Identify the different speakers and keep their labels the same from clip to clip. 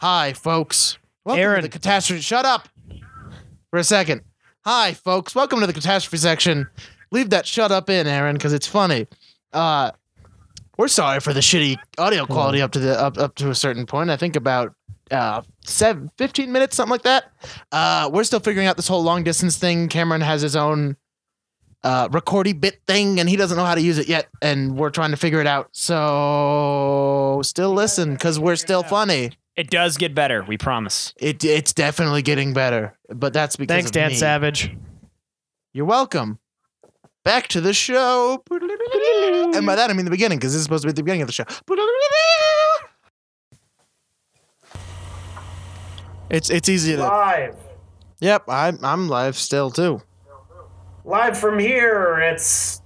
Speaker 1: Hi, folks. Welcome
Speaker 2: Aaron.
Speaker 1: to the catastrophe. Shut up for a second. Hi, folks. Welcome to the catastrophe section. Leave that shut up in, Aaron, because it's funny. Uh, we're sorry for the shitty audio quality up to the up, up to a certain point. I think about uh, seven, 15 minutes, something like that. Uh, we're still figuring out this whole long distance thing. Cameron has his own uh, recordy bit thing, and he doesn't know how to use it yet. And we're trying to figure it out. So still listen, because we're still funny.
Speaker 2: It does get better, we promise.
Speaker 1: It it's definitely getting better, but that's because
Speaker 3: Thanks,
Speaker 1: of
Speaker 3: Dan
Speaker 1: me.
Speaker 3: Savage.
Speaker 1: You're welcome. Back to the show, and by that I mean the beginning, because this is supposed to be the beginning of the show. It's it's easy to.
Speaker 4: Live.
Speaker 1: Yep, I'm I'm live still too.
Speaker 4: Live from here. It's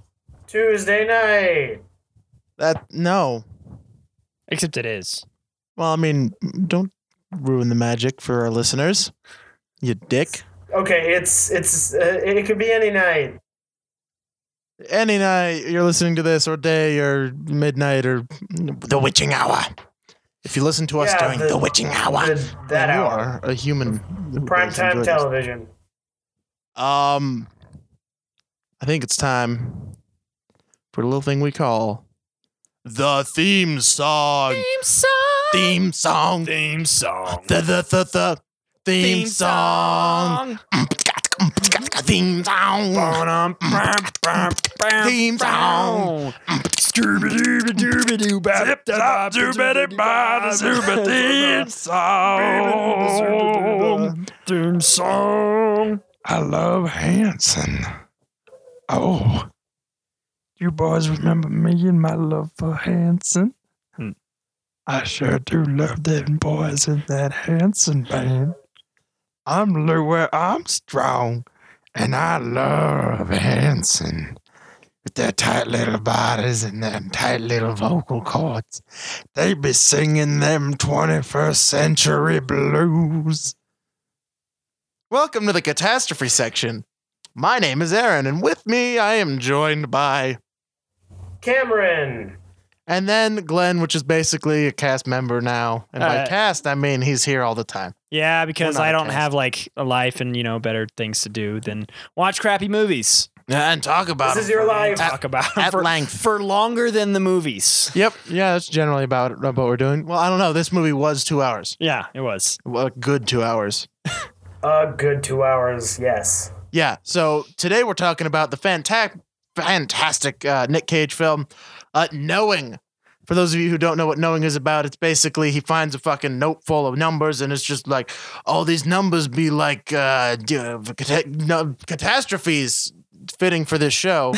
Speaker 4: Tuesday night.
Speaker 1: That no,
Speaker 2: Except it is.
Speaker 1: well I mean don't ruin the magic for our listeners. You dick.
Speaker 4: Okay, it's it's uh, it could be any night.
Speaker 1: Any night you're listening to this, or day, or midnight, or the witching hour. If you listen to us
Speaker 4: Yeah,
Speaker 1: during the,
Speaker 4: the-
Speaker 1: witching hour,
Speaker 4: The- that
Speaker 1: you are
Speaker 4: hour.
Speaker 1: a human.
Speaker 4: Prime
Speaker 1: Please
Speaker 4: time
Speaker 1: enjoy this.
Speaker 4: television.
Speaker 1: Um, I think it's time for a little thing we call the theme song. Theme song. Theme song.
Speaker 2: Theme song.
Speaker 1: The the the the theme, song. Mm, Theme song. Mm, Theme song.
Speaker 2: Theme song. Theme song.
Speaker 5: I love Hanson. Oh. You boys remember me and my love for Hanson?
Speaker 2: Hmm.
Speaker 5: I sure do love them boys in that Hanson band. I'm Louis Armstrong, and I love Hanson. With their tight little bodies and them tight little vocal cords, they be singing them 21st century blues.
Speaker 1: Welcome to the catastrophe section. My name is Aaron, and with me I am joined by
Speaker 4: Cameron.
Speaker 1: and then Glenn, which is basically a cast member now. And by
Speaker 2: Uh,
Speaker 1: cast, I mean he's here all the time.
Speaker 2: Yeah, because
Speaker 1: We're not
Speaker 2: I don't
Speaker 1: cast.
Speaker 2: have like a life and you know better things to do than watch crappy movies.
Speaker 1: And talk about
Speaker 4: This is your life.
Speaker 2: Talk about
Speaker 1: at
Speaker 2: for,
Speaker 1: length.
Speaker 2: for longer than the movies.
Speaker 1: Yep. Yeah, that's generally about, about what we're doing. Well, I don't know. This movie was two hours,
Speaker 2: Yeah, it was.
Speaker 1: a good two hours.
Speaker 4: A good two hours. Yes.
Speaker 1: Yeah. So today we're talking about the fantastic, fantastic uh, Nick Cage film, uh, Knowing. For those of you who don't know what Knowing is about, it's basically he finds a fucking note full of numbers and it's just like all these numbers be like uh, d- uh, cata- no, catastrophes fitting for this show.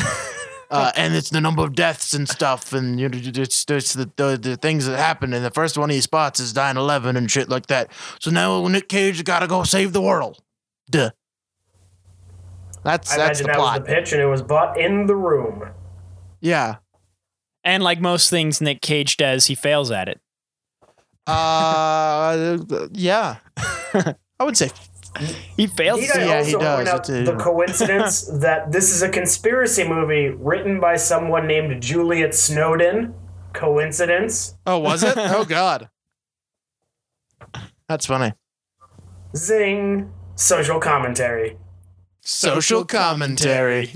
Speaker 1: Uh, and it's the number of deaths and stuff, and you know, it's, it's the, the the things that happen. And the first one he spots is 9-11 and shit like that. So now Nick Cage got to go save the world. Duh. That's
Speaker 4: I
Speaker 1: that's
Speaker 4: imagine
Speaker 1: the
Speaker 4: that
Speaker 1: plot.
Speaker 4: was the pitch, and it was bought in the room.
Speaker 1: yeah.
Speaker 2: And like most things Nick Cage does, he fails at it.
Speaker 1: Uh, yeah. I would say
Speaker 2: He fails.
Speaker 4: Need I
Speaker 1: Yeah,
Speaker 4: also
Speaker 1: he does.
Speaker 4: point out
Speaker 1: It's a-
Speaker 4: the coincidence that this is a conspiracy movie written by someone named Juliet Snowden? Coincidence?
Speaker 1: Oh, was it? oh God. That's funny.
Speaker 4: Zing. Social commentary.
Speaker 1: Social commentary.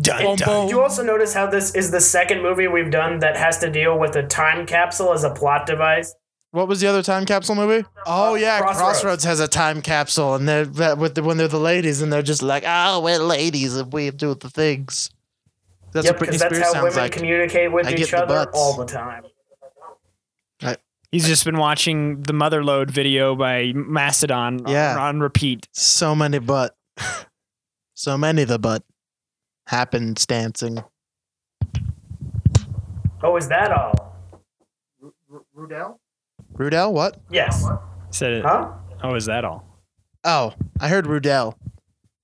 Speaker 2: Dun, dun.
Speaker 4: Did you also notice how this is the second movie we've done that has to deal with a time capsule as a plot device?
Speaker 1: What was the other time capsule movie? Oh yeah, Crossroads,
Speaker 4: Uh, Crossroads.
Speaker 1: has a time capsule, and they're that- with the, when they're the ladies, and they're just like, "Oh, we're ladies, and we do the things." That's
Speaker 4: yep,
Speaker 1: what Britney
Speaker 4: because that's
Speaker 1: Spears
Speaker 4: how
Speaker 1: sounds
Speaker 4: women
Speaker 1: like.
Speaker 4: communicate with
Speaker 1: I get
Speaker 4: each
Speaker 1: the
Speaker 4: other
Speaker 1: butts.
Speaker 4: all the time.
Speaker 2: He's just been watching the Motherload video by Mastodon
Speaker 1: Yeah.
Speaker 2: on, on repeat.
Speaker 1: so many butt, so many the butt, happenstancing.
Speaker 4: Oh, is that all?
Speaker 1: Rudell, what?
Speaker 4: Yes.
Speaker 2: Said it.
Speaker 4: Huh?
Speaker 2: Oh, is that all?
Speaker 1: Oh, I heard Rudell.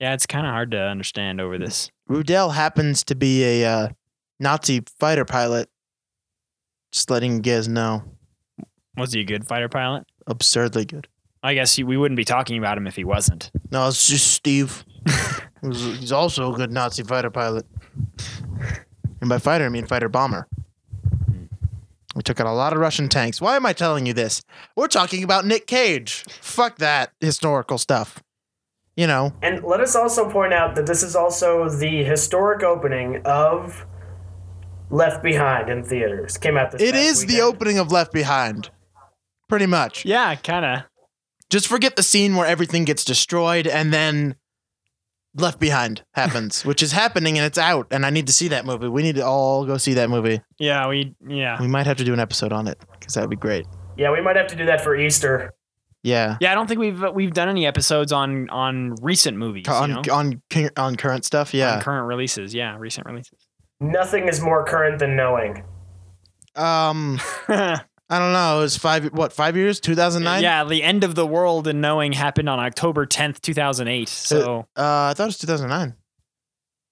Speaker 2: Yeah, it's kind of hard to understand over this.
Speaker 1: Rudell happens to be a uh, Nazi fighter pilot. Just letting you guys know,
Speaker 2: Was he a good fighter pilot?
Speaker 1: absurdly good.
Speaker 2: I guess he, we wouldn't be talking about him if he wasn't.
Speaker 1: No, it's just Steve. Who's- He's also a good Nazi fighter pilot. And by fighter, I mean fighter bomber. We took out a lot of Russian tanks. Why am I telling you this? We're talking about Nick Cage. Fuck that historical stuff. You know,
Speaker 4: And let us also point out that this is also the historic opening of Left Behind in theaters. Came out this
Speaker 1: it
Speaker 4: past
Speaker 1: is the
Speaker 4: weekend.
Speaker 1: opening of Left Behind. Pretty much.
Speaker 2: Yeah, kind of.
Speaker 1: Just forget the scene where everything gets destroyed and then Left Behind happens, which is happening and it's out. And I need to see that movie. We need to all go see that movie.
Speaker 2: Yeah, we yeah.
Speaker 1: We might have to do an episode on it because that would be great.
Speaker 4: Yeah, we might have to do that for Easter.
Speaker 1: Yeah.
Speaker 2: Yeah, I don't think we've we've done any episodes on on recent movies, you
Speaker 1: on
Speaker 2: know?
Speaker 1: on cur- on current stuff.
Speaker 2: On
Speaker 1: Yeah.
Speaker 2: current releases. Yeah, recent releases.
Speaker 4: Nothing is more current than knowing.
Speaker 1: Um, I don't know. It was five. What five years? Two thousand nine.
Speaker 2: yeah, the end of the world and knowing happened on October 10th, 2008. So
Speaker 1: Uh, I thought it was two thousand nine.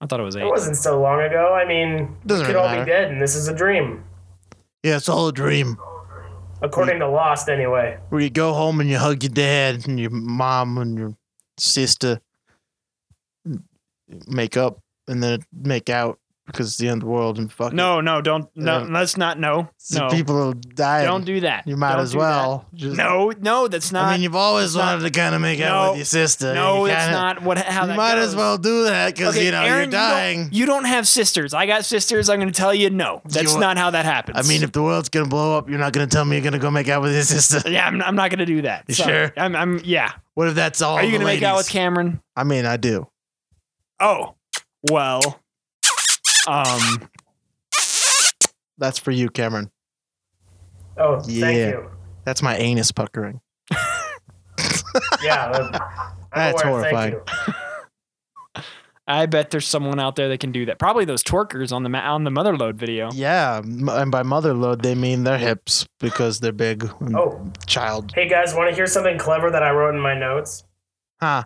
Speaker 2: I thought it was eight.
Speaker 4: It wasn't so long ago. I mean,
Speaker 1: Doesn't
Speaker 4: we could
Speaker 1: really
Speaker 4: all
Speaker 1: matter.
Speaker 4: be dead, and this is a dream,
Speaker 1: Yeah, it's all a dream.
Speaker 4: according to Lost, anyway.
Speaker 1: Where you go home and you hug your dad and your mom and your sister, make up and then make out because it's the end of the world and fuck.
Speaker 2: No, no, don't. No,
Speaker 1: Yeah.
Speaker 2: let's not.
Speaker 1: it.
Speaker 2: No, no.
Speaker 1: people are dying.
Speaker 2: Don't do that.
Speaker 1: you might
Speaker 2: Don't
Speaker 1: as
Speaker 2: do that.
Speaker 1: well. Just,
Speaker 2: No, no, that's not.
Speaker 1: I mean, you've always
Speaker 2: it's not-
Speaker 1: wanted to kind of make out
Speaker 2: No.
Speaker 1: with your sister.
Speaker 2: no,
Speaker 1: you
Speaker 2: that's
Speaker 1: kinda-
Speaker 2: not what. How
Speaker 1: you
Speaker 2: that
Speaker 1: might
Speaker 2: goes.
Speaker 1: as well do that because
Speaker 2: Okay,
Speaker 1: you know
Speaker 2: Aaron,
Speaker 1: you're dying.
Speaker 2: You don't, you don't have sisters. I got sisters. I'm going to tell you no. That's
Speaker 1: You-
Speaker 2: not how that happens.
Speaker 1: I mean, if the world's gonna blow up, you're not gonna tell me you're gonna go make out with your sister.
Speaker 2: yeah, I'm, I'm not going to do that.
Speaker 1: You
Speaker 2: Sorry.
Speaker 1: sure?
Speaker 2: I'm. I'm. Yeah.
Speaker 1: What if that's all?
Speaker 2: Are you
Speaker 1: the
Speaker 2: going to make out with
Speaker 1: ladies?
Speaker 2: Cameron?
Speaker 1: I mean, I do.
Speaker 2: Oh, well. Um.
Speaker 1: That's for you, Cameron.
Speaker 4: Oh, thank
Speaker 1: Yeah.
Speaker 4: you.
Speaker 1: That's my anus puckering.
Speaker 4: Yeah, that- I'm
Speaker 1: That's
Speaker 4: aware,
Speaker 1: horrifying.
Speaker 4: Thank you.
Speaker 2: I bet there's someone out there that can do that. Probably those twerkers on the ma- on the motherload video.
Speaker 1: Yeah, m- and by mother load they mean their hips because they're big. and
Speaker 4: Oh,
Speaker 1: child.
Speaker 4: hey guys, want to hear something clever that I wrote in my notes?
Speaker 1: Huh?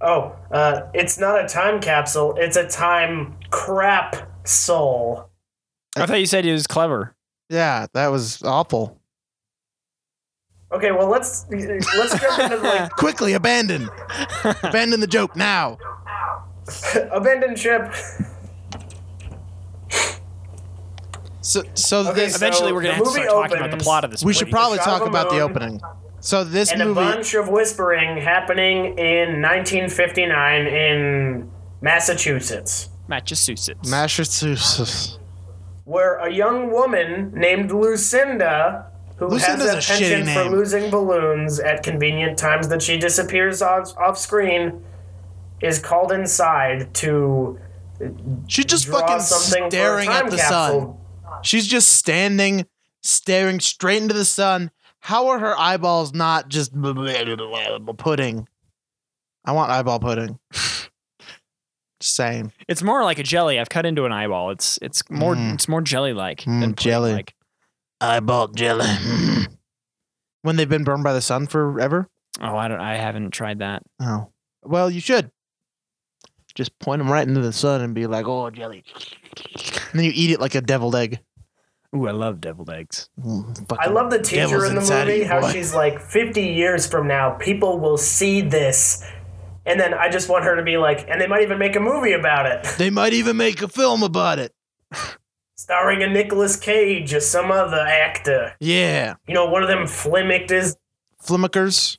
Speaker 4: Oh, uh, it's not a time capsule. It's a time crap soul.
Speaker 2: I thought you said he was clever.
Speaker 1: Yeah, that was awful.
Speaker 4: Okay, well let's let's jump into like
Speaker 1: Quickly abandon, abandon the joke now.
Speaker 4: abandoned ship.
Speaker 1: So, so
Speaker 4: Okay,
Speaker 1: this
Speaker 4: so
Speaker 2: Eventually, we're
Speaker 4: the
Speaker 2: going to have to
Speaker 4: movie
Speaker 2: start talking about the
Speaker 4: opens-
Speaker 2: plot of this.
Speaker 1: we should
Speaker 2: movie.
Speaker 1: probably
Speaker 4: The Shot
Speaker 1: talk
Speaker 4: of a
Speaker 1: about the
Speaker 4: Moon.
Speaker 1: opening. So this
Speaker 4: and a
Speaker 1: movie.
Speaker 4: bunch of whispering happening in 1959 in Massachusetts,
Speaker 2: Massachusetts.
Speaker 1: Massachusetts.
Speaker 4: where a young woman named Lucinda, who
Speaker 1: Lucinda's
Speaker 4: has
Speaker 1: a
Speaker 4: a
Speaker 1: shitty
Speaker 4: penchant for
Speaker 1: name.
Speaker 4: losing balloons at convenient times that she disappears off, off screen, is called inside to
Speaker 1: She's just
Speaker 4: draw
Speaker 1: fucking
Speaker 4: something
Speaker 1: staring
Speaker 4: for a time
Speaker 1: at the
Speaker 4: capsule.
Speaker 1: sun. She's just standing, staring straight into the sun. How are her eyeballs not just pudding? I want eyeball pudding. Just saying.
Speaker 2: It's more like a jelly. I've cut into an eyeball. It's it's more
Speaker 1: Mm.
Speaker 2: it's more jelly like
Speaker 1: Mm, jelly. Eyeball jelly. when they've been burned by the sun forever?
Speaker 2: Oh, I don't. I haven't tried that.
Speaker 1: Oh. Well, you should. Just point them right into the sun and be like, oh, jelly. And then you eat it like a deviled egg.
Speaker 2: Ooh, I love deviled eggs.
Speaker 1: Mm,
Speaker 4: I love the teacher
Speaker 1: devil's
Speaker 4: in the
Speaker 1: inside of
Speaker 4: movie,
Speaker 1: you,
Speaker 4: how
Speaker 1: boy.
Speaker 4: she's like, 50 years from now, people will see this. And then I just want her to be like, and they might even make a movie about it,
Speaker 1: They might even make a film about it.
Speaker 4: starring a Nicolas Cage or some other actor.
Speaker 1: Yeah.
Speaker 4: You know, one of them flimictors.
Speaker 1: Flimmickers.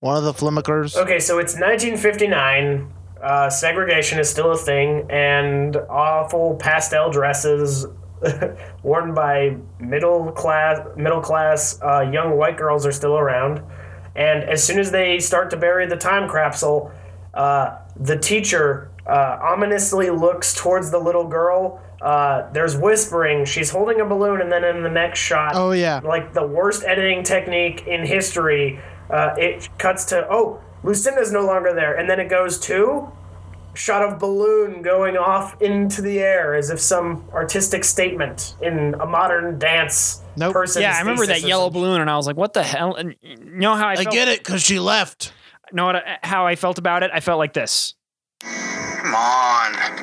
Speaker 1: One of the Flimmickers.
Speaker 4: Okay, so it's 1959. Uh, segregation is still a thing, and awful pastel dresses worn by middle class middle class uh, young white girls are still around. And as soon as they start to bury the time capsule, uh, the teacher uh, ominously looks towards the little girl. Uh, there's whispering. She's holding a balloon, and then in the next shot,
Speaker 1: Oh yeah.
Speaker 4: like the worst editing technique in history. Uh, it cuts to oh, Lucinda's no longer there, and then it goes to shot of balloon going off into the air as if some artistic statement in a modern dance
Speaker 1: Nope.
Speaker 4: person.
Speaker 2: yeah, I remember that yellow balloon, and I was like, "What the hell?" And you know how I,
Speaker 1: I
Speaker 2: felt,
Speaker 1: get it because she left.
Speaker 2: Know what, I- how I felt about it? I felt like this.
Speaker 6: Come on. What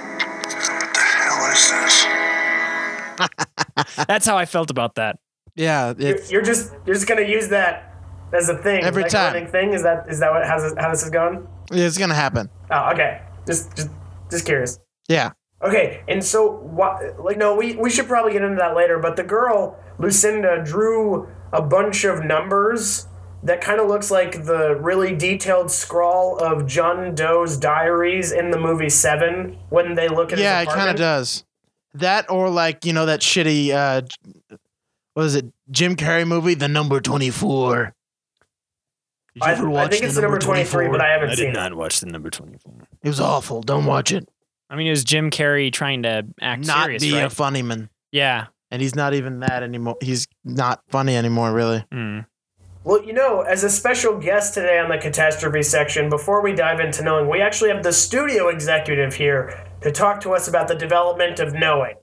Speaker 6: the hell is this?
Speaker 2: That's how I felt about that.
Speaker 1: Yeah.
Speaker 4: You're,
Speaker 1: It's,
Speaker 4: you're just you're just gonna use that as a thing
Speaker 1: Every
Speaker 4: like a
Speaker 1: time.
Speaker 4: running Thing is that is that what how's this, how this is going?
Speaker 1: it's gonna happen.
Speaker 4: Oh, okay. Just just just curious.
Speaker 1: Yeah.
Speaker 4: Okay, and so what? Like, no, we we should probably get into that later. But the girl Lucinda drew a bunch of numbers that kind of looks like the really detailed scrawl of John Doe's diaries in the movie Seven when they look at
Speaker 1: yeah,
Speaker 4: his
Speaker 1: it kind of
Speaker 4: apartment.
Speaker 1: does. That or like you know that shitty, uh, j- what is it? Jim Carrey movie, The Number Twenty Four.
Speaker 4: I- I think it's The Number 23, but I haven't seen it.
Speaker 2: watch the number twenty-four.
Speaker 1: It was awful. Don't watch it.
Speaker 2: I mean, it was Jim Carrey trying to act
Speaker 1: not
Speaker 2: serious,
Speaker 1: be a
Speaker 2: right?
Speaker 1: funny man,
Speaker 2: yeah.
Speaker 1: and he's not even that anymore. He's not funny anymore, really.
Speaker 2: Mm.
Speaker 4: Well, you know, as a special guest today on the catastrophe section, before we dive into knowing, we actually have the studio executive here to talk to us about the development of knowing.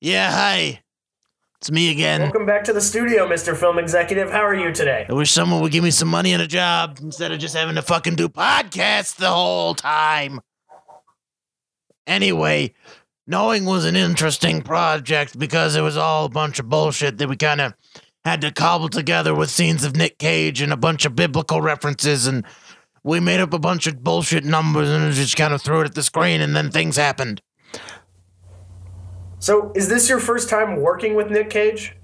Speaker 1: Yeah, hi, it's me again.
Speaker 4: Welcome back to the studio, Mr. Film Executive. How are you today?
Speaker 1: I wish someone would give me some money and a job instead of just having to fucking do podcasts the whole time. Anyway, Knowing was an interesting project because it was all a bunch of bullshit that we kind of had to cobble together with scenes of Nick Cage and a bunch of biblical references, and we made up a bunch of bullshit numbers and just kind of threw it at the screen, and then things happened.
Speaker 4: So, is this your first time working with Nick Cage?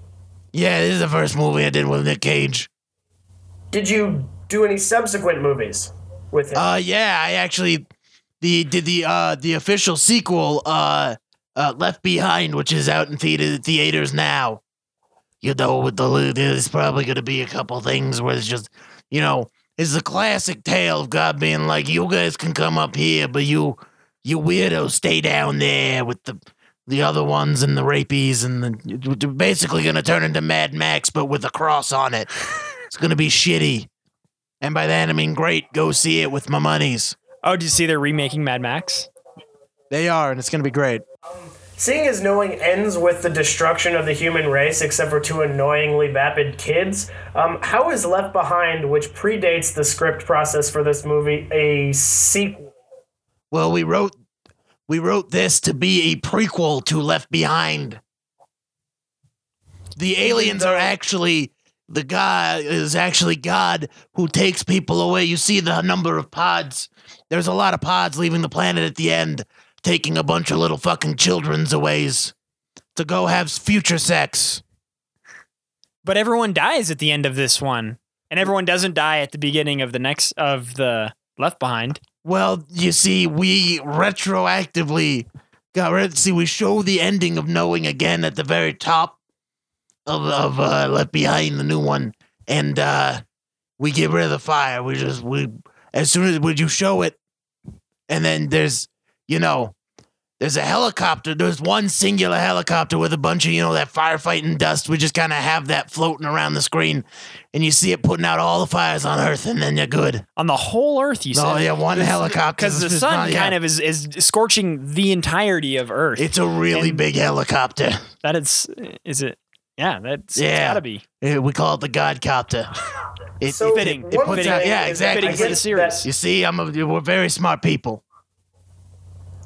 Speaker 1: Yeah, this is the first movie I did with Nick Cage.
Speaker 4: Did you do any subsequent movies with him?
Speaker 1: Uh, yeah, I actually the did the uh the official sequel uh, uh Left Behind, which is out in theater, theaters now. You know, with the there's probably gonna be a couple things where it's just you know it's the classic tale of God being like, you guys can come up here, but you you weirdos stay down there with the the other ones and the rapies and the they're basically gonna turn into Mad Max, but with a cross on it. it's gonna be shitty. And by that I mean great. Go see it with my monies.
Speaker 2: Oh, did you see they're remaking Mad Max?
Speaker 1: They are, and it's going to be great.
Speaker 4: Seeing as knowing ends with the destruction of the human race, except for two annoyingly vapid kids, um, how is Left Behind, which predates the script process for this movie, a sequel?
Speaker 1: Well, we wrote we wrote this to be a prequel to Left Behind. The aliens are actually the guy is actually God who takes people away. You see the number of pods. There's a lot of pods leaving the planet at the end, taking a bunch of little fucking children's aways to go have future sex.
Speaker 2: But everyone dies at the end of this one, and everyone doesn't die at the beginning of the next of the Left Behind.
Speaker 1: Well, you see, we retroactively got rid. See, we show the ending of knowing again at the very top of of uh, Left Behind, the new one, and uh, we get rid of the fire. We just we as soon as would you show it, and then there's you know there's a helicopter. There's one singular helicopter with a bunch of you know that firefighting dust. We just kind of have that floating around the screen, and you see it putting out all the fires on Earth, and then you're good.
Speaker 2: On the whole Earth, you
Speaker 1: Oh
Speaker 2: said.
Speaker 1: yeah, one helicopter.
Speaker 2: Because the sun kind of is, is scorching the entirety of Earth.
Speaker 1: It's a really
Speaker 2: and-
Speaker 1: big helicopter.
Speaker 2: that is, is it? Yeah, that's it's
Speaker 1: Yeah.
Speaker 2: gotta be.
Speaker 1: Eh, We call it the Godcopter. It,
Speaker 4: So
Speaker 1: it-
Speaker 2: fitting.
Speaker 4: one
Speaker 1: It puts
Speaker 4: thing
Speaker 1: out- yeah,
Speaker 4: is-
Speaker 1: exactly.
Speaker 4: I
Speaker 2: Fitting for the
Speaker 4: get
Speaker 2: series.
Speaker 4: that-
Speaker 1: you see, I'm a, we're very smart people.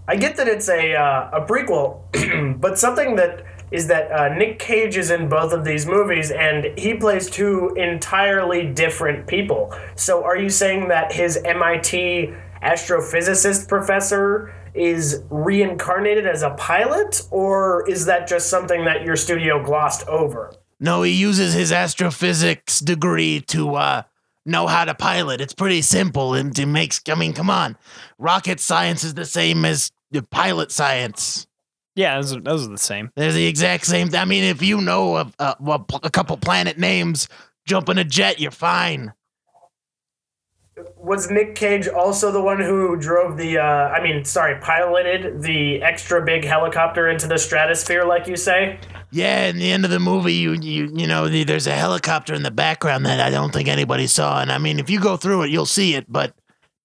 Speaker 4: I get that it's a uh, a prequel, but something that is that uh, Nick Cage is in both of these movies, and he plays two entirely different people. So, are you saying that his MIT astrophysicist professor is reincarnated as a pilot, or is that just something that your studio glossed over?
Speaker 1: No, he uses his astrophysics degree to uh, know how to pilot. It's pretty simple, and it makes. I mean, come on, rocket science is the same as the pilot science.
Speaker 2: Yeah, those, are- those are the same.
Speaker 1: They're the exact same. I mean, if you know a, a, a pl- a couple planet names, jump in a jet, you're fine.
Speaker 4: Was Nick Cage also the one who drove the, uh, I mean, sorry, piloted the extra big helicopter into the stratosphere, like you say?
Speaker 1: Yeah, in the end of the movie, you you you know, the- there's a helicopter in the background that I don't think anybody saw, and I mean, if you go through it, you'll see it. But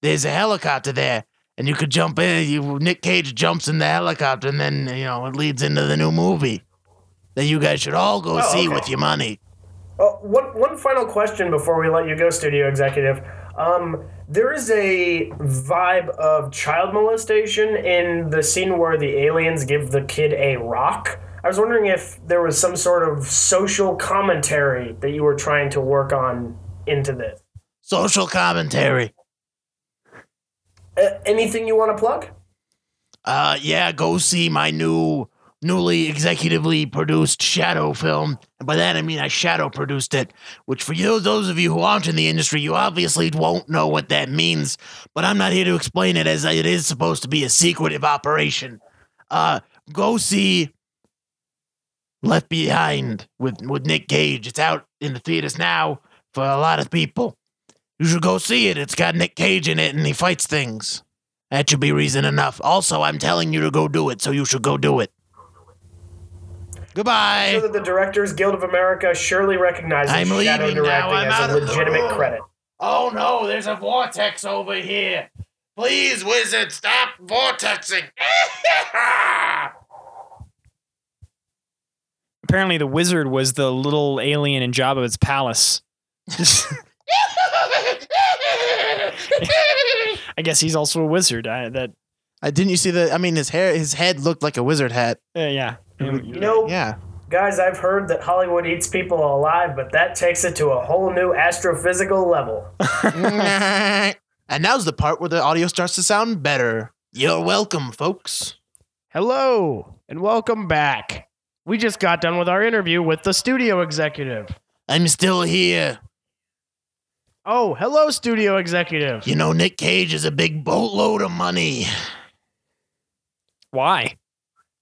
Speaker 1: there's a helicopter there, and you could jump in. You, Nick Cage jumps in the helicopter, and then you know it leads into the new movie that you guys should all go
Speaker 4: Oh,
Speaker 1: see
Speaker 4: okay.
Speaker 1: with your money.
Speaker 4: Uh, one, one final question before we let you go, studio executive. Um, there is a vibe of child molestation in the scene where the aliens give the kid a rock. I was wondering if there was some sort of social commentary that you were trying to work on into this.
Speaker 1: Social commentary.
Speaker 4: Uh, anything you want to plug?
Speaker 1: uh, yeah, go see my new, newly executively produced shadow film. And by that I mean I shadow produced it, which for you, those of you who aren't in the industry, you obviously won't know what that means. But I'm not here to explain it, as it is supposed to be a secretive operation. Uh, go see Left Behind with with Nick Cage. It's out in the theaters now for a lot of people. You should go see it. It's got Nick Cage in it, and he fights things. That should be reason enough. Also, I'm telling you to go do it, so you should go do it. Goodbye.
Speaker 5: So that the Directors Guild of America surely recognizes
Speaker 1: I'm
Speaker 5: shadow
Speaker 1: leaving now.
Speaker 5: directing
Speaker 1: I'm out
Speaker 5: as a
Speaker 1: of the
Speaker 5: legitimate
Speaker 1: room.
Speaker 5: credit.
Speaker 1: Oh no, there's a vortex over here. Please, wizard, stop vortexing.
Speaker 2: Apparently, the wizard was the little alien in Jabba's palace. I guess he's also a wizard. I, that
Speaker 1: I Uh, didn't you see the I mean his hair his head looked like a wizard hat.
Speaker 2: uh, yeah.
Speaker 5: You know,
Speaker 1: Yeah.
Speaker 5: guys, I've heard that Hollywood eats people alive, but that takes it to a whole new astrophysical level.
Speaker 1: and now's the part where the audio starts to sound better. You're welcome, folks.
Speaker 4: Hello and welcome back. We just got done with our interview with the studio executive.
Speaker 1: I'm still here.
Speaker 4: Oh, hello, studio executive.
Speaker 1: You know, Nick Cage is a big boatload of money
Speaker 2: Why?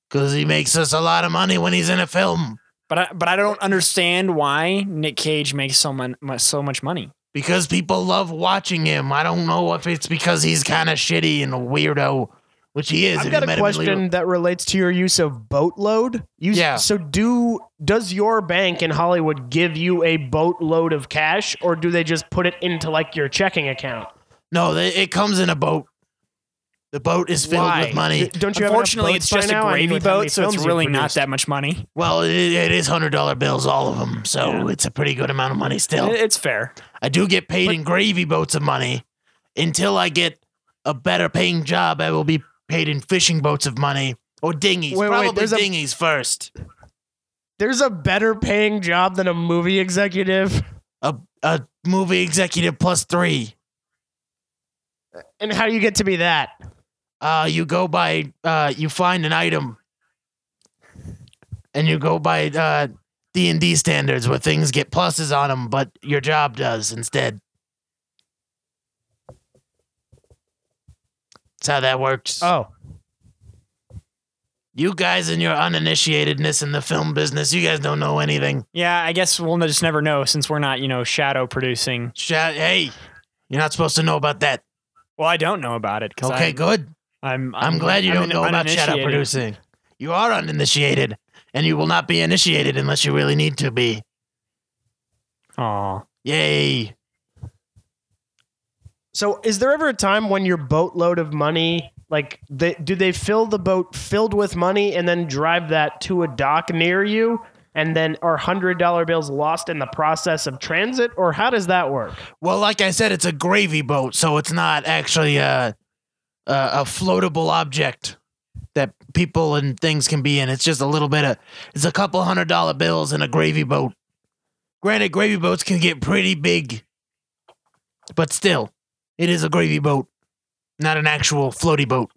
Speaker 1: because he makes us a lot of money when he's in a film.
Speaker 2: But I, but I don't understand why Nick Cage makes so much so much money.
Speaker 1: because people love watching him. I don't know if it's because he's kind of shitty and a weirdo, which he is. If
Speaker 4: I've
Speaker 1: you
Speaker 4: got
Speaker 1: met
Speaker 4: a
Speaker 1: him in Leo-
Speaker 4: question that relates to your use of boatload. You,
Speaker 1: Yeah.
Speaker 4: So do does your bank in Hollywood give you a boatload of cash, or do they just put it into like your checking account?
Speaker 1: No, they, it comes in a boat. The boat is filled
Speaker 4: Why?
Speaker 1: with money.
Speaker 4: D- Don't you have enough
Speaker 2: Unfortunately,
Speaker 4: boats
Speaker 2: it's
Speaker 4: by
Speaker 2: just a
Speaker 4: now? I mean,
Speaker 2: gravy
Speaker 4: with how many
Speaker 2: boat, so it's
Speaker 4: films you
Speaker 2: really not
Speaker 4: produced.
Speaker 2: that much money.
Speaker 1: Well, it, it is hundred dollar bills, all of them. So
Speaker 2: Yeah.
Speaker 1: it's a pretty good amount of money
Speaker 2: It-
Speaker 1: still.
Speaker 2: It's fair.
Speaker 1: I do get paid in gravy boats of money until I get a better paying job. I will be paid in fishing boats of money or dinghies.
Speaker 4: Wait, wait,
Speaker 1: Probably
Speaker 4: there's a-
Speaker 1: dinghies first.
Speaker 4: There's a better paying job than a movie executive.
Speaker 1: A a movie executive plus three.
Speaker 4: And how do you get to be that?
Speaker 1: uh, you go by uh, you find an item and you go by uh, d&d standards where things get pluses on them but your job does instead that's how that works
Speaker 2: Uh,
Speaker 4: Oh,
Speaker 1: you guys and your uninitiatedness in the film business you guys don't know anything
Speaker 2: Yeah, I guess we'll just never know since we're not you know shadow producing.
Speaker 1: Shout, hey you're not supposed to know about that
Speaker 2: Well, I don't know about it. 'cause
Speaker 1: okay
Speaker 2: I'm,
Speaker 1: good
Speaker 2: I'm,
Speaker 1: I'm, glad you
Speaker 2: I'm
Speaker 1: don't
Speaker 2: an-
Speaker 1: know about shadow
Speaker 2: uninitiated.
Speaker 1: producing. You are uninitiated, and you will not be initiated unless you really need to be.
Speaker 2: Aw.
Speaker 1: Yay!
Speaker 4: So, is there ever a time when your boatload of money, like, they, do they fill the boat filled with money and then drive that to a dock near you? And then are hundred dollar bills lost in the process of transit, or how does that work?
Speaker 1: Well, like I said, it's a gravy boat, so it's not actually a a, a floatable object that people and things can be in. It's just a little bit of it's a couple hundred dollar bills in a gravy boat. Granted, gravy boats can get pretty big, but still, it is a gravy boat, not an actual floaty boat.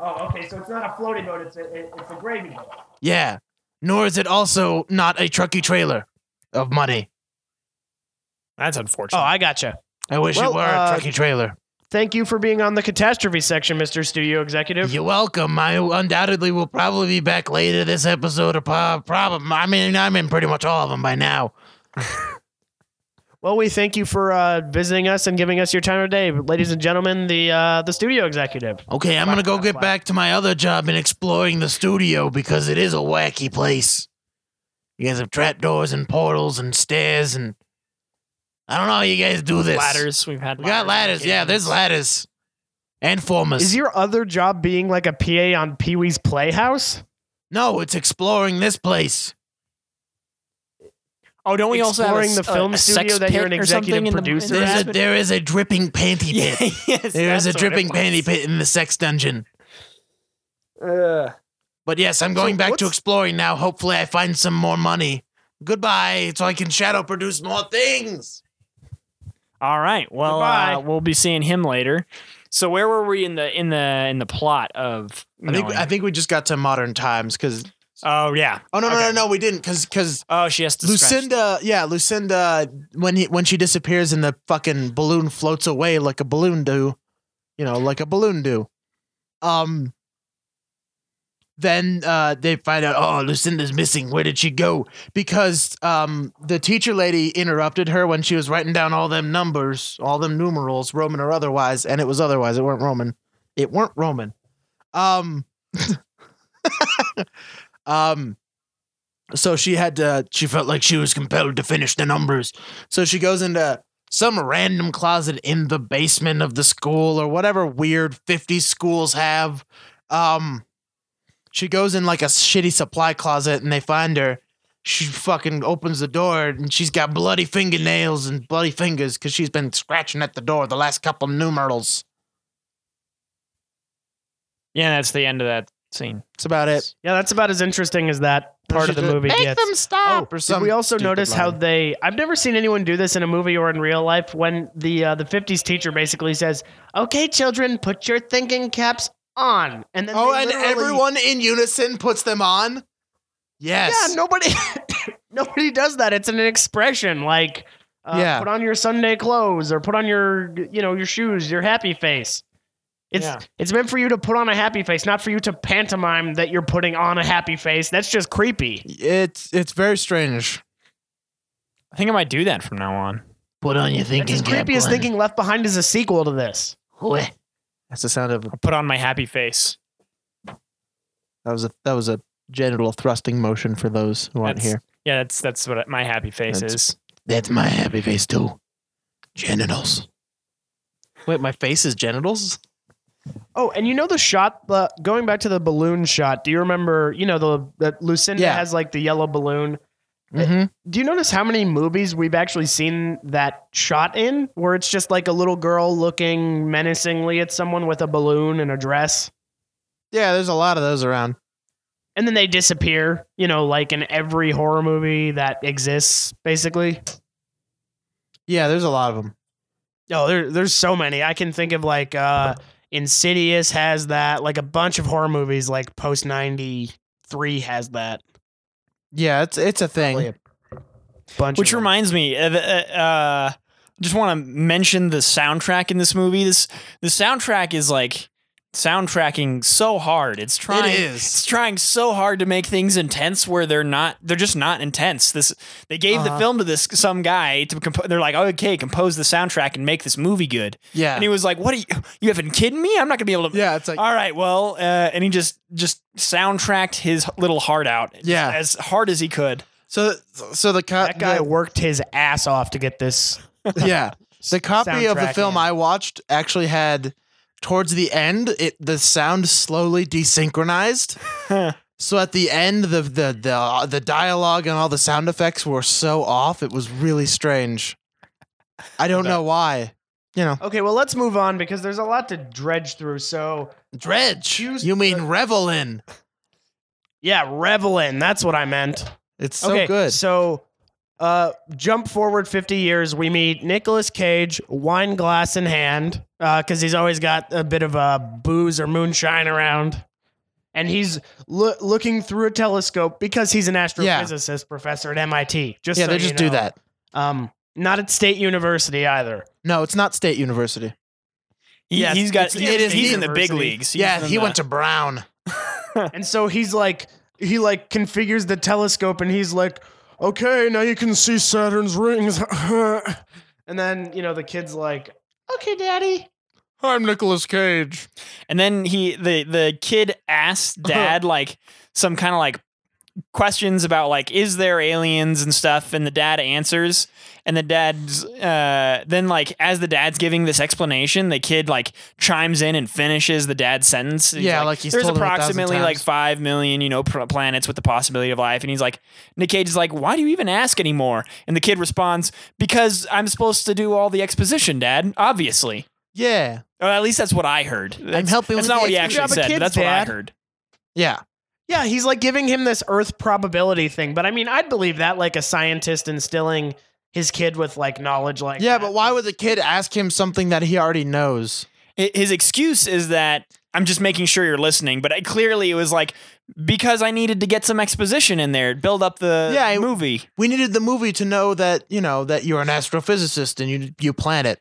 Speaker 4: Oh, okay, so it's not a floating boat; it's a it's a gravy boat.
Speaker 1: Yeah. Nor is it also not a trucky trailer of money.
Speaker 2: that's
Speaker 4: Oh,
Speaker 2: unfortunate.
Speaker 4: I gotcha.
Speaker 1: I wish
Speaker 4: Well,
Speaker 1: it were
Speaker 4: uh,
Speaker 1: a trucky trailer.
Speaker 4: Thank you for being on the catastrophe section, Mister Studio Executive.
Speaker 1: You're welcome. I undoubtedly will probably be back later this episode of Pro- Problem. I mean, I'm in pretty much all of them by now.
Speaker 4: Well, we thank you for uh, visiting us and giving us your time of day, ladies and gentlemen. The uh, the Studio Executive.
Speaker 1: Okay, I'm going to go get back to my other job in exploring the studio because it is a wacky place. You guys have trapdoors and portals and stairs and. I don't know how you guys do this.
Speaker 2: ladders. We've had
Speaker 1: We got ladders. Yeah, there's ladders. And formers.
Speaker 4: Is your other job being like a PA on Pee Wee's Playhouse?
Speaker 1: no, it's exploring this place.
Speaker 2: Oh, don't we also have a
Speaker 4: exploring
Speaker 2: s-
Speaker 4: the film
Speaker 2: a- a sex
Speaker 4: studio that you're an
Speaker 2: pit or something
Speaker 4: executive
Speaker 2: in the- in
Speaker 4: producer at?
Speaker 2: the
Speaker 1: There's a,
Speaker 2: basement?
Speaker 1: there is a dripping panty
Speaker 2: Yeah,
Speaker 1: pit.
Speaker 2: yes,
Speaker 1: there is a
Speaker 2: that's what it
Speaker 1: dripping
Speaker 2: was.
Speaker 1: panty pit in the sex dungeon. But yes, I'm going back to
Speaker 4: what's-
Speaker 1: exploring now. Hopefully, I find some more money. Goodbye, so I can shadow produce more things.
Speaker 2: All right. Well, uh,
Speaker 4: Goodbye.
Speaker 2: we'll be seeing him later. So where were we in the in the in the plot of?
Speaker 1: I think,
Speaker 2: knowing?
Speaker 1: I think we just got to modern times because.
Speaker 2: oh yeah.
Speaker 1: Oh no no
Speaker 2: Okay.
Speaker 1: no no we didn't because because
Speaker 2: Oh, she has to. scratch-
Speaker 1: Lucinda yeah Lucinda when he when she disappears and the fucking balloon floats away like a balloon do, you know like a balloon do, um. Then uh, they find out oh Lucinda's missing where did she go because um the teacher lady interrupted her when she was writing down all them numbers all them numerals Roman or otherwise and it was otherwise it weren't Roman it weren't Roman um um so she had to she felt like she was compelled to finish the numbers so she goes into some random closet in the basement of the school or whatever weird 50 schools have um she goes in like a shitty supply closet and they find her she fucking opens the door and she's got bloody fingernails and bloody fingers because she's been scratching at the door the last couple numerals
Speaker 2: Yeah, that's the end of that scene.
Speaker 1: that's about it
Speaker 4: Yeah, that's about as interesting as that part of the
Speaker 1: She's just,
Speaker 4: movie
Speaker 1: make
Speaker 4: gets.
Speaker 1: them stop or
Speaker 4: Did
Speaker 1: something
Speaker 4: we also Oh, notice how they? I've never seen anyone do this in a movie or in real life. When the uh, the fifties teacher basically says, "Okay, children, put your thinking caps on," and then
Speaker 1: Oh,
Speaker 4: they
Speaker 1: and
Speaker 4: literally-
Speaker 1: everyone in unison puts them on. Yes.
Speaker 4: yeah, nobody nobody does that. It's an expression like, uh,
Speaker 1: Yeah.
Speaker 4: put on your Sunday clothes or put on your you know your shoes, your happy face. It's
Speaker 1: Yeah.
Speaker 4: it's meant for you to put on a happy face, not for you to pantomime that you're putting on a happy face. That's just creepy.
Speaker 1: It's it's very strange.
Speaker 2: I think I might do that from now on.
Speaker 1: Put on your
Speaker 4: That's
Speaker 1: thinking
Speaker 4: as creepy as thinking Left Behind is a sequel to this.
Speaker 1: That's the sound of
Speaker 2: I'll put on my happy face.
Speaker 1: that was a that was a genital thrusting motion for those who aren't
Speaker 2: That's-
Speaker 1: here.
Speaker 2: Yeah, that's that's what my happy face
Speaker 1: That's-
Speaker 2: is.
Speaker 1: That's my happy face too. Genitals. Wait, my face is genitals?
Speaker 4: Oh, and you know the shot, the going back to the balloon shot. Do you remember? You know the that Lucinda
Speaker 1: Yeah.
Speaker 4: has like the yellow balloon.
Speaker 1: Mm-hmm.
Speaker 4: Do you notice how many movies we've actually seen that shot in, where it's just like a little girl looking menacingly at someone with a balloon and a dress,
Speaker 1: Yeah, there's a lot of those around.
Speaker 4: and then they disappear? You know, like in every horror movie that exists, basically.
Speaker 1: Yeah, there's a lot of them.
Speaker 4: Oh, there, there's so many. I can think of like uh Insidious has that, like a bunch of horror movies, like post ninety three has that.
Speaker 1: Yeah, it's it's a thing.
Speaker 4: Probably Bunch
Speaker 2: Which
Speaker 4: of them.
Speaker 2: reminds me, uh, the- uh, uh, just want to mention the soundtrack in this movie. This the soundtrack is like soundtracking so hard. It's trying.
Speaker 1: is.
Speaker 2: It's trying so hard to make things intense where they're not. They're just not intense. This they gave the
Speaker 1: Uh-huh.
Speaker 2: film to this some guy to compose. They're like, okay, compose the soundtrack and make this movie good.
Speaker 1: Yeah.
Speaker 2: And he was like, what are you? You haven't kidding me? I'm not gonna be able to.
Speaker 1: yeah, it's like
Speaker 2: All right, well, uh, and he just just soundtracked his little heart out,
Speaker 1: Yeah.
Speaker 2: as hard as he could.
Speaker 1: so so the co-
Speaker 4: that guy
Speaker 1: the-
Speaker 4: Uh, worked his ass off to get this.
Speaker 1: yeah. The copy of the
Speaker 4: soundtrack
Speaker 1: film
Speaker 4: in.
Speaker 1: I watched actually had towards the end it the sound slowly desynchronized. so at the end the the the the dialogue and all the sound effects were so off. It was really strange. I don't know why. You know,
Speaker 4: Okay, well let's move on because there's a lot to dredge through. So
Speaker 1: dredge.
Speaker 4: Choose
Speaker 1: You mean
Speaker 4: the-
Speaker 1: revel in?
Speaker 4: yeah, revel in. That's what I meant.
Speaker 1: It's so
Speaker 4: okay,
Speaker 1: good.
Speaker 4: So uh jump forward 50 years we meet Nicolas Cage wine glass in hand uh cuz he's always got a bit of a booze or moonshine around and he's loo- looking through a telescope because he's an
Speaker 1: Yeah.
Speaker 4: astrophysicist professor at MIT just
Speaker 1: yeah,
Speaker 4: so
Speaker 1: they
Speaker 4: you
Speaker 1: just do
Speaker 4: know.
Speaker 1: that.
Speaker 4: um not at state university either
Speaker 1: No, it's not State University.
Speaker 2: He,
Speaker 4: Yeah,
Speaker 2: he's got
Speaker 4: it's-
Speaker 2: he's,
Speaker 1: it is
Speaker 2: he's in the big
Speaker 4: university.
Speaker 2: leagues. He's
Speaker 1: yeah,
Speaker 2: in
Speaker 1: he
Speaker 2: the-
Speaker 1: went to Brown.
Speaker 4: And so he's like, he like configures the telescope and he's like, okay, now you can see Saturn's rings. and then, you know, the kid's like, okay, daddy.
Speaker 1: I'm Nicolas Cage.
Speaker 2: and then he the the kid asked
Speaker 1: Uh-huh.
Speaker 2: dad like some kind of like questions about like is there aliens and stuff, and the dad answers, and the dad's uh, then like as the dad's giving this explanation, the kid like chimes in and finishes the dad's sentence. He's
Speaker 1: Yeah, like he's
Speaker 2: there's
Speaker 1: told him a thousand
Speaker 2: approximately like
Speaker 1: times.
Speaker 2: five million you know pr- planets with the possibility of life, and he's like Nick Cage is like, why do you even ask anymore? And the kid responds, because I'm supposed to do all the exposition, Dad. Obviously.
Speaker 1: Yeah.
Speaker 2: Or at least that's what I heard. That's,
Speaker 1: helping
Speaker 2: That's
Speaker 1: with
Speaker 2: not
Speaker 1: the
Speaker 2: what he
Speaker 1: extra
Speaker 2: actually
Speaker 4: job of
Speaker 2: said. but
Speaker 4: kids,
Speaker 2: that's what I
Speaker 4: Dad.
Speaker 2: heard.
Speaker 1: Yeah.
Speaker 4: Yeah, he's like giving him this Earth probability thing. But I mean, I'd believe that, like a scientist instilling his kid with like knowledge like
Speaker 1: Yeah,
Speaker 4: that.
Speaker 1: but why would the kid ask him something that he already knows?
Speaker 2: hi- his excuse is that I'm just making sure you're listening, but I, clearly it was like because I needed to get some exposition in there, build up the
Speaker 1: Yeah, I-
Speaker 2: movie.
Speaker 1: we needed the movie to know that you know that you're an astrophysicist and you you planet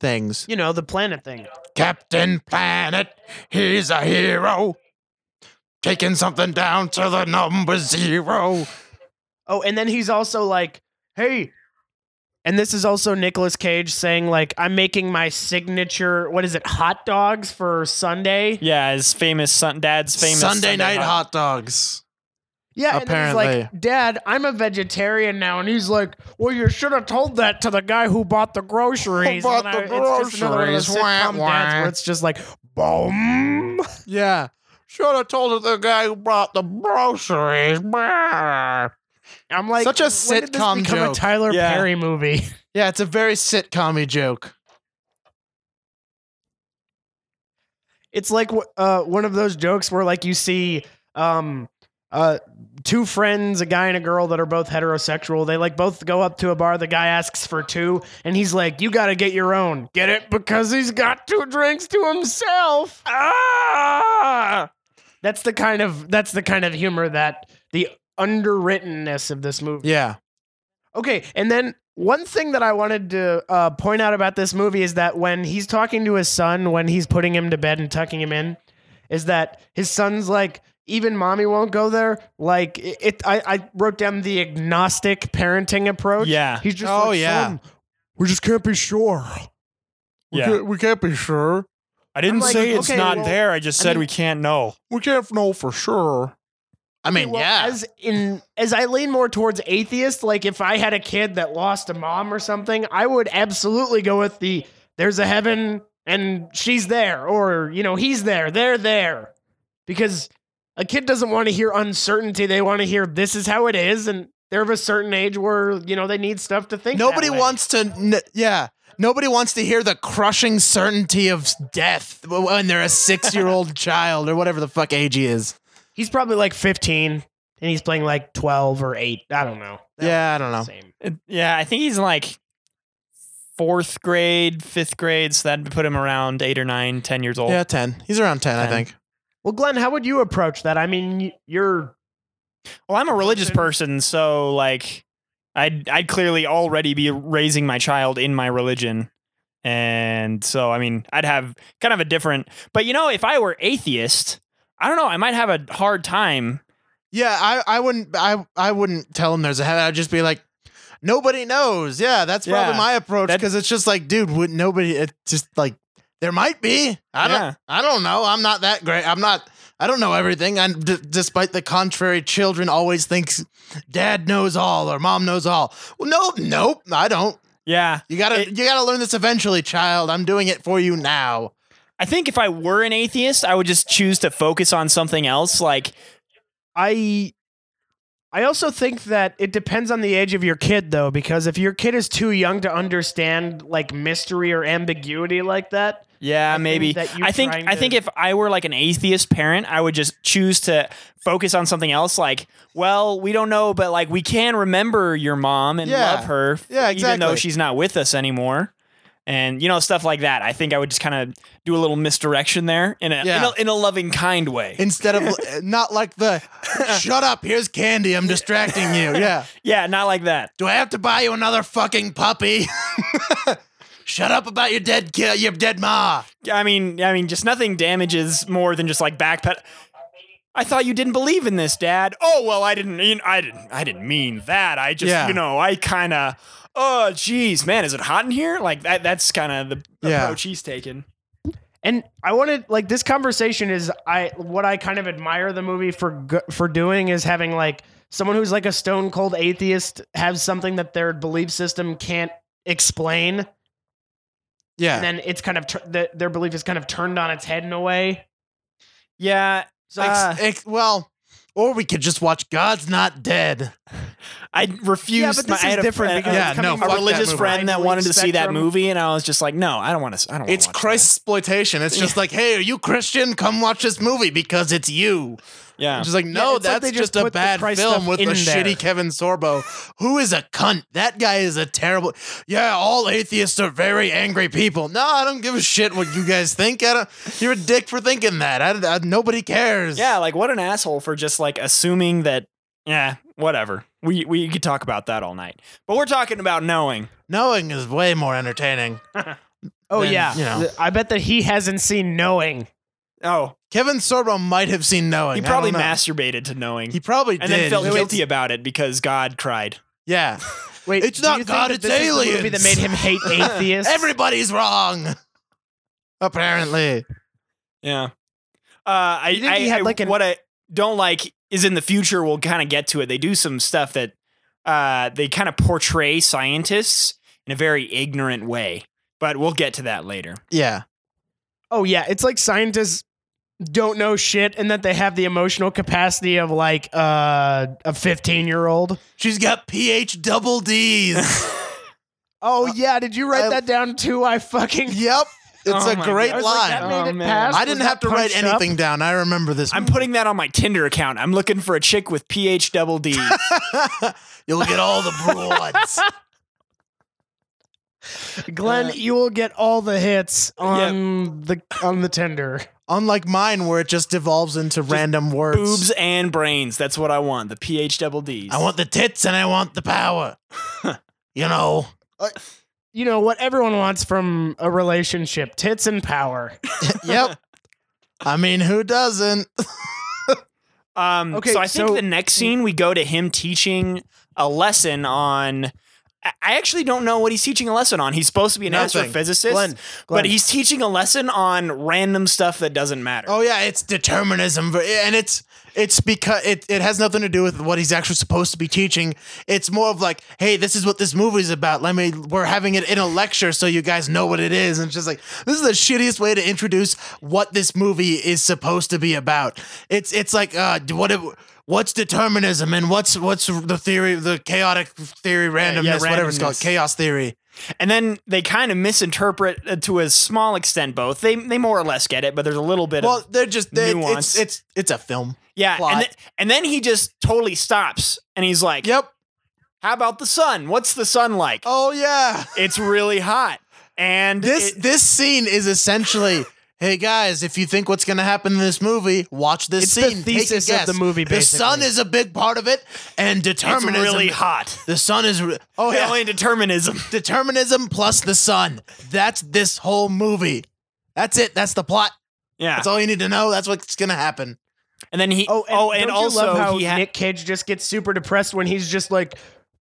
Speaker 1: things.
Speaker 4: You know, the planet thing.
Speaker 7: Captain Planet, he's a hero. Taking something down to the number zero.
Speaker 4: Oh, and then he's also like, hey. And this is also Nicolas Cage saying, like, I'm making my signature, what is it, hot dogs for Sunday?
Speaker 2: Yeah, his famous son, dad's famous
Speaker 1: Sunday, night hot dogs.
Speaker 4: Yeah, And then he's
Speaker 1: Apparently.
Speaker 4: like, Dad, I'm a vegetarian now. And he's like, Well, you should have told that to the guy who bought the groceries.
Speaker 7: Who bought
Speaker 4: And
Speaker 7: the
Speaker 4: It's just another one of those
Speaker 7: groceries? Wah,
Speaker 4: sitcom dads
Speaker 7: wah.
Speaker 4: where it's just like, boom.
Speaker 1: Yeah.
Speaker 7: Should have told the guy who brought the groceries. Brr.
Speaker 4: I'm like,
Speaker 1: Such a
Speaker 4: when did this
Speaker 1: sitcom
Speaker 4: become
Speaker 1: joke.
Speaker 4: a Tyler
Speaker 2: Yeah.
Speaker 4: Perry movie.
Speaker 1: Yeah, it's a very sitcom joke.
Speaker 4: It's like uh, one of those jokes where like you see um, uh, two friends, a guy and a girl that are both heterosexual. They like both go up to a bar. The guy asks for two, and he's like, "You got to get your own." Get it? Because he's got two drinks to himself. Ah! That's the kind of that's the kind of humor that the underwrittenness of this movie.
Speaker 1: Yeah.
Speaker 4: Okay, and then one thing that I wanted to uh, point out about this movie is that when he's talking to his son, when he's putting him to bed and tucking him in, is that his son's like, even mommy won't go there. Like it, it- I, I wrote down the agnostic parenting approach.
Speaker 2: Yeah.
Speaker 4: he's just
Speaker 1: Oh,
Speaker 4: like,
Speaker 1: yeah.
Speaker 4: "Son, we just can't be sure.
Speaker 2: Yeah.
Speaker 1: we can't be sure.
Speaker 2: I didn't
Speaker 4: like,
Speaker 2: say it's
Speaker 4: okay,
Speaker 2: not
Speaker 4: well,
Speaker 2: there. I just
Speaker 4: I
Speaker 2: said
Speaker 4: mean-
Speaker 2: we can't know.
Speaker 1: We can't know for sure. I mean,
Speaker 4: Well,
Speaker 1: yeah.
Speaker 4: As in, as I lean more towards atheist, like if I had a kid that lost a mom or something, I would absolutely go with the "there's a heaven and she's there," or you know, he's there, they're there, because a kid doesn't want to hear uncertainty. They want to hear this is how it is, and they're of a certain age where you know they need stuff to think. that
Speaker 1: Nobody
Speaker 4: way.
Speaker 1: wants to. N- yeah. Nobody wants to hear the crushing certainty of death when they're a six-year-old child or whatever the fuck age he is.
Speaker 4: He's probably like 15, and he's playing like 12 or 8. I don't know.
Speaker 1: Yeah, I don't know.
Speaker 4: Same.
Speaker 2: It- yeah, I think he's in, like fourth grade, fifth grade, so that'd put him around eight or nine, ten years old.
Speaker 1: Yeah, ten. He's around ten, I
Speaker 2: 10.
Speaker 1: think.
Speaker 4: Well, Glenn, how would you approach that? I mean, y- you're
Speaker 2: Well, I'm a religious
Speaker 4: Person.
Speaker 2: person, so like I'd I'd clearly already be raising my child in my religion. And so I mean, I'd have kind of a different but you know, if I were atheist, I don't know, I might have a hard time.
Speaker 1: Yeah, I, I wouldn't I I wouldn't tell him there's a heaven. I'd just be like, nobody knows. Yeah, that's probably
Speaker 2: Yeah.
Speaker 1: my approach
Speaker 2: That-
Speaker 1: because it's just like, dude, would nobody? It's just like there might be. I don't
Speaker 2: Yeah.
Speaker 1: I don't know. I'm not that great. I'm not. I don't know everything. And d- despite the contrary, children always think dad knows all or mom knows all. Well, nope, nope, I don't.
Speaker 2: Yeah.
Speaker 1: You gotta
Speaker 2: It-
Speaker 1: you gotta learn this eventually, child. I'm doing it for you now.
Speaker 2: I think if I were an atheist, I would just choose to focus on something else like
Speaker 4: I I also think that it depends on the age of your kid though because if your kid is too young to understand like mystery or ambiguity like that
Speaker 2: yeah,
Speaker 4: I think
Speaker 2: maybe.
Speaker 4: that you
Speaker 2: I think
Speaker 4: trying
Speaker 2: I
Speaker 4: to-
Speaker 2: think if I were like an atheist parent, I would just choose to focus on something else like, well, we don't know, but like we can remember your mom and
Speaker 1: Yeah.
Speaker 2: love her
Speaker 1: Yeah,
Speaker 2: even though
Speaker 1: exactly.
Speaker 2: she's not with us anymore. And you know stuff like that. I think I would just kind of do a little misdirection there in a, in
Speaker 1: Yeah.
Speaker 2: a in a loving kind way.
Speaker 1: Instead of eh, not like the shut up, here's candy, I'm distracting you. Yeah.
Speaker 2: yeah, not like that.
Speaker 1: Do I have to buy you another fucking puppy? Shut up about your dead kill, your dead ma.
Speaker 2: I mean, I mean, just nothing damages more than just like backpedal. I thought you didn't believe in this, Dad. Oh well, I didn't. mean I didn't. I didn't mean that. I just,
Speaker 1: Yeah.
Speaker 2: you know, I kind of. Oh, geez, man, is it hot in here? Like that. That's kind of the
Speaker 1: Yeah.
Speaker 2: approach he's taken.
Speaker 4: and I wanted like this conversation is I what I kind of admire the movie for go- for doing is having like someone who's like a stone cold atheist have something that their belief system can't explain
Speaker 1: Yeah.
Speaker 4: and then it's kind of tur- the, their belief is kind of turned on its head in a way
Speaker 2: Yeah.
Speaker 1: Uh. Ex- ex- well, or we could just watch God's Not Dead.
Speaker 2: I refused.
Speaker 4: Yeah, but this
Speaker 2: my, I
Speaker 4: is
Speaker 2: had a
Speaker 4: different
Speaker 2: fr-
Speaker 4: because
Speaker 1: Yeah,
Speaker 4: it's coming
Speaker 1: no,
Speaker 4: from
Speaker 1: fuck
Speaker 2: a
Speaker 1: that
Speaker 2: religious
Speaker 1: movie.
Speaker 2: friend that
Speaker 4: right-wing
Speaker 2: wanted to see that
Speaker 4: spectrum.
Speaker 2: movie, and I was just like, no, I don't want to. I don't. wanna
Speaker 1: It's
Speaker 2: watch
Speaker 1: Christ exploitation. It's just like, hey, are you Christian? Come watch this movie because it's you.
Speaker 2: That. Yeah.
Speaker 1: It's just like, no,
Speaker 4: Yeah, it's like
Speaker 1: that's
Speaker 4: they
Speaker 1: just,
Speaker 4: just
Speaker 1: a
Speaker 4: put the
Speaker 1: bad
Speaker 4: Christ
Speaker 1: film
Speaker 4: stuff
Speaker 1: with a
Speaker 4: in there.
Speaker 1: shitty Kevin Sorbo, who is a cunt. That guy is a terrible. Yeah, all atheists are very angry people. No, I don't give a shit what you guys think. I don't, you're a dick for thinking that. I, I- nobody cares.
Speaker 2: Yeah, like what an asshole for just like assuming that. Yeah, whatever. We we could talk about that all night, but we're talking about knowing.
Speaker 1: knowing is way more entertaining.
Speaker 4: Oh
Speaker 1: Then,
Speaker 4: yeah,
Speaker 1: you know.
Speaker 4: Th- I bet that he hasn't seen Knowing.
Speaker 2: Oh,
Speaker 1: Kevin Sorbo might have seen knowing.
Speaker 2: he
Speaker 1: I
Speaker 2: probably
Speaker 1: don't know.
Speaker 2: masturbated to knowing,
Speaker 1: He probably
Speaker 2: and
Speaker 1: did.
Speaker 2: then felt
Speaker 1: He-
Speaker 2: guilty about it because God cried.
Speaker 1: Yeah,
Speaker 4: Wait,
Speaker 1: It's
Speaker 4: do
Speaker 1: not
Speaker 4: you think
Speaker 1: God,
Speaker 4: that
Speaker 1: it's
Speaker 4: this is The movie
Speaker 1: aliens.
Speaker 4: that made him hate atheists.
Speaker 1: everybody's wrong. Apparently,
Speaker 2: Yeah. Uh, I,
Speaker 4: You think
Speaker 2: I,
Speaker 4: he had,
Speaker 2: I-
Speaker 4: like, an-
Speaker 2: what I don't like is in the future we'll kind of get to it. They do some stuff that uh, they kind of portray scientists in a very ignorant way, but we'll get to that later.
Speaker 1: yeah,
Speaker 4: oh yeah, it's like scientists don't know shit, and that they have the emotional capacity of like uh, a fifteen-year-old.
Speaker 1: she's got PH double D's.
Speaker 4: Oh yeah, did you write
Speaker 1: I-
Speaker 4: that down too? I fucking
Speaker 1: yep, it's
Speaker 2: Oh
Speaker 1: a
Speaker 2: my
Speaker 1: great
Speaker 2: God. I was
Speaker 1: line.
Speaker 4: like, that made
Speaker 2: Oh,
Speaker 4: it
Speaker 2: man.
Speaker 4: past.
Speaker 1: I
Speaker 4: Was
Speaker 1: didn't
Speaker 4: that
Speaker 1: have to write
Speaker 4: punched up?
Speaker 1: anything down. I remember this.
Speaker 2: I'm putting that on my Tinder account. I'm looking for a chick with PH double D.
Speaker 1: You'll get all the broads.
Speaker 4: Glenn,
Speaker 2: Uh,
Speaker 4: you will get all the hits on the on the Tinder.
Speaker 1: Unlike mine, where it just devolves into random words.
Speaker 2: Boobs and brains. That's what I want. The PH double D's.
Speaker 1: I want the tits and I want the power. you know,
Speaker 4: You know what everyone wants from a relationship: tits and power.
Speaker 1: yep. I mean, who doesn't?
Speaker 2: Um,
Speaker 4: Okay,
Speaker 2: so I think
Speaker 4: so-
Speaker 2: the
Speaker 1: mm.
Speaker 2: next scene we go to him teaching a lesson on. I I actually don't know what he's teaching a lesson on. He's supposed to be an
Speaker 1: Nothing.
Speaker 2: astrophysicist, but he's teaching a lesson on random stuff that doesn't matter.
Speaker 1: Oh yeah, it's determinism, ver- and it's it's because it, it has nothing to do with what he's actually supposed to be teaching. It's more of like, hey, this is what this movie's about. Let me we're having it in a lecture so you guys know what it is. And it's just like this is the shittiest way to introduce what this movie is supposed to be about. It's it's like uh d- what if, what's determinism and what's what's the theory the chaotic theory randomness
Speaker 2: yeah,
Speaker 1: whatever it's called
Speaker 2: randomness.
Speaker 1: chaos theory.
Speaker 2: And then they kind of misinterpret uh, to a small extent both. They they more or less get it, but there's a little bit
Speaker 1: Well,
Speaker 2: of
Speaker 1: they're just they, it's
Speaker 2: Nuance.
Speaker 1: it's it's a film.
Speaker 2: yeah.
Speaker 1: plot.
Speaker 2: And, th- and then he just totally stops and he's like,
Speaker 1: Yep.
Speaker 2: "How about the sun? What's the sun like?
Speaker 1: Oh yeah.
Speaker 2: It's really hot." And
Speaker 1: this
Speaker 2: it-
Speaker 1: this scene is essentially hey guys if you think what's going to happen in this movie watch this
Speaker 4: It's the
Speaker 1: scene Take a
Speaker 4: thesis of
Speaker 1: guess.
Speaker 4: the movie,
Speaker 1: the sun
Speaker 4: basically.
Speaker 1: is a big part of it and
Speaker 2: it's
Speaker 1: determinism
Speaker 2: really hot.
Speaker 1: the sun is re- oh
Speaker 2: yeah.
Speaker 1: yeah
Speaker 2: determinism.
Speaker 1: determinism plus the sun that's this whole movie that's it that's the plot
Speaker 2: Yeah.
Speaker 1: that's all you need to know that's what's going to happen
Speaker 2: and then he.
Speaker 4: Oh, and, don't you
Speaker 2: also
Speaker 4: love how
Speaker 2: he had.
Speaker 4: Nick Cage just gets super depressed when he's just like,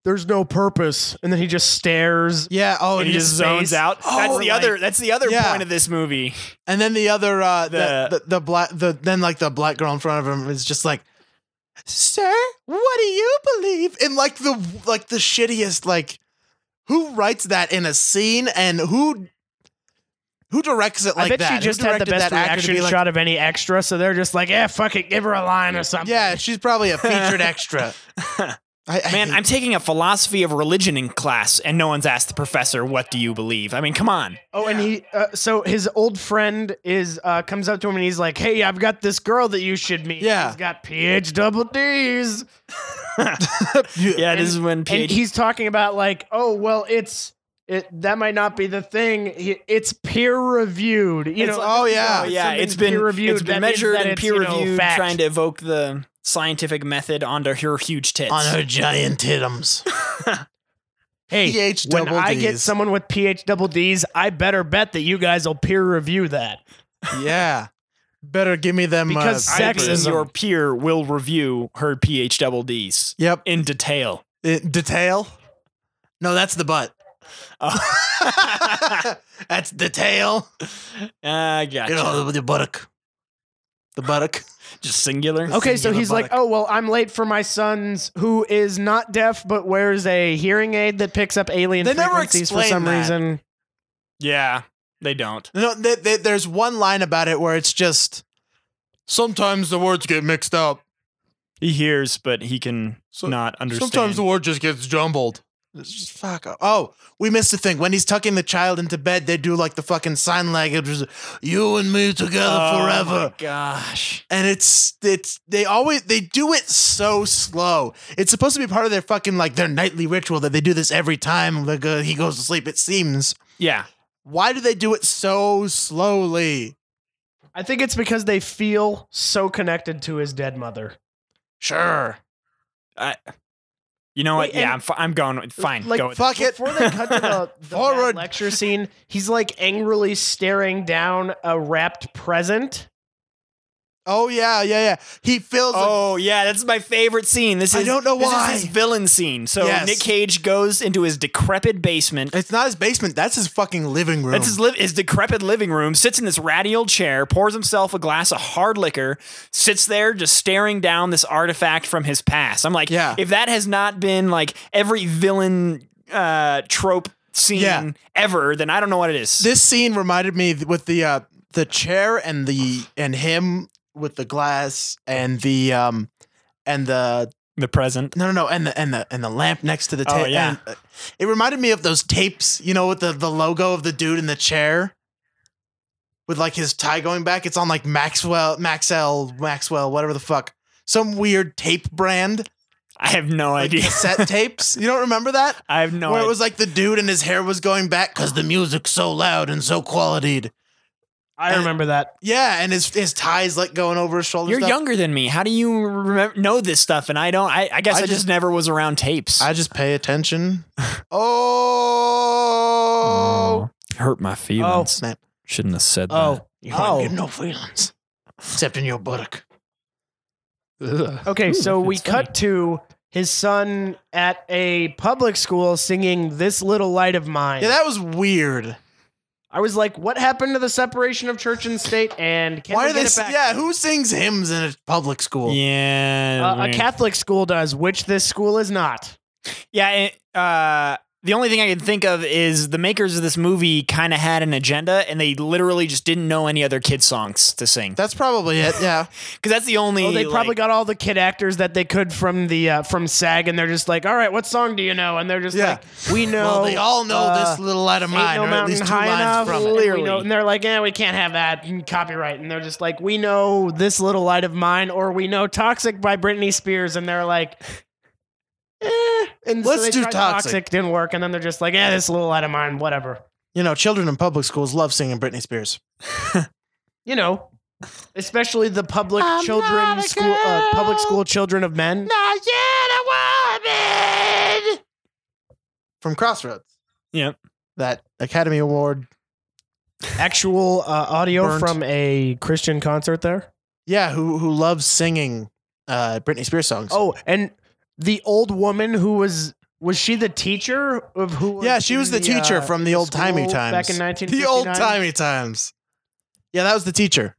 Speaker 4: "There's no purpose," and then he just stares.
Speaker 1: yeah oh
Speaker 2: and he
Speaker 1: you-
Speaker 2: just
Speaker 4: space.
Speaker 2: zones out. that's
Speaker 1: Oh,
Speaker 2: the
Speaker 1: like-
Speaker 2: other. That's the other
Speaker 1: Yeah.
Speaker 2: point of this movie.
Speaker 1: and then the other uh the the,
Speaker 2: The-
Speaker 1: the, black the then like the black girl in front of him is just like sir what do you believe in like the like the shittiest like who writes that in a scene and who who directs it like
Speaker 4: I bet
Speaker 1: that
Speaker 4: she just
Speaker 1: who
Speaker 4: had the
Speaker 1: directed
Speaker 4: best
Speaker 1: that actor to
Speaker 4: reaction
Speaker 1: be like,
Speaker 4: shot of any extra, so they're just like, "Yeah, fuck it, give her a line or something."
Speaker 1: yeah she's probably a featured extra I, I
Speaker 2: Man,
Speaker 1: hate-
Speaker 2: I'm taking a philosophy of religion in class, and no one's asked the professor, "What do you believe?" I mean, come on.
Speaker 4: Oh, and he uh, so his old friend is uh, comes up to him and he's like, "Hey, I've got this girl that you should meet.
Speaker 1: Yeah.
Speaker 4: she's got PH double D's."
Speaker 2: Yeah,
Speaker 4: And-
Speaker 2: this is when
Speaker 4: and
Speaker 2: PhD.
Speaker 4: he's talking about like, oh well, it's it that might not be the thing. He- It's peer reviewed. You
Speaker 2: It's
Speaker 4: know,
Speaker 2: like,
Speaker 1: oh, yeah.
Speaker 2: oh, yeah,
Speaker 4: something's
Speaker 2: it's been
Speaker 4: peer-reviewed,
Speaker 2: It's been
Speaker 4: that means
Speaker 2: measured
Speaker 4: that
Speaker 2: and
Speaker 4: it's, you
Speaker 2: peer
Speaker 4: know,
Speaker 2: reviewed,
Speaker 4: fact.
Speaker 2: trying to evoke the scientific method onto her huge tits.
Speaker 1: on her giant titums
Speaker 4: Hey,
Speaker 1: PH
Speaker 4: when
Speaker 1: double
Speaker 4: I get
Speaker 1: Ds.
Speaker 4: someone with PH double D's, I better bet that you guys will peer review that.
Speaker 1: yeah better give me them
Speaker 4: Because
Speaker 1: uh,
Speaker 2: I
Speaker 4: sex
Speaker 2: being
Speaker 1: papers.
Speaker 4: is
Speaker 2: your peer will review her PH double D's
Speaker 1: yep
Speaker 2: in detail.
Speaker 1: It, Eh, detail? No, that's the butt. Oh. that's the tail.
Speaker 2: I Ah, gotcha.
Speaker 1: You know, the buttock. The buttock.
Speaker 2: Just singular.
Speaker 4: Okay, so
Speaker 1: singular
Speaker 4: he's like,
Speaker 1: buttock.
Speaker 4: oh well, I'm late for my son's who is not deaf but wears a hearing aid that picks up alien
Speaker 1: They never
Speaker 4: frequencies for
Speaker 1: explain
Speaker 4: some
Speaker 1: that.
Speaker 4: reason.
Speaker 2: Yeah, they don't.
Speaker 1: No, th- th- there's one line about it where it's just sometimes the words get mixed up.
Speaker 2: He hears, but he can
Speaker 1: So-
Speaker 2: not understand.
Speaker 1: Sometimes the word just gets jumbled. It's just fuck. Oh, we missed a thing. When he's tucking the child into bed, they do like the fucking sign language. You and me together
Speaker 2: Oh my
Speaker 1: forever.
Speaker 2: gosh.
Speaker 1: And it's it's they always they do it so slow. It's supposed to be part of their fucking like their nightly ritual that they do this every time like, uh, he goes to sleep. It seems.
Speaker 2: Yeah.
Speaker 1: Why do they do it so slowly?
Speaker 4: I think it's because they feel so connected to his dead mother.
Speaker 1: Sure.
Speaker 2: You know what?
Speaker 4: Wait,
Speaker 2: yeah,
Speaker 4: and-
Speaker 2: I'm, fi- I'm going. With, fine.
Speaker 4: like,
Speaker 2: go with
Speaker 1: Fuck it.
Speaker 4: Before they cut to the, the bad
Speaker 1: Forward.
Speaker 4: lecture scene, he's like angrily staring down a wrapped present.
Speaker 1: Oh yeah, yeah, yeah. He feels. like-
Speaker 2: Oh yeah, that's my favorite scene. This is
Speaker 1: I don't know
Speaker 2: this
Speaker 1: why.
Speaker 2: is his villain scene. So
Speaker 1: Yes.
Speaker 2: Nick Cage goes into his decrepit basement.
Speaker 1: it's not his basement. That's his fucking living room.
Speaker 2: That's his, li- his decrepit living room. Sits in this ratty old chair, pours himself a glass of hard liquor, sits there just staring down this artifact from his past. I'm like,
Speaker 1: Yeah.
Speaker 2: if that has not been like every villain uh, trope scene
Speaker 1: Yeah.
Speaker 2: ever, then I don't know what it is.
Speaker 1: this scene reminded me th- with the uh the chair and the and him with the glass and the um and the
Speaker 2: the present.
Speaker 1: no no no and the and the and the lamp next to the
Speaker 2: Oh,
Speaker 1: tape.
Speaker 2: yeah.
Speaker 1: and, uh, it reminded me of those tapes, you know, with the the logo of the dude in the chair. With like his tie going back, it's on like Maxwell, Maxell, Maxwell, whatever the fuck, some weird tape brand,
Speaker 2: I have no
Speaker 1: like
Speaker 2: idea.
Speaker 1: cassette tapes. You don't remember that?
Speaker 2: I have no
Speaker 1: where
Speaker 2: idea.
Speaker 1: it was like the dude and his hair was going back because the music's so loud and so qualityed.
Speaker 4: I
Speaker 1: And-
Speaker 4: remember that.
Speaker 1: Yeah, and his his tie's like going over his shoulder.
Speaker 2: You're
Speaker 1: stuff.
Speaker 2: younger than me. How do you remember, know this stuff? And I don't. I, I guess I,
Speaker 1: I
Speaker 2: just,
Speaker 1: just-
Speaker 2: never was around tapes.
Speaker 1: I just pay attention. oh,
Speaker 2: hurt my feelings.
Speaker 1: snap!
Speaker 2: Shouldn't have said
Speaker 4: Oh,
Speaker 1: Oh,
Speaker 4: oh.
Speaker 1: you no feelings except in your buttock.
Speaker 4: Okay, so we
Speaker 2: that's funny.
Speaker 4: cut to his son at a public school singing "This Little Light of Mine."
Speaker 1: Yeah, that was weird.
Speaker 4: I was like, "What happened to the separation of church and state?" And can
Speaker 1: Why
Speaker 4: we
Speaker 1: are
Speaker 4: get
Speaker 1: they?
Speaker 4: it
Speaker 1: s-
Speaker 4: back?
Speaker 1: Yeah, who sings hymns in a public school?
Speaker 2: Yeah.
Speaker 4: Uh, a Catholic school does, which this school is not.
Speaker 2: yeah. It, uh, the only thing I can think of is the makers of this movie kind of had an agenda, and they literally just didn't know any other kid songs to sing.
Speaker 1: That's probably it. Yeah,
Speaker 2: Because that's the only.
Speaker 4: Oh, they probably
Speaker 2: like-
Speaker 4: got all the kid actors that they could from the uh, from SAG, and they're just like, "All right, what song do you know?" And they're just
Speaker 1: Yeah.
Speaker 4: like, "We know."
Speaker 1: well, they all know
Speaker 4: uh,
Speaker 1: this little light of
Speaker 4: Ain't
Speaker 1: mine,
Speaker 4: no
Speaker 1: or at
Speaker 4: mountain
Speaker 1: least two
Speaker 4: high
Speaker 1: lines
Speaker 4: enough.
Speaker 1: from
Speaker 4: and
Speaker 1: it.
Speaker 4: we
Speaker 2: Clearly.
Speaker 4: know- and they're like, "Yeah, we can't have that and copyright." And they're just like, "We know this little light of mine," or "We know Toxic by Britney Spears," and they're like. Eh. And so
Speaker 1: Let's
Speaker 4: they
Speaker 1: do
Speaker 4: tried
Speaker 1: Toxic.
Speaker 4: Didn't work, and then they're just like, "Yeah, this little light of mine, whatever."
Speaker 1: You know, children in public schools love singing Britney Spears.
Speaker 4: You know, especially the public children school, uh, public school children of men.
Speaker 1: from Crossroads.
Speaker 2: Yep.
Speaker 1: That Academy Award.
Speaker 4: actual uh, audio
Speaker 1: Burnt.
Speaker 4: from a Christian concert there.
Speaker 1: Yeah, who who loves singing uh Britney Spears songs.
Speaker 4: Oh, and the old woman who was was she the teacher of who?
Speaker 1: Yeah, she was the
Speaker 4: in
Speaker 1: teacher
Speaker 4: uh,
Speaker 1: from the old timey
Speaker 4: school
Speaker 1: times.
Speaker 4: back in
Speaker 1: the
Speaker 4: 1959.
Speaker 1: old timey times. Yeah, that was the teacher.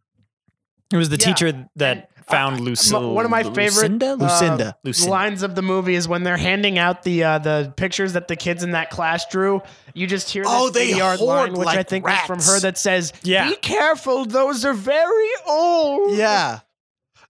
Speaker 2: It was the
Speaker 4: Yeah.
Speaker 2: teacher that
Speaker 4: And,
Speaker 2: found
Speaker 4: uh,
Speaker 2: Lucille.
Speaker 4: one of my favorite,
Speaker 2: Lucinda.
Speaker 4: uh,
Speaker 1: Lucinda.
Speaker 2: Lucinda.
Speaker 4: Lines of the movie is when they're handing out the uh, the pictures that the kids in that class drew. You just hear this
Speaker 1: Oh, they
Speaker 4: 80-yard
Speaker 1: hoard
Speaker 4: line, which I
Speaker 1: like
Speaker 4: think is from
Speaker 1: rats.
Speaker 4: her that says,
Speaker 2: Yeah.
Speaker 4: "Be careful, those are very old."
Speaker 1: yeah.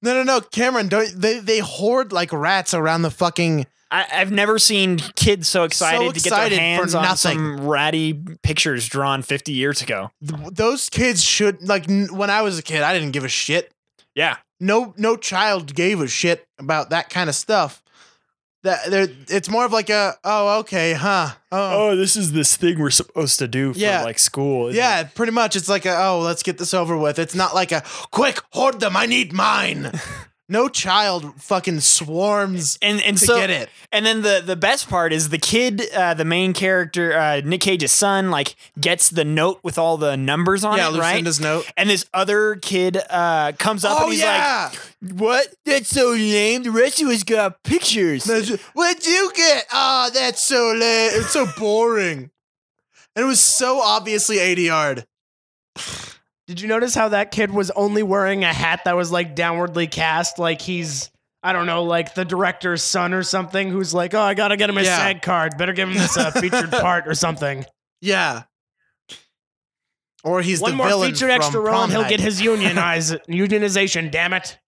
Speaker 1: No, no, no, Cameron, don't they they hoard like rats around the fucking
Speaker 2: I, I've never seen kids so excited,
Speaker 1: So
Speaker 2: to get
Speaker 1: excited
Speaker 2: their
Speaker 1: for
Speaker 2: hands on
Speaker 1: nothing.
Speaker 2: some ratty pictures drawn 50 years ago.
Speaker 1: th- those kids should like n- when I was a kid, I didn't give a shit.
Speaker 2: Yeah.
Speaker 1: no no child gave a shit about that kind of stuff. That there, it's more of like a oh okay huh oh,
Speaker 2: this is this thing we're supposed to do for
Speaker 1: Yeah.
Speaker 2: like school. isn't
Speaker 1: yeah pretty much it's like a oh let's get this over with. It's not like a quick hoard them I need mine. no child fucking swarms
Speaker 2: it? And and
Speaker 1: to
Speaker 2: so
Speaker 1: get it.
Speaker 2: and then the the best part is the kid, uh, the main character, uh, Nick Cage's son, like gets the note with all the numbers on
Speaker 1: Yeah,
Speaker 2: it, right?
Speaker 1: Lucinda's Oh, note.
Speaker 2: And this other kid uh, comes up and he's like, "What? That's so lame. The rest of us got pictures."
Speaker 1: What'd you get? Oh, that's so late. It's so boring. And it was so obviously 80 yard.
Speaker 4: Did you notice how that kid was only wearing a hat that was like downwardly cast? Like he's, I don't know, like the director's son or something who's like, oh, I gotta get him a
Speaker 1: Yeah.
Speaker 4: SAG card. Better give him this uh, featured part or something.
Speaker 1: Yeah. Or he's
Speaker 4: One
Speaker 1: the
Speaker 4: more
Speaker 1: villain
Speaker 4: featured
Speaker 1: from
Speaker 4: extra role
Speaker 1: Prom
Speaker 4: and he'll
Speaker 1: Night.
Speaker 4: get his unionize unionization, damn it.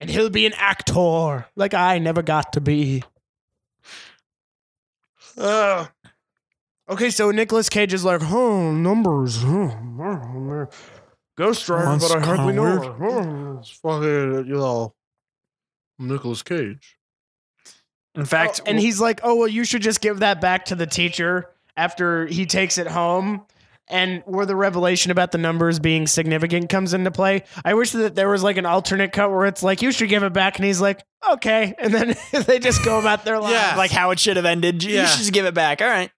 Speaker 4: and he'll be an actor like I never got to be. Uh, okay, so Nicolas Cage is like, oh, numbers. huh, huh, huh. Ghost Rider, but I hardly know her. Hmm. huh."
Speaker 1: It's fucking, you know, Nicolas Cage.
Speaker 2: In fact,
Speaker 4: Oh, and he's like, "Oh well, you should just give that back to the teacher after he takes it home." And where the revelation about the numbers being significant comes into play, I wish that there was like an alternate cut where it's like, "You should give it back," and he's like, "Okay," and then they just go about their lives.
Speaker 1: Yeah.
Speaker 2: like how it should have ended. You
Speaker 1: Yeah.
Speaker 2: should just give it back. All right.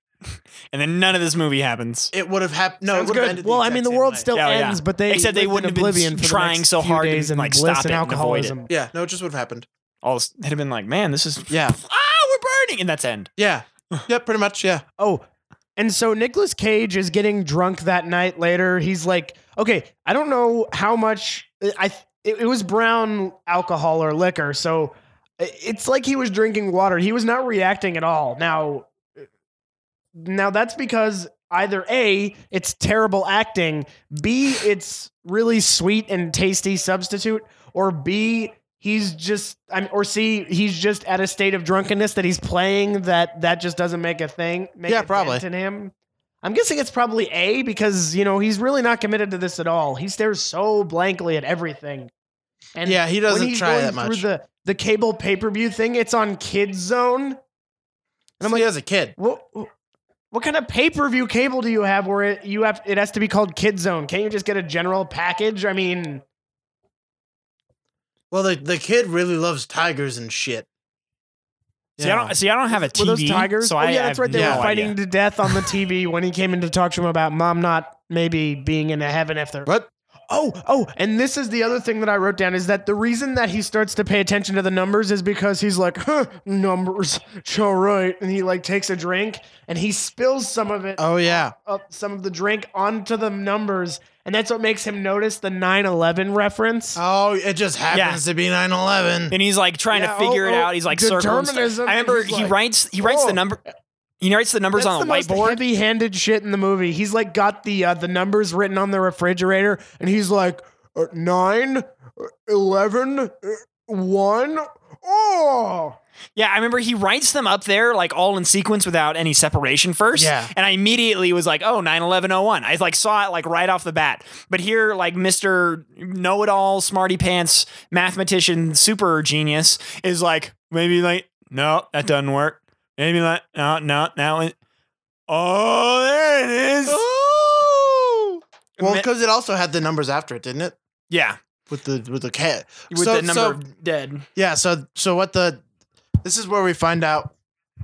Speaker 2: And then none of this movie happens.
Speaker 1: It would have happened. No,
Speaker 4: Sounds
Speaker 1: it would have
Speaker 4: good.
Speaker 1: ended.
Speaker 4: Well, I mean, the world
Speaker 1: still.
Speaker 4: still
Speaker 2: Oh, Yeah, yeah.
Speaker 4: ends, but they
Speaker 2: Except they
Speaker 4: lived in
Speaker 2: wouldn't have been
Speaker 4: oblivion for the
Speaker 2: trying
Speaker 4: next
Speaker 2: so
Speaker 4: few
Speaker 2: hard to,
Speaker 4: days in
Speaker 2: like,
Speaker 4: bliss
Speaker 2: stop
Speaker 4: and
Speaker 2: it and avoid it.
Speaker 4: alcoholism.
Speaker 1: Yeah, no, it just would have happened.
Speaker 2: All this- it'd have been like, man, this is
Speaker 1: Yeah.
Speaker 2: ah, we're burning, and that's end.
Speaker 1: Yeah. Yeah, pretty much. Yeah.
Speaker 4: Oh, and so Nicolas Cage is getting drunk that night later. He's like, okay, I don't know how much I it, it was brown alcohol or liquor. So i- it's like he was drinking water. He was not reacting at all. Now now that's because either A, it's terrible acting, B, it's really sweet and tasty substitute, or B, he's just I'm or C, he's just at a state of drunkenness that he's playing that that just doesn't make a thing. Make
Speaker 1: Yeah,
Speaker 4: a dent
Speaker 1: probably.
Speaker 4: in him. I'm guessing it's probably A because you know he's really not committed to this at all. He stares so blankly at everything. And
Speaker 1: yeah, he
Speaker 4: when
Speaker 1: doesn't
Speaker 4: he's
Speaker 1: try
Speaker 4: going
Speaker 1: that
Speaker 4: through
Speaker 1: much.
Speaker 4: the the cable pay per view thing, it's on Kids Zone.
Speaker 1: and I'm like, as a kid.
Speaker 4: What what kind of pay per view cable do you have where it, you have it has to be called Kid Zone? Can't you just get a general package? I mean,
Speaker 1: Well, the, the kid really loves tigers and shit.
Speaker 2: See, I don't. See, I don't have a TV.
Speaker 4: were those tigers?
Speaker 2: So
Speaker 4: oh
Speaker 2: I
Speaker 4: yeah, that's
Speaker 2: have
Speaker 4: right. They
Speaker 2: no
Speaker 4: were
Speaker 2: idea.
Speaker 4: fighting to death on the TV when he came in to talk to him about mom not maybe being in heaven if they're
Speaker 1: What?
Speaker 4: Oh, oh, and this is the other thing that I wrote down is that the reason that he starts to pay attention to the numbers is because he's like, huh, numbers, sure right. And he like takes a drink and he spills some of it
Speaker 1: Oh, yeah.
Speaker 4: up some of the drink onto the numbers, and that's what makes him notice the 9/11 reference.
Speaker 1: Oh, it just happens to be 9 11.
Speaker 2: And he's like trying
Speaker 4: Yeah,
Speaker 2: to figure
Speaker 4: oh,
Speaker 2: it
Speaker 4: oh,
Speaker 2: out. He's like circling. stuff.
Speaker 4: determinism,
Speaker 2: I remember
Speaker 4: and he's
Speaker 2: he
Speaker 4: like,
Speaker 2: writes. He writes
Speaker 4: "Oh."
Speaker 2: the number. He writes the numbers
Speaker 4: that's
Speaker 2: on
Speaker 4: the
Speaker 2: a whiteboard.
Speaker 4: most heavy-handed shit in the movie. He's like got the uh, the numbers written on the refrigerator, and he's like uh, nine, uh, eleven, uh, one. Oh,
Speaker 2: Yeah, I remember he writes them up there like all in sequence without any separation first.
Speaker 1: Yeah.
Speaker 2: And I immediately was like, oh, 9 11 01. I like saw it like right off the bat. But here, like Mr. Know It All, Smarty Pants, mathematician, super genius is like, maybe like, no, that doesn't work. Maybe like, no, no, that one. Oh, there it is.
Speaker 1: Oh! Well,
Speaker 2: Ma-
Speaker 1: because it also had the numbers after it, didn't it?
Speaker 2: Yeah.
Speaker 1: With the with the cat.
Speaker 2: With
Speaker 1: So-
Speaker 2: the number
Speaker 1: so-
Speaker 2: of dead.
Speaker 1: Yeah, so so what the this is where we find out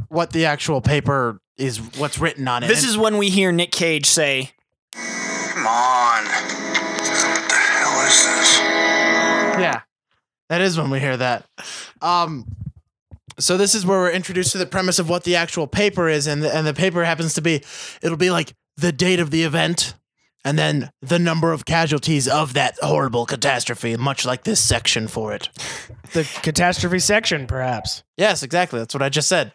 Speaker 1: what the actual paper is what's written on it.
Speaker 2: This is when we hear Nick Cage say,
Speaker 8: Come on. What the hell is this?
Speaker 1: Yeah. That is when we hear that. Um so this is where we're introduced to the premise of what the actual paper is and the, and the paper happens to be it'll be like the date of the event and then the number of casualties of that horrible catastrophe much like this section for it.
Speaker 4: the catastrophe section, perhaps.
Speaker 1: Yes, exactly. That's what I just said.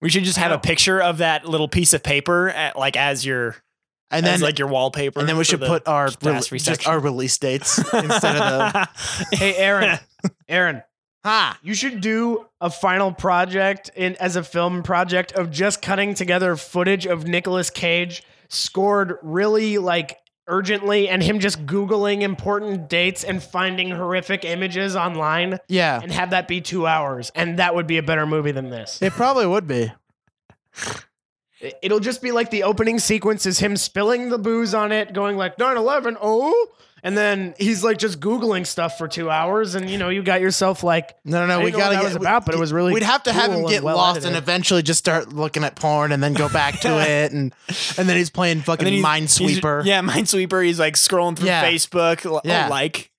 Speaker 2: we should just have a picture of that little piece of paper at, like as your
Speaker 1: And
Speaker 2: and
Speaker 1: then
Speaker 2: then like your wallpaper.
Speaker 1: and then we
Speaker 2: for
Speaker 1: should
Speaker 2: the-
Speaker 1: put our rel-
Speaker 2: catastrophe
Speaker 1: just
Speaker 2: section.
Speaker 1: our release dates instead of the
Speaker 4: Hey, Aaron, Aaron,
Speaker 1: ha.
Speaker 4: You should do a final project in as a film project of just cutting together footage of Nicolas Cage scored really like urgently and him just googling important dates and finding horrific images online
Speaker 1: Yeah.
Speaker 4: and have that be 2 hours and that would be a better movie than this.
Speaker 1: It probably would be.
Speaker 4: I- It'll just be like the opening sequence is him spilling the booze on it going like 9/11 oh and then he's like just googling stuff for 2 hours and you know you got yourself like
Speaker 1: No, no,
Speaker 4: I
Speaker 1: no. We
Speaker 4: didn't know what
Speaker 1: gotta
Speaker 4: that
Speaker 1: get
Speaker 4: was about, but it was really
Speaker 1: We'd have to have
Speaker 4: cool
Speaker 1: him
Speaker 4: and
Speaker 1: get
Speaker 4: well
Speaker 1: lost
Speaker 4: edited.
Speaker 1: and eventually just start looking at porn and then go back to it and and then he's playing fucking
Speaker 2: then he's-
Speaker 1: Minesweeper.
Speaker 2: He's, yeah, Minesweeper. He's like scrolling through
Speaker 1: Yeah.
Speaker 2: Facebook. l- oh,
Speaker 1: Yeah.
Speaker 2: like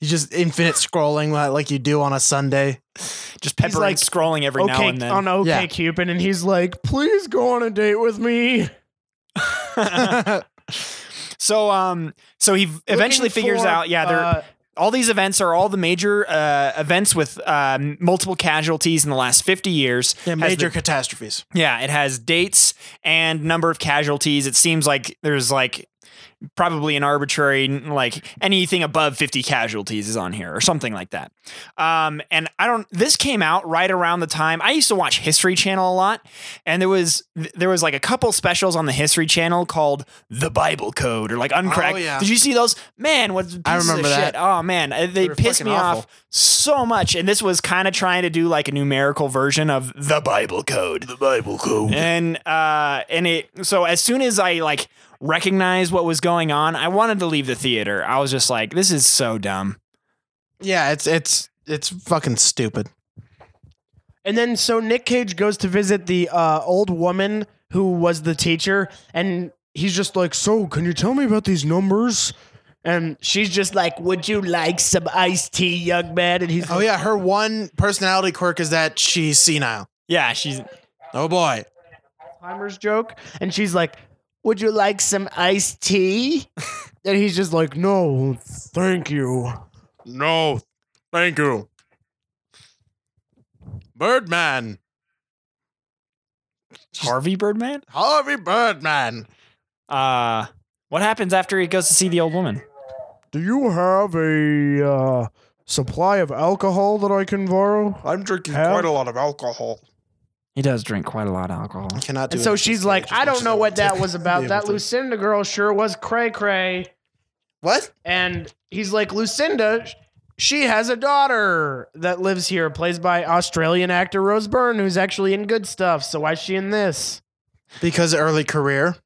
Speaker 1: He's just infinite scrolling like, like you do on a Sunday.
Speaker 2: just pepper
Speaker 4: like,
Speaker 2: like, scrolling every now and then.
Speaker 4: on OK
Speaker 1: Yeah.
Speaker 4: Cupid, and he's like, "Please go on a date with me."
Speaker 2: so um, so he v- eventually
Speaker 4: Looking
Speaker 2: figures
Speaker 4: for,
Speaker 2: out. Yeah, they're,
Speaker 4: uh,
Speaker 2: all these events are all the major uh, events with um, multiple casualties in the last fifty years.
Speaker 1: Yeah,
Speaker 2: Has
Speaker 1: major
Speaker 2: the-
Speaker 1: catastrophes.
Speaker 2: yeah, it has dates and number of casualties. It seems like there's like probably an arbitrary like anything above 50 casualties is on here or something like that. Um, and I don't. This came out right around the time I used to watch History Channel a lot, and there was there was like a couple specials on the History Channel called The Bible Code or like Uncracked.
Speaker 1: Oh, yeah.
Speaker 2: Did you see those? Man, what pieces
Speaker 1: I remember
Speaker 2: of
Speaker 1: that.
Speaker 2: shit. Oh man, uh, they
Speaker 1: were
Speaker 2: pissed
Speaker 1: freaking
Speaker 2: me
Speaker 1: awful.
Speaker 2: off so much. And this was kind of trying to do like a numerical version of the Bible Code. The Bible Code. And uh, and it so as soon as I like recognized what was going on, I wanted to leave the theater. I was just like, this is so dumb.
Speaker 1: Yeah, it's it's it's fucking stupid.
Speaker 4: And then so Nick Cage goes to visit the uh, old woman who was the teacher, and he's just like, "So, can you tell me about these numbers?" And she's just like, "Would you like some iced tea, young man?" And he's
Speaker 1: Oh
Speaker 4: like,
Speaker 1: yeah, her one personality quirk is that she's senile.
Speaker 2: Yeah, she's
Speaker 1: Oh boy.
Speaker 4: Alzheimer's joke, and she's like, "Would you like some iced tea?" and he's just like, "No, thank you."
Speaker 1: No, thank you. Birdman,
Speaker 2: Harvey Birdman.
Speaker 1: Harvey Birdman.
Speaker 2: Uh, what happens after he goes to see the old woman?
Speaker 4: Do you have a uh, supply of alcohol that I can borrow?
Speaker 7: I'm drinking
Speaker 4: Hell.
Speaker 7: quite a lot of alcohol.
Speaker 2: He does drink quite a lot of alcohol.
Speaker 1: I cannot do.
Speaker 4: And so
Speaker 1: it.
Speaker 4: she's like, I don't know what that was
Speaker 1: Yeah,
Speaker 4: about. That
Speaker 1: with the-
Speaker 4: Lucinda girl sure was cray cray.
Speaker 1: What?
Speaker 4: And he's like, Lucinda, sh- she has a daughter that lives here, plays by Australian actor Rose Byrne, who's actually in good stuff. So why is she in this?
Speaker 1: Because early career.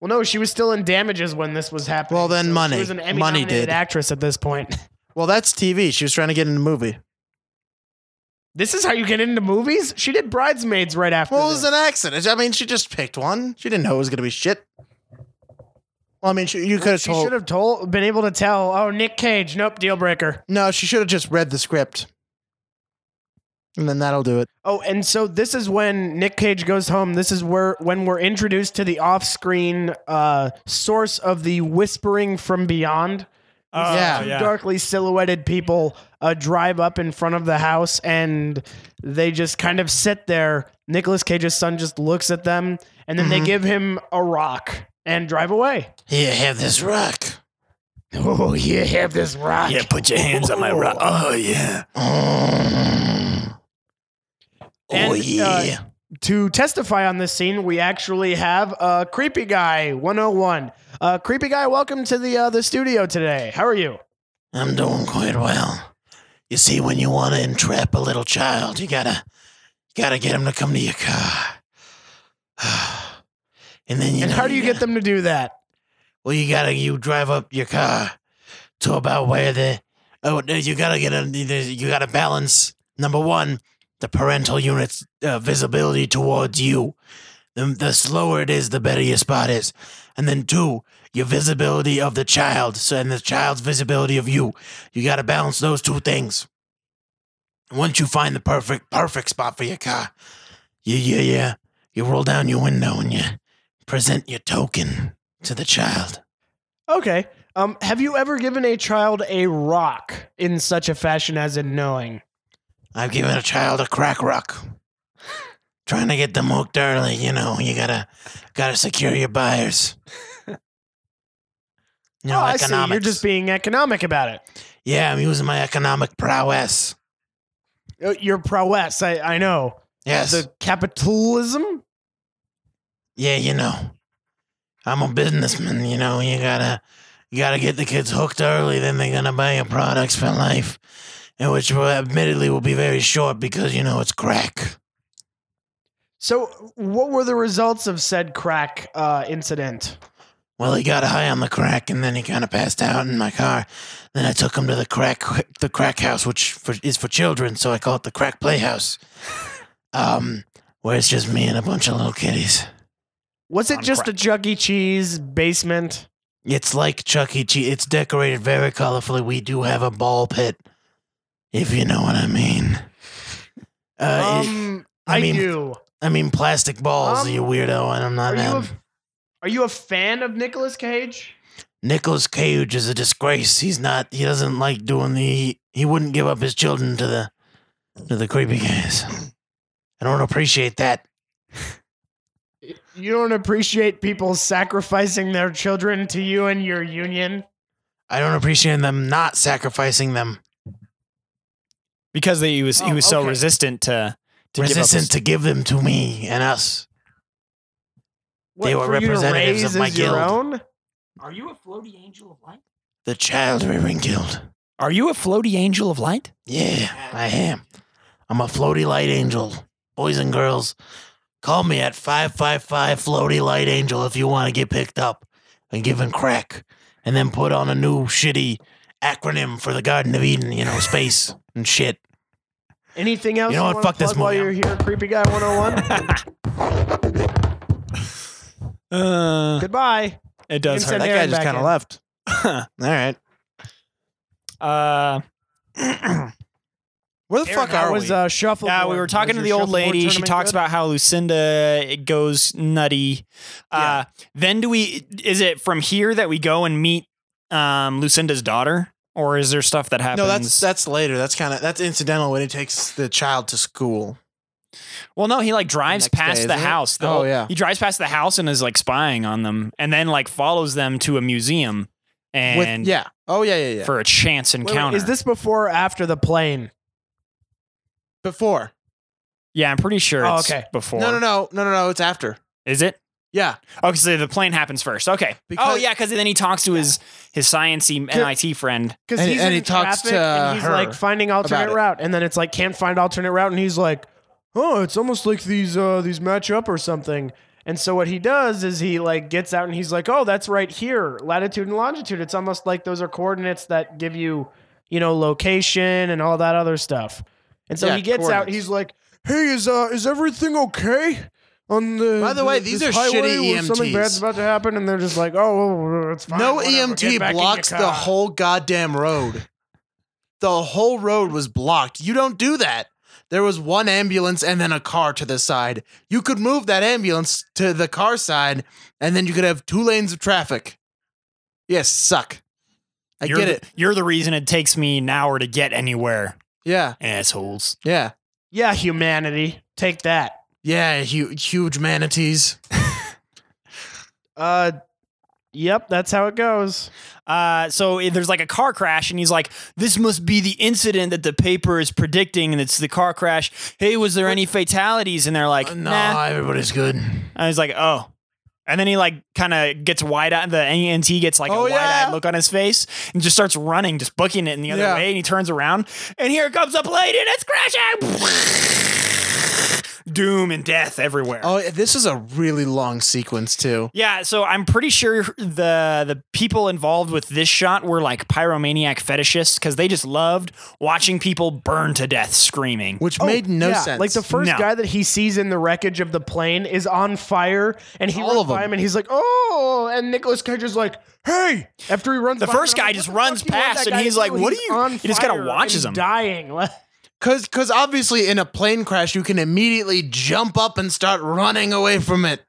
Speaker 4: Well, no, she was still in damages when this was happening.
Speaker 1: Well, then
Speaker 4: so
Speaker 1: money.
Speaker 4: She was an Emmy
Speaker 1: Money
Speaker 4: nominated
Speaker 1: did.
Speaker 4: actress at this point.
Speaker 1: Well, that's TV. She was trying to get in a movie.
Speaker 4: This is how you get into movies? She did Bridesmaids right after.
Speaker 1: Well, it was
Speaker 4: this.
Speaker 1: an accident. I mean, she just picked one. She didn't know it was gonna be shit. Well, I mean, she, you could have
Speaker 4: She
Speaker 1: told.
Speaker 4: should have told, been able to tell. Oh, Nick Cage, nope, deal breaker.
Speaker 1: No, she should have just read the script, and then that'll do it.
Speaker 4: Oh, and so this is when Nick Cage goes home. This is where when we're introduced to the off-screen uh, source of the whispering from beyond.
Speaker 2: Oh,
Speaker 1: Yeah.
Speaker 4: Two darkly silhouetted people uh, drive up in front of the house, and they just kind of sit there. Nicholas Cage's son just looks at them, and then
Speaker 1: Mhm.
Speaker 4: they give him a rock and drive away.
Speaker 1: Here, have this rock.
Speaker 4: Oh, yeah, have this rock.
Speaker 2: put your hands on my rock. Oh yeah.
Speaker 1: Mm. Oh,
Speaker 4: And, uh, to testify on this scene, we actually have uh, Creepy Guy 101. Uh, Creepy Guy, welcome to the uh, the studio today. How are you?
Speaker 1: I'm doing quite well. You see, when you want to entrap a little child, you gotta, you gotta get him to come to your car. And then you.
Speaker 4: And
Speaker 1: know
Speaker 4: how do you
Speaker 1: gotta-
Speaker 4: get them to do that?
Speaker 1: Well, you gotta you drive up your car to about where the oh no, you gotta get a you gotta balance number one the parental unit's uh, visibility towards you. The, the slower it is, the better your spot is, and then two your visibility of the child, so and the child's visibility of you. You gotta balance those two things. And Once you find the perfect perfect spot for your car, you yeah yeah you roll down your window and you present your token to the child.
Speaker 4: Okay. Um, have you ever given a child a rock in such a fashion as in knowing?
Speaker 1: I've given a child a crack rock. Trying to get them hooked early, you know, you gotta gotta secure your buyers. You know,
Speaker 4: oh, I see.
Speaker 1: economics.
Speaker 4: You're just being economic about it.
Speaker 1: yeah, I'm using my economic prowess.
Speaker 4: Uh, Your prowess, I, I know.
Speaker 1: Yes.
Speaker 4: The capitalism?
Speaker 1: yeah, you know. I'm a businessman, you know, you gotta you gotta get the kids hooked early, then they're gonna buy your products for life. And which will admittedly will be very short because you know it's crack.
Speaker 4: So, what were the results of said crack uh, incident?
Speaker 1: Well, he got high on the crack, and then he kind of passed out in my car. Then I took him to the crack, the crack house, which for, is for children, so I call it the crack playhouse. Um, where it's just me and a bunch of little kitties.
Speaker 4: Was it
Speaker 2: On
Speaker 4: just a Chuck E. Cheese basement?
Speaker 1: It's like Chuck E. Cheese. It's decorated very colorfully. We do have a ball pit, if you know what I mean. Uh, it-
Speaker 4: Um,
Speaker 1: I
Speaker 4: I,
Speaker 1: mean,
Speaker 4: do.
Speaker 1: I mean plastic balls,
Speaker 4: um,
Speaker 1: you weirdo, and I'm not.
Speaker 4: Are you a,
Speaker 1: um,
Speaker 4: are you a fan of Nicolas Cage?
Speaker 1: Nicholas Cage is a disgrace. He's not. He doesn't like doing the. He, he wouldn't give up his children to the to the creepy guys. I don't appreciate that.
Speaker 4: You don't appreciate people sacrificing their children to you and your union.
Speaker 1: I don't appreciate them not sacrificing them.
Speaker 2: because they, he was he
Speaker 4: Oh,
Speaker 2: was so
Speaker 4: okay.
Speaker 2: resistant to to give up
Speaker 1: Resistant
Speaker 2: his-
Speaker 1: to give them to me and us. They were
Speaker 4: for you to
Speaker 1: representatives of
Speaker 4: raise
Speaker 1: my
Speaker 4: as your
Speaker 1: guild.
Speaker 4: own?
Speaker 9: Are you a floaty angel of light?
Speaker 1: The child rearing guild.
Speaker 2: Are you a floaty angel of light?
Speaker 1: Yeah, I am. I'm a floaty light angel. Boys and girls, call me at 555 floaty light angel if you want to get picked up and given crack and then put on a new shitty acronym for the Garden of Eden, you know, space and shit.
Speaker 4: Anything else?
Speaker 1: You know what?
Speaker 4: wanna
Speaker 1: Fuck this
Speaker 4: plug While
Speaker 1: movie.
Speaker 4: you're here, creepy guy 101.
Speaker 2: Uh,
Speaker 4: Goodbye.
Speaker 2: it does
Speaker 4: Inside
Speaker 2: hurt.
Speaker 4: That guy Aaron just back kinda in.
Speaker 1: left. All right.
Speaker 2: Uh,
Speaker 1: Where the
Speaker 4: Aaron, how was, Uh, shuffle.
Speaker 2: yeah, we were talking to the old lady. She talks about how Lucinda it goes nutty. Uh, Then do we? Is it from here that we go and meet um, Lucinda's daughter, or is there stuff that happens?
Speaker 1: no, that's that's later. That's kind of that's incidental when he takes the child to school.
Speaker 2: well, no. He like drives
Speaker 1: next day,
Speaker 2: past the
Speaker 1: isn't it?
Speaker 2: house. The
Speaker 1: Oh,
Speaker 2: whole-
Speaker 1: yeah.
Speaker 2: he drives past the house and is like spying on them, and then like follows them to a museum and
Speaker 1: With, yeah. Oh yeah, yeah, yeah.
Speaker 2: for a chance encounter.
Speaker 4: Is this before or after the plane?
Speaker 1: Before.
Speaker 2: Yeah, I'm pretty sure.
Speaker 4: Oh,
Speaker 2: it's
Speaker 4: okay.
Speaker 2: Before
Speaker 1: No, no, no, no, no, no. It's after.
Speaker 2: is it?
Speaker 1: Yeah.
Speaker 2: Oh, so the plane happens first. Okay. oh
Speaker 1: Because-
Speaker 2: yeah, because then he talks to his his sciencey MIT friend.
Speaker 4: Because
Speaker 1: And-
Speaker 4: he's
Speaker 1: and he
Speaker 4: in
Speaker 1: talks
Speaker 4: traffic
Speaker 1: to, uh,
Speaker 4: and he's
Speaker 1: her
Speaker 4: like finding alternate
Speaker 1: it.
Speaker 4: route, and then it's like can't find alternate route, and he's like, oh, it's almost like these uh, these match up or something. And so what he does is he like gets out and he's like, oh, that's right here, latitude and longitude. It's almost like those are coordinates that give you, you know, location and all that other stuff. And so
Speaker 1: Yeah,
Speaker 4: he gets out,
Speaker 1: coordinates.
Speaker 4: he's like, hey, is uh, is everything okay? On the
Speaker 1: By the way, these
Speaker 4: this
Speaker 1: are
Speaker 4: highway
Speaker 1: shitty E
Speaker 4: where Something
Speaker 1: EMTs.
Speaker 4: bad's about to happen, and they're just like, oh, it's fine.
Speaker 1: no
Speaker 4: whatever,
Speaker 1: EMT
Speaker 4: get back in your
Speaker 1: blocks the
Speaker 4: car."
Speaker 1: whole goddamn road. The whole road was blocked. You don't do that. There was one ambulance and then a car to the side. You could move that ambulance to the car side, and then you could have two lanes of traffic. Yes, suck. I
Speaker 2: you're
Speaker 1: get
Speaker 2: the,
Speaker 1: it.
Speaker 2: You're the reason it takes me an hour to get anywhere,
Speaker 1: Yeah,
Speaker 2: assholes.
Speaker 1: yeah,
Speaker 4: Yeah, humanity. Take that.
Speaker 1: yeah. Hu- huge manatees.
Speaker 4: Uh yep, that's how it goes.
Speaker 2: Uh, so i- there's like a car crash, and he's like, "This must be the incident that the paper is predicting, and it's the car crash." Hey, was there any fatalities? And they're like,
Speaker 1: no,
Speaker 2: nah.
Speaker 1: Uh, everybody's good.
Speaker 2: I was like, "Oh." And then he like kind of gets wide eyed. The ANT gets like a
Speaker 1: Oh,
Speaker 2: wide eyed
Speaker 1: yeah.
Speaker 2: look on his face and just starts running, just booking it in the other
Speaker 1: Yeah.
Speaker 2: way. And he turns around, and here comes a plane, and it's crashing. Doom and death everywhere.
Speaker 1: Oh, this is a really long sequence too.
Speaker 2: Yeah, so I'm pretty sure the the people involved with this shot were like pyromaniac fetishists because they just loved watching people burn to death screaming.
Speaker 1: Which made no
Speaker 4: Oh, yeah,
Speaker 1: sense.
Speaker 4: Like the first
Speaker 2: No.
Speaker 4: guy that he sees in the wreckage of the plane is on fire and he
Speaker 1: All
Speaker 4: runs
Speaker 1: of 'em.
Speaker 4: by him and he's like, "Oh!" And Nicholas Cage is like, "Hey!" After he runs
Speaker 2: The
Speaker 4: by him,
Speaker 2: first
Speaker 4: and I'm
Speaker 2: guy
Speaker 4: like,
Speaker 2: just
Speaker 4: "What the fuck
Speaker 2: runs
Speaker 4: do you want
Speaker 2: past
Speaker 4: that
Speaker 2: and
Speaker 4: guy
Speaker 2: he's
Speaker 4: to
Speaker 2: like,
Speaker 4: do?
Speaker 2: "What
Speaker 4: He's
Speaker 2: do you-
Speaker 4: on
Speaker 2: he just kinda
Speaker 4: fire
Speaker 2: watches
Speaker 4: and
Speaker 2: him."
Speaker 4: dying.
Speaker 1: Cause, cause obviously in a plane crash you can immediately jump up and start running away from it.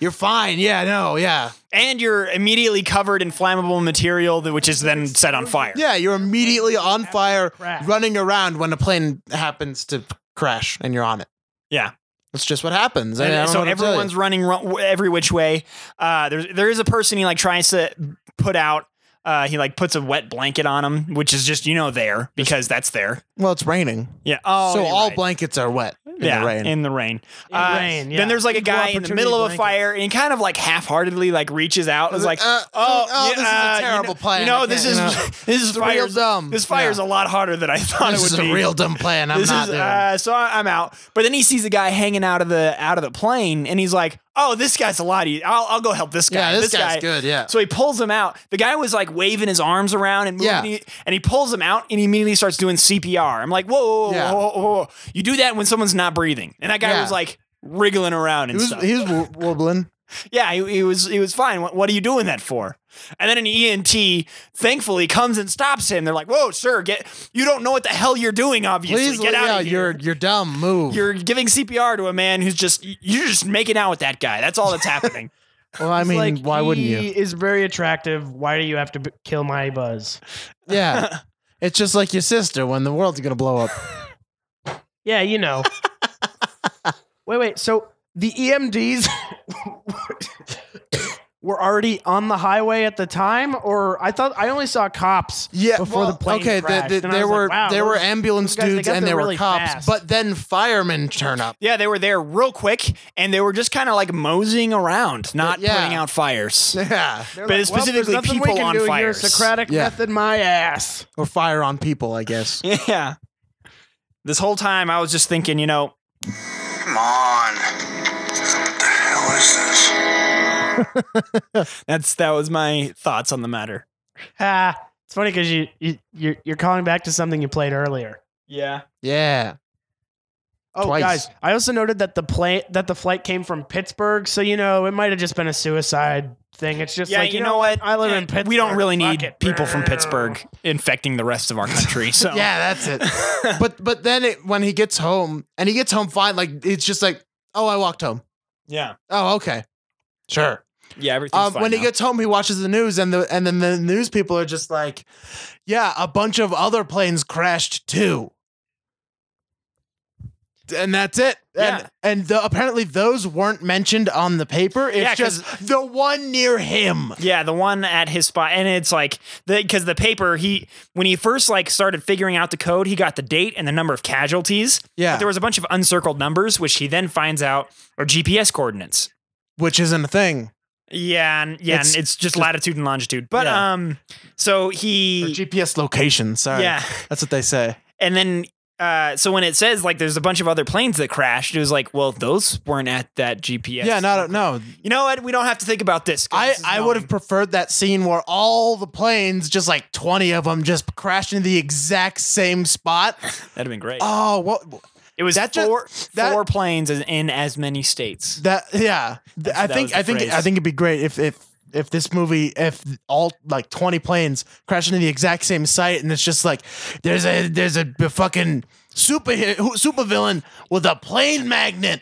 Speaker 1: You're fine. Yeah, no, yeah,
Speaker 2: And you're immediately covered in flammable material, that- which is then set on fire.
Speaker 1: yeah. You're immediately on fire,
Speaker 4: Crash.
Speaker 1: running around when a plane happens to crash and you're on it.
Speaker 2: Yeah.
Speaker 1: that's just what happens. I mean, I
Speaker 2: And
Speaker 1: don't
Speaker 2: so
Speaker 1: know what to tell you.
Speaker 2: everyone's running ru- every which way. Uh, there's there is a person he like tries to put out. Uh, he like puts a wet blanket on him, which is just you know there because that's there.
Speaker 1: well, it's raining,
Speaker 2: Yeah. Oh,
Speaker 1: so
Speaker 2: you're
Speaker 1: all
Speaker 2: right.
Speaker 1: blankets are wet in
Speaker 2: yeah,
Speaker 1: the rain.
Speaker 2: in the rain. Uh,
Speaker 4: In rain, yeah.
Speaker 2: Then there's like a
Speaker 4: Equal
Speaker 2: guy in the
Speaker 4: opportunity
Speaker 2: middle of a
Speaker 4: blankets.
Speaker 2: fire, and he kind of like half-heartedly like reaches out. and is like,
Speaker 1: Uh,
Speaker 2: oh, yeah,
Speaker 1: this
Speaker 2: uh,
Speaker 1: is a
Speaker 2: you
Speaker 1: terrible
Speaker 2: know-
Speaker 1: plan. I
Speaker 2: You know,
Speaker 1: can't,
Speaker 2: this is this is
Speaker 1: It's real
Speaker 2: fire's
Speaker 1: dumb.
Speaker 2: This fire's
Speaker 1: Yeah.
Speaker 2: a lot harder than I thought
Speaker 1: this
Speaker 2: it would
Speaker 1: is
Speaker 2: be.
Speaker 1: a real dumb plan. I'm
Speaker 2: this
Speaker 1: not
Speaker 2: is
Speaker 1: doing.
Speaker 2: uh, so I- I'm out. But then he sees a guy hanging out of the out of the plane, and he's like, "Oh, this guy's a lot. Easier. I'll I'll go help this guy.
Speaker 1: yeah, this, guy's
Speaker 2: guy,
Speaker 1: good. Yeah,
Speaker 2: so he pulls him out. The guy was like waving his arms around and moving,
Speaker 1: Yeah.
Speaker 2: he- and he pulls him out and he immediately starts doing CPR. I'm like, whoa, whoa, whoa,
Speaker 1: Yeah.
Speaker 2: whoa, whoa, whoa. you do that when someone's not breathing. And that guy
Speaker 1: Yeah.
Speaker 2: was like wriggling around
Speaker 1: he
Speaker 2: and
Speaker 1: was
Speaker 2: stuff.
Speaker 1: he was wo- wobbling.
Speaker 2: yeah, he, he was he was fine. What, what are you doing that for? And then an ENT thankfully comes and stops him. They're like, whoa, sir, get you don't know what the hell you're doing. Obviously,
Speaker 1: Please
Speaker 2: get
Speaker 1: let-
Speaker 2: out
Speaker 1: yeah,
Speaker 2: of here.
Speaker 1: You're you're dumb. Move.
Speaker 2: you're giving CPR to a man who's just you're just making out with that guy. That's all that's happening.
Speaker 1: well, I
Speaker 4: It's
Speaker 1: mean,
Speaker 4: like,
Speaker 1: why wouldn't
Speaker 4: He
Speaker 1: you?
Speaker 4: is very attractive. Why do you have to b- kill my buzz?
Speaker 1: Yeah. It's just like your sister when the world's gonna blow up.
Speaker 4: Yeah, you know. wait, wait. So the E EMDs were already on the highway at the time, or I thought I only saw cops.
Speaker 1: Yeah,
Speaker 4: before
Speaker 1: well,
Speaker 4: the plane
Speaker 1: okay.
Speaker 4: crashed,
Speaker 1: the,
Speaker 4: and I
Speaker 1: there
Speaker 4: was like,
Speaker 1: were
Speaker 4: wow,
Speaker 1: there were
Speaker 4: those-
Speaker 1: ambulance
Speaker 4: guys, they
Speaker 1: dudes
Speaker 4: got
Speaker 1: and
Speaker 4: there
Speaker 1: there were
Speaker 4: really
Speaker 1: cops,
Speaker 4: fast.
Speaker 1: but then firemen turn up.
Speaker 2: Yeah, they were there real quick, and they were just kind of like moseying around, not
Speaker 1: Yeah.
Speaker 2: putting out fires.
Speaker 1: Yeah,
Speaker 2: but it's specifically
Speaker 4: Well, there's nothing we
Speaker 2: people
Speaker 4: can
Speaker 2: on
Speaker 4: do here,
Speaker 2: fires.
Speaker 4: Socratic
Speaker 1: Yeah.
Speaker 4: method, my ass.
Speaker 1: or fire on people, I guess.
Speaker 2: Yeah. This whole time, I was just thinking, you know,
Speaker 8: Come on. What the hell is this?
Speaker 2: that's that was my thoughts on the matter.
Speaker 4: Ah, it's funny because you, you you're, you're calling back to something you played earlier.
Speaker 2: Yeah.
Speaker 1: Yeah,
Speaker 4: Oh,
Speaker 1: Twice.
Speaker 4: guys! I also noted that the plane that the flight came from Pittsburgh, so you know it might have just been a suicide thing. It's just
Speaker 2: yeah,
Speaker 4: like
Speaker 2: you, know what?
Speaker 4: I live in
Speaker 2: Yeah,
Speaker 4: Pittsburgh.
Speaker 2: We don't really
Speaker 4: Fuck
Speaker 2: need
Speaker 4: it.
Speaker 2: people from Pittsburgh infecting the rest of our country. So
Speaker 1: yeah, that's it. but but then it, when he gets home and he gets home fine, like it's just like, oh, I walked home.
Speaker 2: yeah,
Speaker 1: Oh, okay, sure.
Speaker 2: yeah. Everything's
Speaker 1: Um,
Speaker 2: fine
Speaker 1: when he
Speaker 2: now.
Speaker 1: gets home, he watches the news, and the and then the news people are just like, "Yeah, a bunch of other planes crashed too," and that's it.
Speaker 2: Yeah.
Speaker 1: And and the, apparently those weren't mentioned on the paper. It's
Speaker 2: Yeah, 'cause-
Speaker 1: just the one near him.
Speaker 2: Yeah, the one at his spot, and it's like the because the paper he when he first like started figuring out the code, he got the date and the number of casualties.
Speaker 1: Yeah,
Speaker 2: But there was a bunch of uncircled numbers, which he then finds out are GPS coordinates.
Speaker 1: which isn't a thing.
Speaker 2: Yeah, and, yeah,
Speaker 1: It's
Speaker 2: and it's just latitude and longitude. But
Speaker 1: Yeah.
Speaker 2: um, so
Speaker 1: Or
Speaker 2: he
Speaker 1: GPS location. Sorry,
Speaker 2: yeah,
Speaker 1: that's what they say.
Speaker 2: and then uh, so when it says like there's a bunch of other planes that crashed, it was like, well, those weren't at that GPS.
Speaker 1: Yeah, not no.
Speaker 2: You know what? We don't have to think about this. 'cause
Speaker 1: I,
Speaker 2: this is
Speaker 1: I would have
Speaker 2: known.
Speaker 1: preferred that scene where all the planes, just like 20 of them, just crashed into the exact same spot.
Speaker 2: That'd have been great.
Speaker 1: Oh, what
Speaker 2: it was
Speaker 1: that ju-
Speaker 2: four
Speaker 1: that-
Speaker 2: four planes in- in as many states.
Speaker 1: that yeah. Th- I
Speaker 2: that was
Speaker 1: think
Speaker 2: the
Speaker 1: I think
Speaker 2: phrase.
Speaker 1: I think it'd be great if if if this movie if all like 20 planes crash into the exact same site and it's just like there's a there's a, b- fucking super super villain with a plane magnet.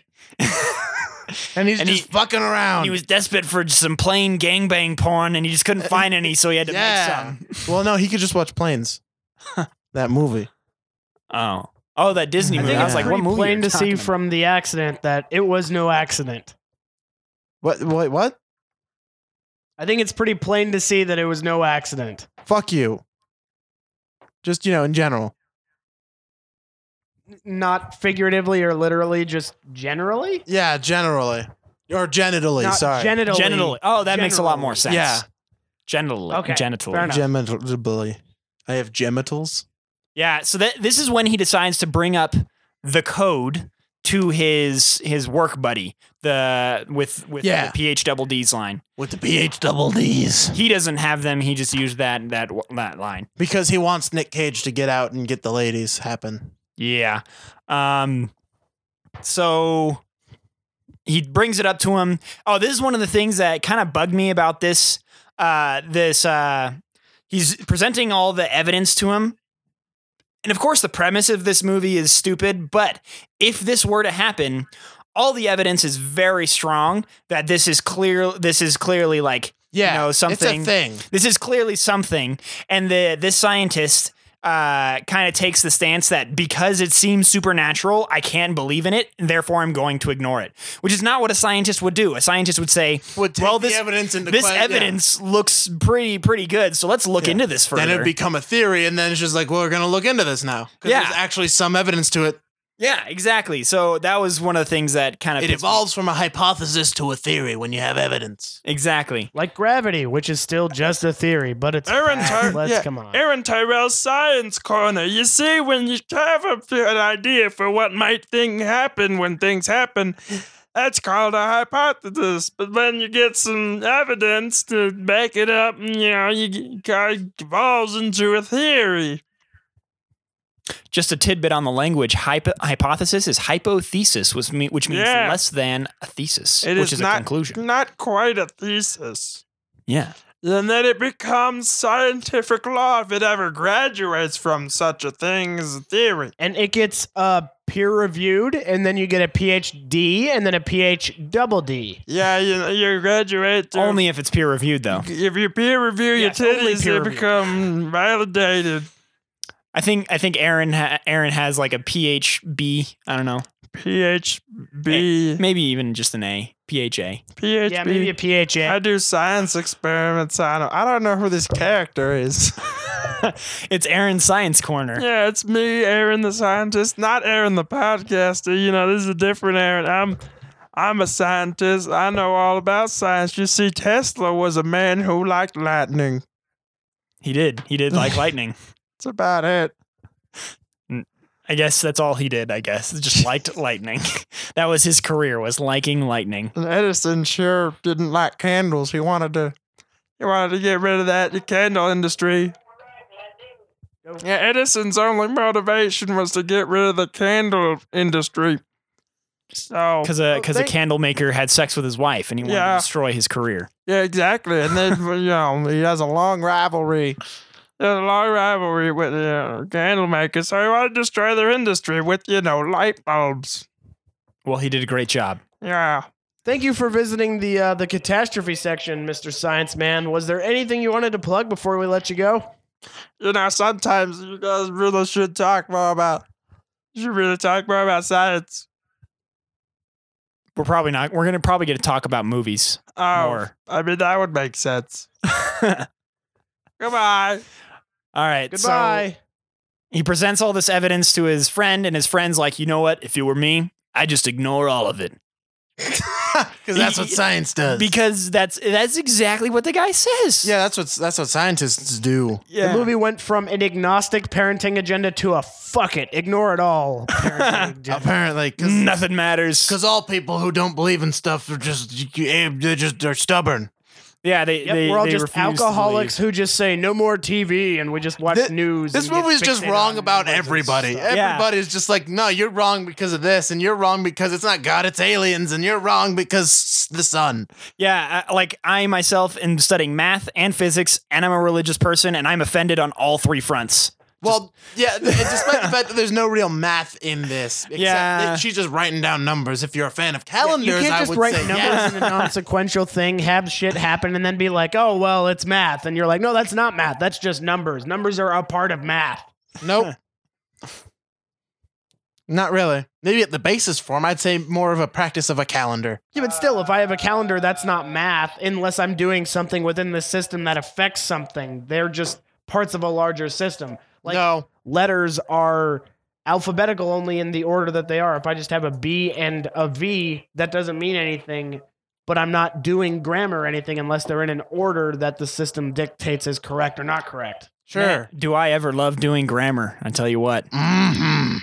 Speaker 1: and he's
Speaker 2: And
Speaker 1: just
Speaker 2: he-
Speaker 1: fucking around.
Speaker 2: He was desperate for some plain gangbang porn, and he just couldn't find any, so he had to
Speaker 1: yeah.
Speaker 2: make
Speaker 1: well, no, he could just watch planes. that movie.
Speaker 2: some. Oh, oh, that Disney
Speaker 4: I
Speaker 2: movie.
Speaker 4: think
Speaker 2: I,
Speaker 1: Yeah.
Speaker 2: was
Speaker 4: it's
Speaker 2: like,
Speaker 4: pretty
Speaker 2: what movie?
Speaker 4: plain
Speaker 2: you're
Speaker 4: to see
Speaker 2: talking about?
Speaker 4: from the accident that it was no accident.
Speaker 1: What wait, what?
Speaker 4: I think it's pretty plain to see that it was no accident.
Speaker 1: fuck you. Just you know, in general.
Speaker 4: N- Not figuratively or literally, just generally.
Speaker 1: Yeah, generally or genitally.
Speaker 4: Not
Speaker 1: sorry,
Speaker 4: genitally.
Speaker 2: genitally. Oh, that makes a lot
Speaker 4: Genitally.
Speaker 2: more sense.
Speaker 1: Yeah.
Speaker 2: genitally.
Speaker 4: Okay,
Speaker 2: genitally.
Speaker 4: fair enough.
Speaker 1: genitally. I have genitals.
Speaker 2: Yeah, so that this is when he decides to bring up the code to his his work buddy, the with with
Speaker 1: Yeah.
Speaker 2: the PH double D's line.
Speaker 1: With the PH double D's.
Speaker 2: He doesn't have them. He just used that that that line.
Speaker 1: Because he wants Nick Cage to get out and get the ladies happen.
Speaker 2: Yeah. Um. So he brings it up to him. Oh, this is one of the things that kind of bugged me about this. Uh, this uh, he's presenting all the evidence to him. And of course, the premise of this movie is stupid, but if this were to happen, all the evidence is very strong that this is clear. This is clearly like
Speaker 1: Yeah,
Speaker 2: know,
Speaker 1: It's
Speaker 2: something-
Speaker 1: a thing.
Speaker 2: this is clearly something. And the this scientist uh, kind of takes the stance that because it seems supernatural, I can't believe in it, and therefore I'm going to ignore it, which is not what a scientist would do. A scientist would say,
Speaker 1: Would take
Speaker 2: "Well,
Speaker 1: the
Speaker 2: this
Speaker 1: evidence into
Speaker 2: this
Speaker 1: que- yeah.
Speaker 2: evidence looks pretty pretty good, so let's look
Speaker 1: Yeah.
Speaker 2: into this further."
Speaker 1: Then it'd become a theory, and then it's just like, well, we're gonna look into this now. 'Cause
Speaker 2: Yeah.
Speaker 1: there's actually some evidence to it.
Speaker 2: yeah, exactly. So that was one of the things that kind of
Speaker 1: It evolves from a hypothesis to a theory when you have evidence.
Speaker 2: exactly.
Speaker 4: Like gravity, which is still just a theory, but it's.
Speaker 7: Aaron
Speaker 4: fact.
Speaker 7: Tur-
Speaker 4: Let's
Speaker 7: yeah.
Speaker 4: come on.
Speaker 7: Aaron Tyrell Science Corner. You see, when you have a, an idea for what might thing happen when things happen, that's called a hypothesis. But when you get some evidence to back it up, you know, you g- it evolves into a theory.
Speaker 2: Just a tidbit on the language: hypo- hypothesis is hypothesis, which, me- which means
Speaker 7: Yeah.
Speaker 2: less than a thesis,
Speaker 7: It
Speaker 2: which
Speaker 7: is
Speaker 2: is,
Speaker 7: not-
Speaker 2: a conclusion.
Speaker 7: Not quite a thesis.
Speaker 2: Yeah,
Speaker 7: And then it becomes scientific law if it ever graduates from such a thing as a theory.
Speaker 4: and it gets uh, peer reviewed, and then you get a PhD, and then a PhD double D.
Speaker 7: Yeah, you, you graduate to
Speaker 2: only if it's peer reviewed, though.
Speaker 7: If you peer review your
Speaker 4: Yes, only
Speaker 7: titties,
Speaker 4: peer
Speaker 7: they
Speaker 4: review.
Speaker 7: become validated.
Speaker 2: I think I think Aaron ha- Aaron has like a PHB. I don't know.
Speaker 7: PHB.
Speaker 2: Maybe even just an A. PHA.
Speaker 7: PHB.
Speaker 4: Yeah, maybe a
Speaker 7: I
Speaker 4: PHA.
Speaker 7: do science experiments on him. I don't know who this character is.
Speaker 2: it's Aaron's Science Corner.
Speaker 7: yeah, it's me, Aaron the scientist, not Aaron the podcaster. You know, this is a different Aaron. I'm I'm a scientist. I know all about science. You see, Tesla was a man who liked lightning.
Speaker 2: He did. He did like lightning.
Speaker 7: That's about it.
Speaker 2: I guess that's all he did, I guess. Just liked lightning. that was his career was liking lightning.
Speaker 7: And Edison sure didn't like candles. He wanted to he wanted to get rid of that the candle industry. Yeah, Edison's only motivation was to get rid of the candle industry. So
Speaker 2: Cuz a
Speaker 4: Oh,
Speaker 2: cuz a
Speaker 4: they-
Speaker 2: candle maker had sex with his wife and he wanted to
Speaker 7: Yeah.
Speaker 2: destroy his career.
Speaker 7: yeah, exactly. And then you know he has a long rivalry. There's a long rivalry with the uh, candle makers, so he wanted to destroy their industry with you know light bulbs.
Speaker 2: Well, he did a great job.
Speaker 7: Yeah.
Speaker 4: Thank you for visiting the uh, the catastrophe section, Mr. Science Man. Was there anything you wanted to plug before we let you go?
Speaker 7: you know, sometimes you guys really should talk more about. You should really talk more about science.
Speaker 2: We're probably not we're going to probably get to talk about movies.
Speaker 7: Oh,
Speaker 2: More.
Speaker 7: I mean that would make sense. Goodbye.
Speaker 2: All right. so-
Speaker 4: Goodbye.
Speaker 2: He presents all this evidence to his friend, and his friend's like, you know what? If it were me, I just ignore all of it
Speaker 1: Because that's what science does.
Speaker 2: because that's that's exactly what the guy says.
Speaker 1: yeah, that's what that's what scientists do.
Speaker 4: The movie went from an agnostic parenting agenda to a fuck it, ignore it all. parenting agenda.
Speaker 1: Apparently, because
Speaker 2: nothing matters.
Speaker 1: all people who don't believe in stuff are just they just are stubborn.
Speaker 2: yeah, they,
Speaker 4: Yep,
Speaker 2: they
Speaker 4: we're all
Speaker 2: they
Speaker 4: just
Speaker 2: refuse to
Speaker 4: alcoholics
Speaker 2: believe.
Speaker 4: who just say no more TV and we just watch
Speaker 1: Thi-
Speaker 4: news.
Speaker 1: This
Speaker 4: and get
Speaker 1: movie is just
Speaker 4: fixated
Speaker 1: wrong
Speaker 4: on
Speaker 1: about
Speaker 4: numbers and
Speaker 1: everybody.
Speaker 4: stuff.
Speaker 2: Yeah.
Speaker 1: Everybody's just like, no, you're wrong because of this, and you're wrong because it's not God, it's aliens, and you're wrong because s- the sun.
Speaker 2: Yeah, I, like I myself am studying math and physics, and I'm a religious person, and I'm offended on all three fronts.
Speaker 1: Well, yeah, th- despite the fact that there's no real math in this, except
Speaker 2: Yeah.
Speaker 1: that she's just writing down numbers. If you're a fan of
Speaker 4: Yeah,
Speaker 1: calendars,
Speaker 4: you can't
Speaker 1: I
Speaker 4: just
Speaker 1: would
Speaker 4: write
Speaker 1: say
Speaker 4: numbers
Speaker 1: yes.
Speaker 4: in a non-sequential thing, have shit happen, and then be like, "Oh well, it's math," and you're like, "No, that's not math. That's just numbers. Numbers are a part of math."
Speaker 1: Nope. Not really. Maybe at the basis form, I'd say more of a practice of a calendar.
Speaker 4: Yeah, but still, if I have a calendar, that's not math unless I'm doing something within the system that affects something. They're just parts of a larger system. Like
Speaker 1: no,
Speaker 4: letters are alphabetical only in the order that they are. If I just have a B and a V, that doesn't mean anything, but I'm not doing grammar or anything unless they're in an order that the system dictates is correct or not correct.
Speaker 1: sure.
Speaker 2: Man, do I ever love doing grammar? I tell you what.
Speaker 1: hmm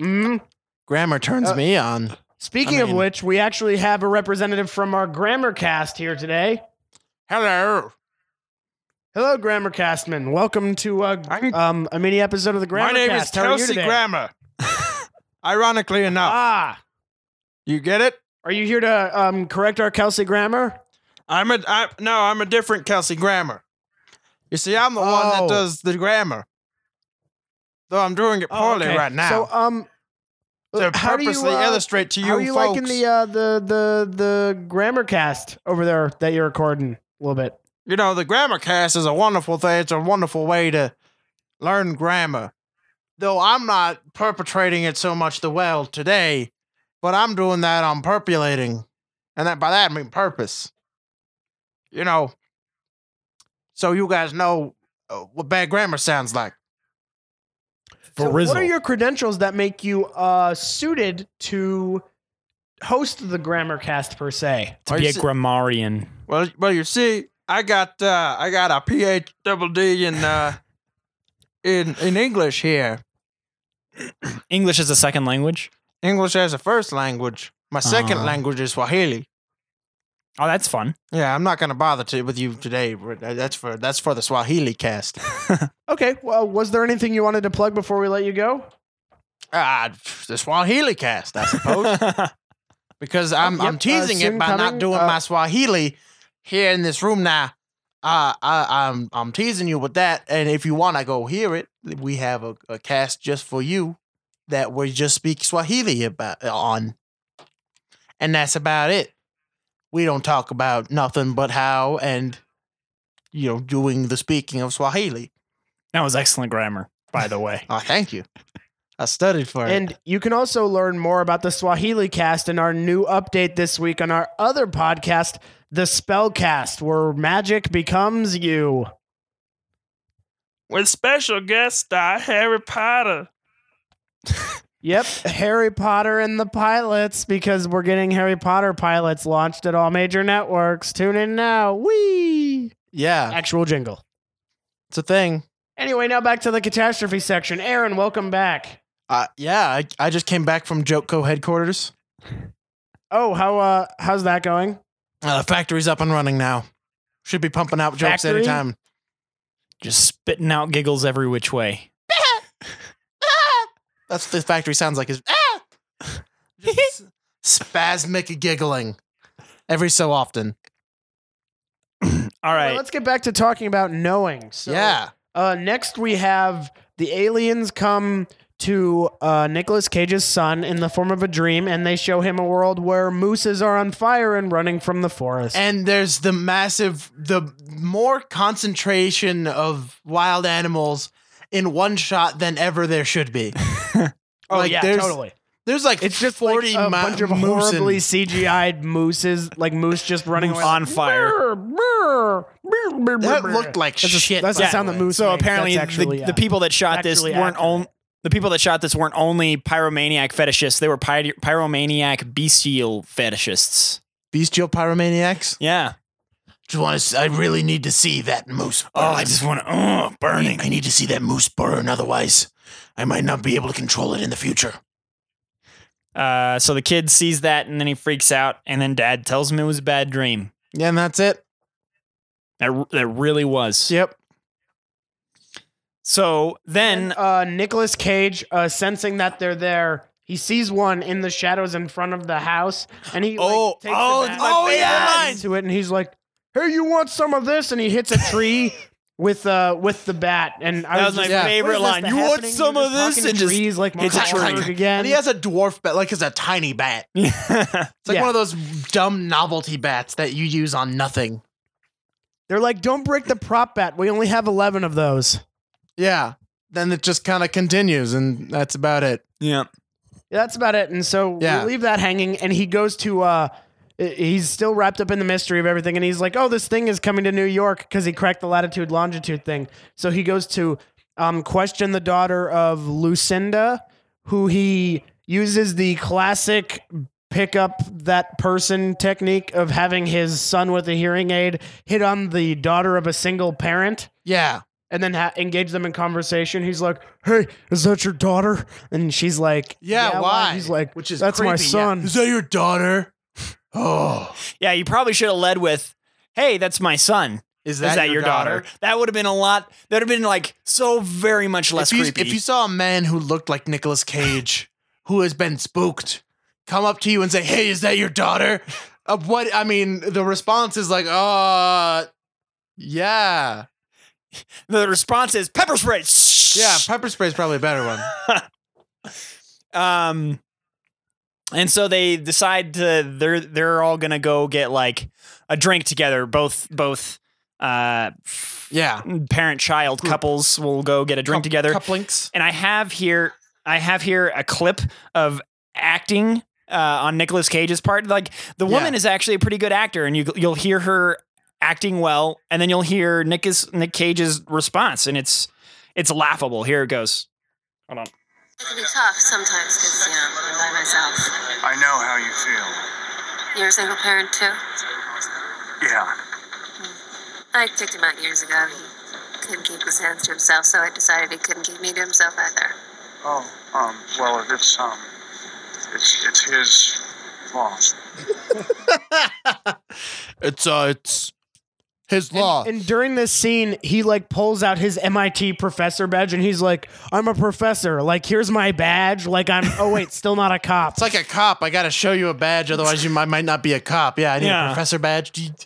Speaker 4: Mm.
Speaker 1: Grammar turns
Speaker 4: Uh,
Speaker 1: me on.
Speaker 4: Speaking
Speaker 1: I
Speaker 4: of
Speaker 1: mean-
Speaker 4: which, we actually have a representative from our grammar cast here today.
Speaker 1: Hello.
Speaker 4: Hello, Grammar Castman. Welcome to uh,
Speaker 7: I'm-
Speaker 4: um, a mini episode of the Grammar
Speaker 7: My name
Speaker 4: Cast.
Speaker 7: is
Speaker 4: How are you
Speaker 7: Kelsey
Speaker 4: today?
Speaker 7: Grammer. Ironically enough,
Speaker 4: Ah,
Speaker 7: you get it.
Speaker 4: are you here to um, correct our Kelsey grammar?
Speaker 7: I'm a I, no, I'm a different Kelsey Grammer. You see, I'm the one
Speaker 4: Oh.
Speaker 7: that does the grammar. Though I'm doing it poorly
Speaker 4: Oh, okay.
Speaker 7: right now
Speaker 4: So, um,
Speaker 7: to
Speaker 4: how do you,
Speaker 7: purposely
Speaker 4: uh,
Speaker 7: illustrate to you
Speaker 4: how are you
Speaker 7: folks.
Speaker 4: liking the uh, the the the Grammar Cast over there that you're recording a little bit?
Speaker 7: you know, the grammar cast is a wonderful thing. It's a wonderful way to learn grammar. Though I'm not perpetrating it so much the well today, but I'm doing that on percolating. And that by that I mean purpose. You know, so you guys know uh, what bad grammar sounds like.
Speaker 4: So what are your credentials that make you uh, suited to host the Grammar Cast per se?
Speaker 2: to
Speaker 7: Are
Speaker 2: be
Speaker 7: you
Speaker 2: a
Speaker 7: se-
Speaker 2: grammarian?
Speaker 7: Well, well, you see, I got uh, I got a PhD double D in uh, in in English here.
Speaker 2: English is a second language.
Speaker 7: English as a first language. My 2nd
Speaker 2: Uh-huh.
Speaker 7: language is Swahili.
Speaker 2: Oh, that's fun.
Speaker 7: Yeah, I'm not gonna bother to, with you today. but uh, That's for that's for the Swahili cast.
Speaker 4: Okay. Well, was there anything you wanted to plug before we let you go?
Speaker 7: Ah, the Swahili cast, I
Speaker 4: Oh.
Speaker 7: suppose,
Speaker 2: That's
Speaker 7: because I'm
Speaker 4: yep,
Speaker 7: I'm teasing
Speaker 4: uh,
Speaker 7: it
Speaker 4: soon
Speaker 7: by
Speaker 4: coming,
Speaker 7: not doing
Speaker 4: uh,
Speaker 7: my Swahili here in this room now. Uh, I, I'm I'm teasing you with that, and if you want to go hear it, we have a, a cast just for you that we just speak Swahili about on, and that's about it. We don't talk about nothing but how and you know doing the speaking of Swahili.
Speaker 2: that was excellent grammar, by the way.
Speaker 7: Oh, thank you.
Speaker 1: I studied for it.
Speaker 4: And you can also learn more about the Swahili cast in our new update this week on our other podcast, The Spellcast, where magic becomes you.
Speaker 7: With special guest star Harry Potter.
Speaker 4: Yep, Harry Potter and the Pilots, because we're getting Harry Potter pilots launched at all major networks. Tune in now. Whee!
Speaker 1: Yeah,
Speaker 4: Actual jingle.
Speaker 1: it's a thing.
Speaker 4: Anyway, now back to the catastrophe section. Aaron, welcome back.
Speaker 1: Uh, yeah, I, I just came back from Joke Co headquarters.
Speaker 4: Oh, how uh how's that going?
Speaker 1: Uh, the factory's up and running now. Should be pumping out jokes
Speaker 4: Factory?
Speaker 1: anytime.
Speaker 2: Just spitting out giggles every which way.
Speaker 1: That's what the factory sounds like is ah! Just spasmic giggling every so often.
Speaker 2: All
Speaker 4: Well,
Speaker 2: right.
Speaker 4: let's get back to talking about knowing. So,
Speaker 1: yeah.
Speaker 4: Uh, next we have the aliens come to uh, Nicolas Cage's son in the form of a dream, and they show him a world where mooses are on fire and running from the forest.
Speaker 1: And there's the massive, the more concentration of wild animals in one shot than ever there should be.
Speaker 4: oh
Speaker 1: like,
Speaker 4: yeah,
Speaker 1: there's
Speaker 4: totally.
Speaker 1: There's like
Speaker 4: It's just
Speaker 1: 40
Speaker 4: forty like
Speaker 1: mi-
Speaker 4: a bunch of
Speaker 1: moose in-
Speaker 4: horribly CGI'd mooses, like moose just running away.
Speaker 2: on fire.
Speaker 1: That looked like
Speaker 4: That's a-
Speaker 1: shit.
Speaker 4: that's
Speaker 1: by
Speaker 4: the sound
Speaker 1: way.
Speaker 4: that moves.
Speaker 2: So
Speaker 4: make.
Speaker 2: apparently,
Speaker 4: That's actually,
Speaker 2: the,
Speaker 4: uh,
Speaker 2: the people that shot this
Speaker 4: actually
Speaker 2: weren't
Speaker 4: accurate.
Speaker 2: only the people that shot this weren't only pyromaniac fetishists; they were py- pyromaniac bestial fetishists.
Speaker 1: Bestial pyromaniacs.
Speaker 2: Yeah.
Speaker 1: Just want to. I really need to see that moose.
Speaker 2: Oh, I just want to. Oh, burning.
Speaker 1: I need to see that moose burn. Otherwise, I might not be able to control it in the future.
Speaker 2: Uh, so the kid sees that and then he freaks out, and then dad tells him it was a bad dream.
Speaker 1: Yeah, and that's it.
Speaker 2: That that really was.
Speaker 1: Yep.
Speaker 2: So
Speaker 4: And
Speaker 2: then,
Speaker 4: uh, Nicolas Cage, uh, sensing that they're there, he sees one in the shadows in front of the house, and he
Speaker 2: Oh,
Speaker 4: like, takes
Speaker 2: oh,
Speaker 4: the bat
Speaker 2: oh,
Speaker 4: and
Speaker 2: yeah!
Speaker 4: runs to it, and he's like, "Hey, you want some of this?" And he hits a tree with uh with the bat, and I
Speaker 2: That
Speaker 4: was,
Speaker 2: was my
Speaker 4: like,
Speaker 2: favorite line. You want some of this? And just
Speaker 4: trees like
Speaker 2: hits a
Speaker 4: Mark
Speaker 2: tree.
Speaker 4: Wahlberg again.
Speaker 1: And he has a dwarf bat, like it's a tiny bat. It's like
Speaker 4: Yeah.
Speaker 1: one of those dumb novelty bats that you use on nothing.
Speaker 4: They're like, "Don't break the prop bat. We only have eleven of those."
Speaker 1: Yeah. Then it just kind of continues, and that's about it.
Speaker 2: yeah.
Speaker 4: That's about it. And so
Speaker 1: Yeah.
Speaker 4: we leave that hanging, and he goes to. uh He's still wrapped up in the mystery of everything, and he's like, "Oh, this thing is coming to New York because he cracked the latitude longitude thing." So he goes to um, question the daughter of Lucinda, who he uses the classic pick up that person technique of having his son with a hearing aid hit on the daughter of a single parent
Speaker 1: Yeah.
Speaker 4: and then ha- engage them in conversation. He's like, "Hey, is that your daughter?" And she's like,
Speaker 1: Yeah. why?
Speaker 4: He's like,
Speaker 1: which is
Speaker 4: that's my
Speaker 1: creepy, yeah.
Speaker 4: son."
Speaker 1: Is that your daughter? Oh.
Speaker 2: Yeah, you probably should have led with, "Hey, that's my son."
Speaker 1: Is
Speaker 2: Is that your daughter? That would have been a lot. That would have been like so very much less
Speaker 1: if you,
Speaker 2: creepy.
Speaker 1: If you saw a man who looked like Nicolas Cage, who has been spooked, come up to you and say, "Hey, is that your daughter?" Uh, what I mean, the response is like, "Uh, yeah,
Speaker 2: the response is pepper spray. Shh.
Speaker 1: yeah." Pepper spray is probably a better one.
Speaker 2: Um, and so they decide to they're they're all gonna go get like a drink together. Both both uh
Speaker 1: Yeah,
Speaker 2: parent child
Speaker 1: Hmm.
Speaker 2: couples will go get a drink together.
Speaker 1: Couplinks.
Speaker 2: and I have here I have here a clip of acting uh, on Nicolas Cage's part. Like the
Speaker 1: Yeah.
Speaker 2: woman is actually a pretty good actor, and you you'll hear her acting well, and then you'll hear Nick Nick Cage's response, and it's it's laughable. Here it goes.
Speaker 10: It can be tough sometimes because, you know, I'm by myself.
Speaker 8: I know how you feel.
Speaker 10: You're a single parent too?
Speaker 8: Yeah.
Speaker 10: I kicked him out years ago. He couldn't keep his hands to himself, so I decided he couldn't keep me to himself either.
Speaker 8: Oh, um, well, it's, um, it's, it's his fault.
Speaker 1: It's uh, it's his law.
Speaker 4: And during this scene, he like pulls out his MIT professor badge, and he's like, "I'm a professor. Like, here's my badge. Like, I'm. Oh wait, still not a cop."
Speaker 1: it's like a cop. I gotta show you a badge, otherwise you might, might not be a cop. Yeah, I need
Speaker 2: Yeah.
Speaker 1: a professor badge. Do you, uh,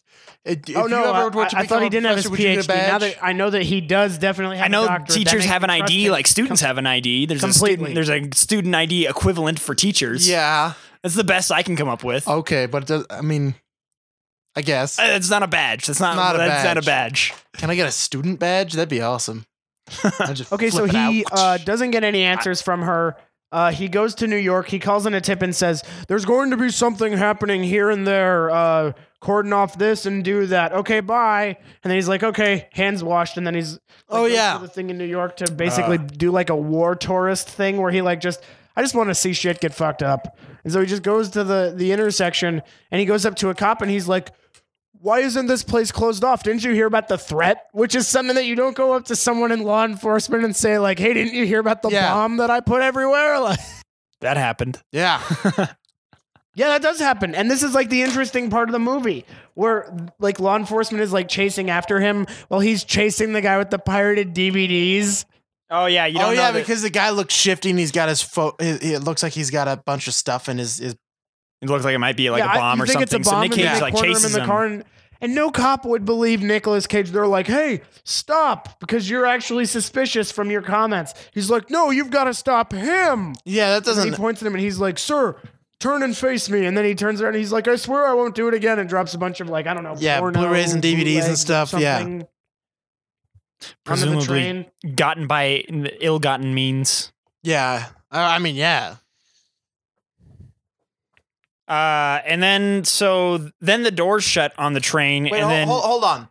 Speaker 1: if
Speaker 4: Oh
Speaker 1: you
Speaker 4: no! I,
Speaker 1: ever were to
Speaker 4: I- I
Speaker 1: become
Speaker 4: thought he
Speaker 1: a
Speaker 4: didn't have his
Speaker 1: professor, would you get a
Speaker 4: PhD. Now
Speaker 1: badge?
Speaker 4: that I know that he does definitely have.
Speaker 2: I know
Speaker 4: a doctorate, that
Speaker 2: teachers
Speaker 4: makes
Speaker 2: have an
Speaker 4: me trust
Speaker 2: ID,
Speaker 4: him.
Speaker 2: like students have an ID. There's
Speaker 4: Completely.
Speaker 2: a student, there's a student ID equivalent for teachers.
Speaker 1: yeah,
Speaker 2: that's the best I can come up
Speaker 4: Oh.
Speaker 2: with. Uh,
Speaker 1: okay, but it does, I mean, I guess.
Speaker 2: It's not a badge. That's not,
Speaker 1: Not a
Speaker 2: that's not a
Speaker 1: badge.
Speaker 2: badge.
Speaker 1: Can I get a student badge? That'd be awesome. I just
Speaker 4: Okay, so
Speaker 1: flip it
Speaker 4: he
Speaker 1: out.
Speaker 4: uh, doesn't get any answers from her. Uh, he goes to New York. He calls in a tip and says, "There's going to be something happening here and there. Uh, cordon off this and do that. Okay, bye." And then he's like, "Okay, hands washed." And then he's like,
Speaker 1: Oh,
Speaker 4: goes
Speaker 1: yeah.
Speaker 4: to the thing in New York to basically do like a war tourist thing where he like just I just want to see shit get fucked up. And so he just goes to the the intersection and he goes up to a cop and he's like, why isn't this place closed off? Didn't you hear about the threat? Which is something that you don't go up to someone in law enforcement and say, like, hey, didn't you hear about the
Speaker 1: Yeah.
Speaker 4: bomb that I put everywhere? Like,
Speaker 2: That happened.
Speaker 1: yeah, Oh,
Speaker 4: yeah, that does happen. And this is like the interesting part of the movie where like law enforcement is like chasing after him while he's chasing the guy with the pirated DVDs.
Speaker 2: Oh yeah, you don't
Speaker 1: oh
Speaker 2: know
Speaker 1: yeah,
Speaker 2: that-
Speaker 1: because the guy looks shifty and he's got his phone. His, it looks like he's got a bunch of stuff in his. his
Speaker 2: it looks like it might be like
Speaker 4: Yeah,
Speaker 2: a
Speaker 4: I-
Speaker 2: bomb
Speaker 4: you
Speaker 2: or
Speaker 4: think
Speaker 2: something.
Speaker 4: it's a
Speaker 2: so
Speaker 4: bomb
Speaker 2: Nick
Speaker 4: and they
Speaker 2: Cage like
Speaker 4: corner
Speaker 2: chases
Speaker 4: him in the car, and, and no cop would believe Nicolas Cage. They're like, "Hey, stop!" Because you're actually suspicious from your comments. He's like, "No, you've got to stop him."
Speaker 1: yeah, that
Speaker 4: And he
Speaker 1: doesn't.
Speaker 4: points at him and he's like, "Sir, turn and face me." And then he turns around and he's like, "I swear I won't do it again." And drops a bunch of like I don't know,
Speaker 1: Yeah,
Speaker 4: porno,
Speaker 1: Blu-rays and DVDs and
Speaker 4: bootleg,
Speaker 1: stuff, yeah.
Speaker 4: something onto the
Speaker 2: Presumably.
Speaker 4: train.
Speaker 2: gotten by ill-gotten means.
Speaker 1: Yeah, uh, I mean, yeah,
Speaker 2: Uh, and then so then the doors shut on the train,
Speaker 1: Wait,
Speaker 2: and
Speaker 1: hol-
Speaker 2: then
Speaker 1: hol- hold, on.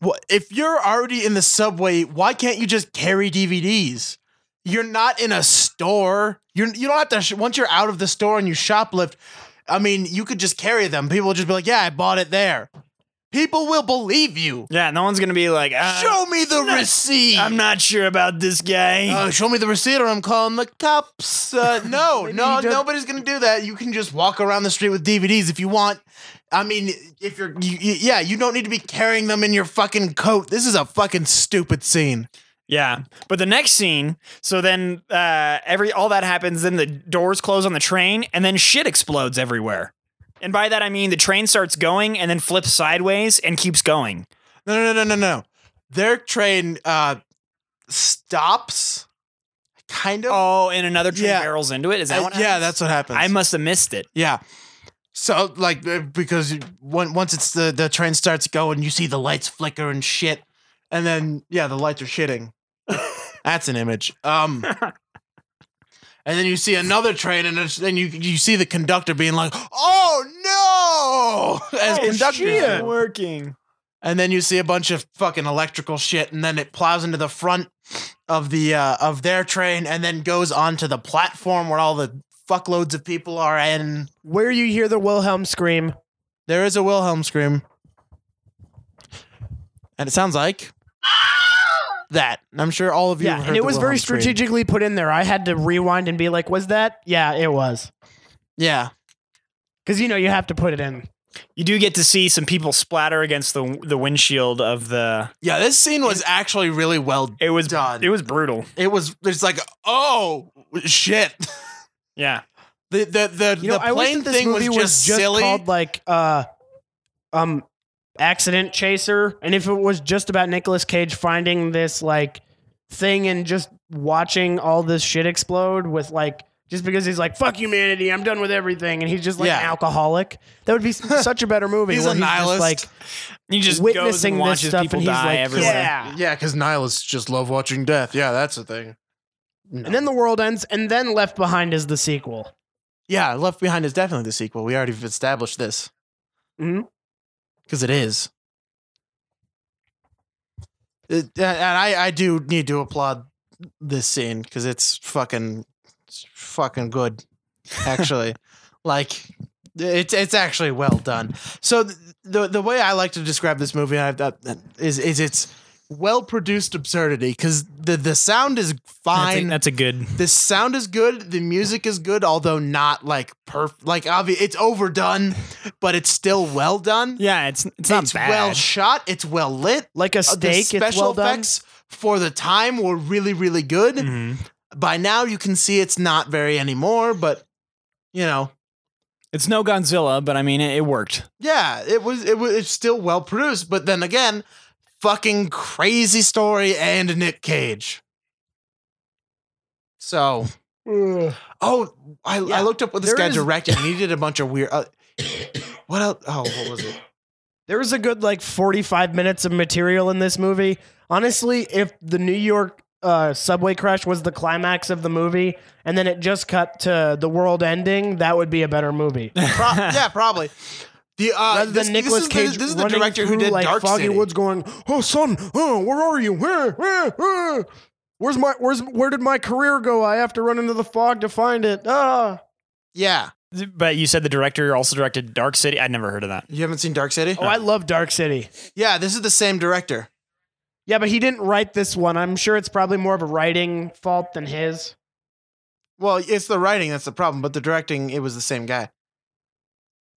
Speaker 1: What, if you're already in the subway, why can't you just carry DVDs? You're not in a store. You're you don't have to. Sh- once you're out of the store and you shoplift, I mean, you could just carry them. People will just be like, "Yeah, I bought it there." People will believe you.
Speaker 2: yeah, no one's gonna be like, uh,
Speaker 1: show me the
Speaker 2: no,
Speaker 1: receipt.
Speaker 2: I'm not sure about this guy.
Speaker 4: Oh,
Speaker 1: Uh, show me the receipt or I'm calling the cops. Uh, no,
Speaker 4: Maybe
Speaker 1: no,
Speaker 4: he does-
Speaker 1: nobody's gonna do that. You can just walk around the street with DVDs if you want. I mean, if you're, you, you- yeah, you don't need to be carrying them in your fucking coat. This is a fucking stupid scene.
Speaker 2: Yeah, but the next scene, so then uh, every all that happens, then the doors close on the train, and then shit explodes everywhere. And by that I mean the train starts going and then flips sideways and keeps going.
Speaker 1: No, no, no, no, no, no. Their train uh, stops, kind of.
Speaker 2: Oh, and another train
Speaker 1: Yeah.
Speaker 2: barrels into it. Is that
Speaker 1: Uh,
Speaker 2: what?
Speaker 1: yeah,
Speaker 2: happens?
Speaker 1: that's what happens.
Speaker 2: I must have missed it.
Speaker 1: Yeah. So like uh, because you- when, once it's the the train starts going, you see the lights flicker and shit, and then yeah, the lights are shitting. That's an image. Um, and then you see another train, and it's- then you you see the conductor being like, "Oh no!" As conductors do.
Speaker 2: working.
Speaker 1: and then you see a bunch of fucking electrical shit, and then it plows into the front of the uh, of their train, and then goes onto the platform where all the fuckloads of people are in.
Speaker 4: Where you hear the Wilhelm scream.
Speaker 1: There is a Wilhelm scream. And it sounds like that. And I'm sure all of you
Speaker 4: Yeah,
Speaker 1: have heard
Speaker 4: and it
Speaker 1: the
Speaker 4: was very
Speaker 1: Wilhelm scream.
Speaker 4: strategically put in there. I had to rewind and be like, "Was that?" Yeah, it was.
Speaker 1: Yeah.
Speaker 4: Because you know you have to put it in.
Speaker 2: You do get to see some people splatter against the the windshield of the.
Speaker 1: Yeah, this scene was actually really well
Speaker 2: It was
Speaker 1: done.
Speaker 2: it was brutal.
Speaker 1: It was it's like, "Oh, shit."
Speaker 2: Yeah,
Speaker 1: The the the,
Speaker 4: You know,
Speaker 1: the
Speaker 4: I wish
Speaker 1: plane
Speaker 4: that this
Speaker 1: thing was
Speaker 4: movie
Speaker 1: just, silly.
Speaker 4: called like uh, um, accident chaser, and if it was just about Nicolas Cage finding this like thing and just watching all this shit explode with like just because he's like fuck humanity, I'm done with everything, and he's just like an
Speaker 1: Yeah.
Speaker 4: alcoholic. That would be s- such a better movie.
Speaker 1: He's
Speaker 4: where
Speaker 1: a
Speaker 4: just,
Speaker 1: nihilist.
Speaker 4: like
Speaker 2: he just goes
Speaker 4: witnessing
Speaker 2: and
Speaker 4: this
Speaker 2: watches
Speaker 4: stuff,
Speaker 2: people
Speaker 4: and he's
Speaker 2: die
Speaker 4: like,
Speaker 2: everywhere.
Speaker 4: yeah.
Speaker 1: yeah, cuz nihilists just love watching death. Yeah, that's the thing.
Speaker 4: And then the world ends, and then Left Behind is the sequel.
Speaker 1: Yeah, Left Behind is definitely the sequel. We already established this.
Speaker 4: Mhm.
Speaker 1: Because it is. It- and I, I do need to applaud this scene because it's fucking, it's fucking good, actually. like, it's it's actually well done. So th- the the way I like to describe this movie, and I've done, is is it's well produced absurdity because the the sound is
Speaker 2: That's a,
Speaker 1: fine.
Speaker 2: that's a good.
Speaker 1: The sound is good. The music is good, although not like perfect. Like obvious, it's overdone, but it's still well done.
Speaker 2: Yeah, it's it's not
Speaker 1: it's
Speaker 2: bad.
Speaker 1: well shot. It's well lit.
Speaker 4: Like a
Speaker 1: Uh, the
Speaker 4: steak, it's well done.
Speaker 1: effects for the time were really, really good.
Speaker 2: Mhm.
Speaker 1: By now, you can see it's not very anymore, but you know,
Speaker 2: It's no Godzilla, but I mean, it, it worked.
Speaker 1: yeah, it was. It was. It's still well produced, but then again, fucking crazy story and Nick Cage. So. Oh, I, I looked up what this
Speaker 4: there
Speaker 1: guy
Speaker 4: is-
Speaker 1: directed. and He did a bunch of weird. Uh, what else? Oh, what was it?
Speaker 4: There was a good like 45 minutes of material in this movie. Honestly, if the New York uh, subway crash was the climax of the movie and then it just cut to the world ending, that would be a better movie.
Speaker 1: Pro- yeah, probably. The uh,
Speaker 4: Rather
Speaker 1: this,
Speaker 4: than
Speaker 1: this
Speaker 4: Nicolas
Speaker 1: is
Speaker 4: Cage
Speaker 1: the, this is the
Speaker 4: running
Speaker 1: director who
Speaker 4: through,
Speaker 1: did
Speaker 4: like
Speaker 1: Dark
Speaker 4: Foggy
Speaker 1: City.
Speaker 4: Woods going, "Oh son, oh, where are you? Where, where, where? Where's my where's where did my career go? I have to run into the fog to find it." Ah.
Speaker 1: Yeah,
Speaker 2: But you said the director also directed Dark City. I'd never heard of that.
Speaker 1: you haven't seen Dark City?
Speaker 4: Oh, I love Dark City.
Speaker 1: yeah, this is the same director.
Speaker 4: Yeah, but he didn't write this one. I'm sure it's probably more of a writing fault than his.
Speaker 1: Well, it's the writing that's the problem, but the directing it was the same guy.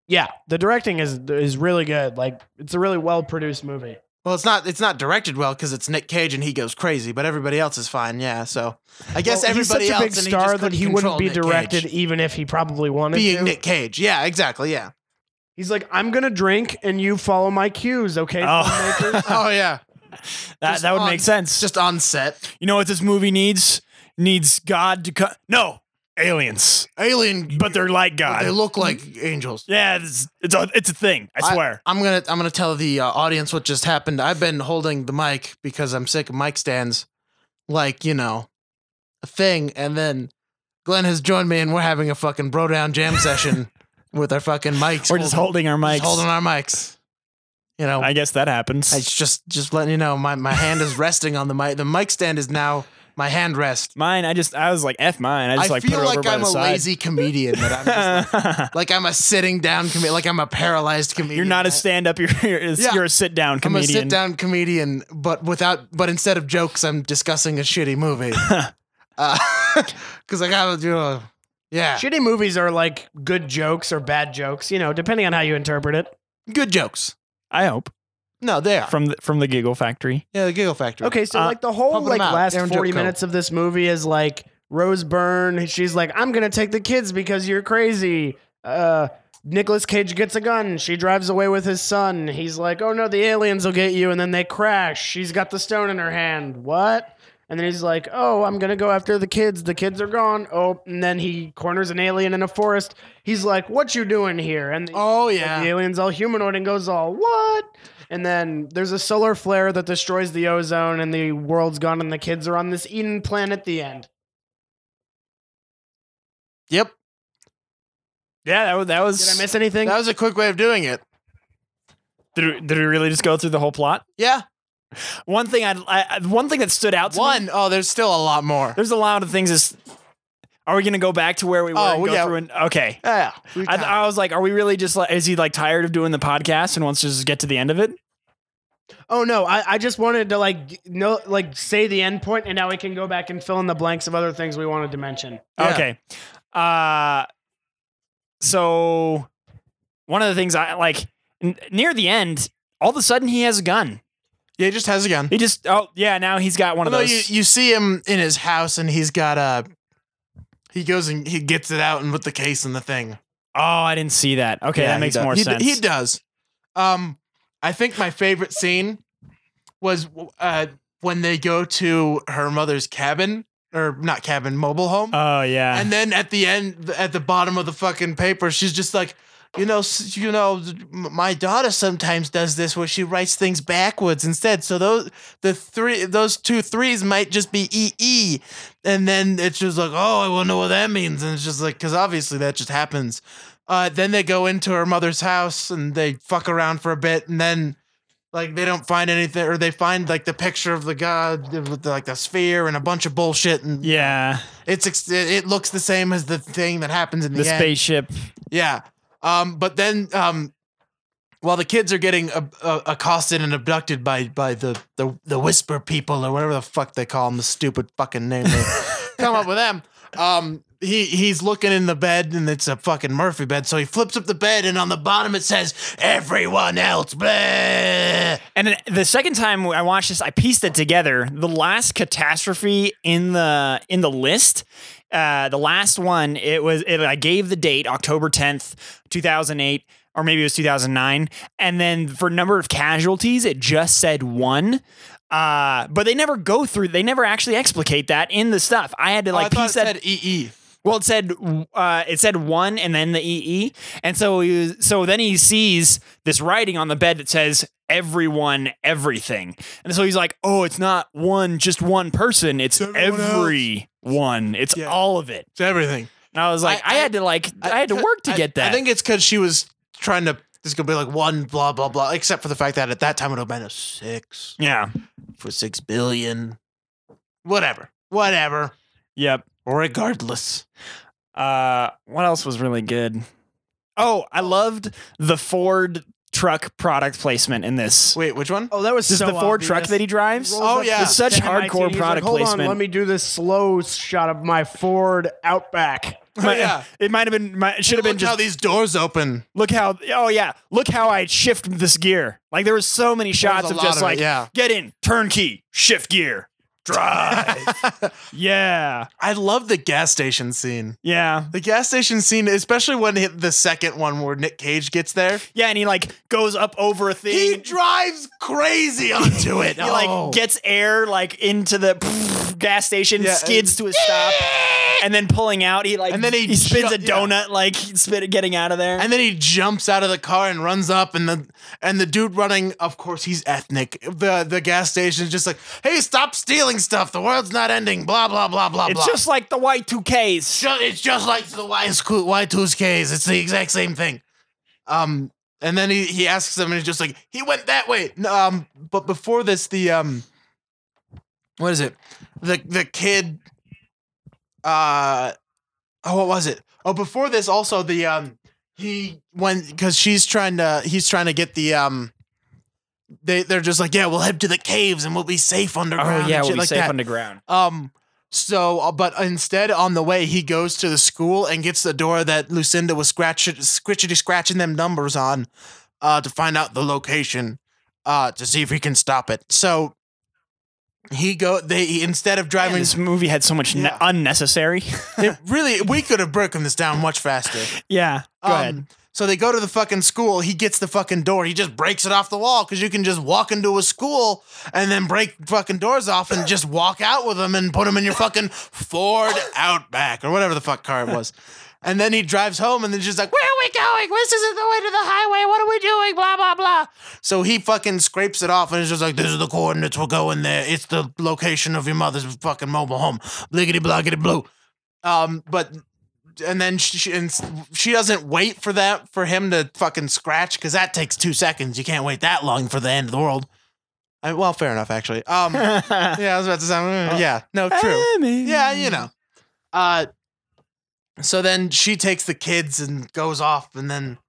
Speaker 4: Yeah, the directing is is really good. Like it's a really well produced movie.
Speaker 1: Well, it's not it's not directed well because it's Nick Cage and he goes crazy, but everybody else is fine. Yeah, so I guess
Speaker 4: Well,
Speaker 1: everybody
Speaker 4: he's such a big
Speaker 1: else and he
Speaker 4: star
Speaker 1: just
Speaker 4: that
Speaker 1: couldn't
Speaker 4: he wouldn't
Speaker 1: control
Speaker 4: be
Speaker 1: Nick
Speaker 4: directed
Speaker 1: Cage.
Speaker 4: even if he probably wanted
Speaker 1: being
Speaker 4: to.
Speaker 1: Nick Cage. Yeah, exactly. Yeah.
Speaker 4: He's like, I'm gonna drink and you follow my cues, okay? filmmakers?"
Speaker 2: Oh,
Speaker 1: Oh yeah,
Speaker 2: that,
Speaker 1: Just
Speaker 2: that would
Speaker 1: on-
Speaker 2: make sense.
Speaker 1: just on set.
Speaker 2: you know what this movie needs? Needs God to come. No, aliens,
Speaker 1: Alien,
Speaker 2: but they're like God.
Speaker 1: they look like angels.
Speaker 2: yeah, it's it's a, it's a thing. I
Speaker 1: I-
Speaker 2: swear.
Speaker 1: I'm gonna I'm gonna tell the uh, audience what just happened. I've been holding the mic because I'm sick of mic stands, like you know, a thing. And then Glenn has joined me, and we're having a fucking bro down jam session with our fucking mics.
Speaker 2: We're just holding our mics.
Speaker 1: just holding our mics. You know,
Speaker 2: I
Speaker 1: I,
Speaker 2: guess that happens.
Speaker 1: it's just just letting you know my my hand is resting on the mic. The mic stand is now my hand rest.
Speaker 2: mine, I just I was like f mine. I
Speaker 1: I,
Speaker 2: just like put
Speaker 1: feel
Speaker 2: it over
Speaker 1: like
Speaker 2: by
Speaker 1: I'm
Speaker 2: the
Speaker 1: a
Speaker 2: side.
Speaker 1: lazy comedian. That I'm just like, like I'm a sitting down comedian. Like I'm a paralyzed comedian.
Speaker 2: you're not a
Speaker 1: I-
Speaker 2: stand up. You're you're a,
Speaker 1: Yeah.
Speaker 2: you're a sit down
Speaker 1: I'm a
Speaker 2: comedian.
Speaker 1: sit down comedian, but without, but instead of jokes, I'm discussing a shitty movie. Because I gotta do a, yeah,
Speaker 4: Shitty movies are like good jokes or bad jokes, you know, depending on how you interpret it.
Speaker 1: good jokes.
Speaker 2: I hope
Speaker 1: No, they are.
Speaker 2: from the, from the Giggle Factory.
Speaker 1: Yeah, the Giggle Factory.
Speaker 4: Okay, so
Speaker 2: Uh,
Speaker 4: like the whole
Speaker 1: pump 'em
Speaker 4: like
Speaker 1: out.
Speaker 4: last
Speaker 1: Aaron
Speaker 4: 40
Speaker 1: Jopko.
Speaker 4: minutes of this movie is like Rose Byrne, she's like, I'm gonna take the kids because you're crazy. Uh Nicolas Cage gets a gun. She drives away with his son. He's like, "Oh no, the aliens will get you!" And then they crash. She's got the stone in her hand. What? And then he's like, "Oh, I'm gonna go after the kids. The kids are gone." Oh, and then he corners an alien in a forest. He's like, "What you doing here?" And
Speaker 1: Oh
Speaker 4: Like,
Speaker 1: yeah.
Speaker 4: the alien's all humanoid and goes all, what? And then there's a solar flare that destroys the ozone and the world's gone and the kids are on this Eden planet at the end.
Speaker 1: Yep.
Speaker 2: Yeah, that was that was.
Speaker 4: Did I miss anything?
Speaker 1: That was a quick way of doing it.
Speaker 2: Did we, did we really just go through the whole plot?
Speaker 1: Yeah.
Speaker 2: One thing I'd- I, I one thing that stood out to me.
Speaker 1: One. Oh, there's still a lot more.
Speaker 2: There's a lot of things. Is are we gonna go back to where we were?
Speaker 1: Oh,
Speaker 2: and
Speaker 1: we
Speaker 2: go
Speaker 1: got-
Speaker 2: through and, okay.
Speaker 1: Yeah. we
Speaker 2: I,
Speaker 1: got it.
Speaker 2: I was like, are we really just like? Is he like tired of doing the podcast and wants to just get to the end of it?
Speaker 4: oh no, I, I just wanted to like no like say the end point and now we can go back and fill in the blanks of other things we wanted to mention.
Speaker 1: Yeah.
Speaker 2: Okay. Uh so one of the things I like n- near the end, all of a sudden he has a gun.
Speaker 1: yeah, he just has a gun.
Speaker 2: He just oh yeah, now he's got one of
Speaker 1: Although
Speaker 2: those.
Speaker 1: you, you see him in his house and he's got a, he goes and he gets it out and with the case and the thing.
Speaker 2: oh, I didn't see that. Okay,
Speaker 1: Yeah,
Speaker 2: that
Speaker 1: he
Speaker 2: makes
Speaker 1: does.
Speaker 2: more
Speaker 1: he,
Speaker 2: sense.
Speaker 1: He does. Um, I think my favorite scene was uh, when they go to her mother's cabin, or not cabin, mobile home.
Speaker 2: oh yeah.
Speaker 1: and then at the end, at the bottom of the fucking paper, she's just like, you know, s- you know, m- my daughter sometimes does this where she writes things backwards instead. So those the three, those two threes might just be E E, and then it's just like, oh, I wonder what that means, and it's just like, because obviously that just happens. Uh, then they go into her mother's house and they fuck around for a bit, and then like they don't find anything, or they find like the picture of the god with like the sphere and a bunch of bullshit, and
Speaker 2: yeah,
Speaker 1: it's ex- it looks the same as the thing that happens in the,
Speaker 2: the
Speaker 1: end.
Speaker 2: spaceship.
Speaker 1: Yeah. Um, but then um, while the kids are getting ab- uh, accosted and abducted by by the, the the whisper people or whatever the fuck they call them, the stupid fucking name they come up with them. Um, he he's looking in the bed and it's a fucking Murphy bed, so he flips up the bed and on the bottom it says everyone else. Bleh.
Speaker 2: And then the second time I watched this, I pieced it together. The last catastrophe in the in the list, uh, the last one, it was it, I gave the date October tenth, two thousand eight, or maybe it was two thousand nine. And then for number of casualties, it just said one. Uh, but they never go through. They never actually explicate that in the stuff. I had to
Speaker 1: Oh, I
Speaker 2: like
Speaker 1: thought
Speaker 2: piece
Speaker 1: it
Speaker 2: that.
Speaker 1: said E EE.
Speaker 2: Well, it said uh, it said one and then the EE, and so he was, so then he sees this writing on the bed that says everyone everything, and so he's like, oh, it's not one just one person, it's
Speaker 1: everyone else.
Speaker 2: everyone, it's
Speaker 1: Yeah.
Speaker 2: all of it.
Speaker 1: It's everything.
Speaker 2: And I was like, I,
Speaker 1: I-
Speaker 2: had to like I, had to work to
Speaker 1: I-
Speaker 2: get that.
Speaker 1: I think it's because she was trying to. There's gonna be like one blah blah blah. Except for the fact that at that time it would have been a six
Speaker 2: yeah.
Speaker 1: for six billion. Whatever. Whatever.
Speaker 2: Yep.
Speaker 1: Regardless.
Speaker 2: Uh, what else was really good? Oh, I loved the Ford truck product placement in this.
Speaker 1: Wait, which one?
Speaker 4: Oh, that was
Speaker 2: This is the Ford truck that he drives.
Speaker 1: Oh, yeah.
Speaker 2: It's such hardcore product
Speaker 4: Hold
Speaker 2: placement.
Speaker 4: on, let me do this slow shot of my Ford Outback.
Speaker 2: Might-
Speaker 1: yeah.
Speaker 2: It might have been. Might, it should have been
Speaker 1: Look
Speaker 2: just
Speaker 1: how these doors open.
Speaker 2: look how. Oh yeah, look how I shift this gear. Like there was so many shots
Speaker 1: There's a
Speaker 2: of
Speaker 1: lot
Speaker 2: just
Speaker 1: it,
Speaker 2: like
Speaker 1: yeah.
Speaker 2: get in, turn key, shift gear, drive. yeah,
Speaker 1: I love the gas station scene.
Speaker 2: yeah,
Speaker 1: The gas station scene, especially when hit the second one where Nick Cage gets there,
Speaker 2: yeah. And he like goes up over a thing.
Speaker 1: he drives crazy onto it. Oh.
Speaker 2: He like gets air like into the gas station,
Speaker 1: Yeah,
Speaker 2: skids to a stop, and then pulling out, he like
Speaker 1: And then he
Speaker 2: spins
Speaker 1: ju-
Speaker 2: a donut like spit getting out of there.
Speaker 1: and then he jumps out of the car and runs up, and the and the dude running, of course, he's ethnic. the The gas station is just like, "Hey, stop stealing stuff. The world's not ending." Blah blah blah blah
Speaker 2: it's
Speaker 1: blah.
Speaker 2: just like the Y two Ks.
Speaker 1: Ju- it's just like the Y school Y two's K's. It's the exact same thing. Um, and then he he asks them, and he's just like, he went that way. No, um, but before this, the um, what is it? The the kid. Uh, oh, what was it? Oh, before this, also the um, he when because she's trying to he's trying to get the um. They they're just like yeah we'll head to the caves and we'll be safe
Speaker 2: Oh,
Speaker 1: underground. and shit like that.
Speaker 2: underground.
Speaker 1: Um. So, uh, but instead, on the way, he goes to the school and gets the door that Lucinda was scratch- scritchety scratching them numbers on, uh, to find out the location, uh, to see if he can stop it. So he go they he- instead of
Speaker 2: Man,
Speaker 1: driving.
Speaker 2: this movie had so much ne-
Speaker 1: Yeah.
Speaker 2: unnecessary.
Speaker 1: it really, we could have broken this down much faster.
Speaker 2: yeah, go ahead.
Speaker 1: Um, so they go to the fucking school. He gets the fucking door. He just breaks it off the wall because you can just walk into a school and then break fucking doors off and just walk out with them and put them in your fucking Ford Outback or whatever the fuck car it was. And then he drives home and then she's like, Where are we going? This isn't the way to the highway. What are we doing? Blah, blah, blah. So he fucking scrapes it off and is just like, This is the coordinates. We're going there. It's the location of your mother's fucking mobile home. Bliggity, bloggity, blue. Um, but and then she, she and she doesn't wait for that for him to fucking scratch because that takes two seconds. You can't wait that long for the end of the world. I, well, fair enough, actually. Um, yeah, I was about to say, uh, yeah, no, true. Yeah, you know. Uh, so then she takes the kids and goes off, and then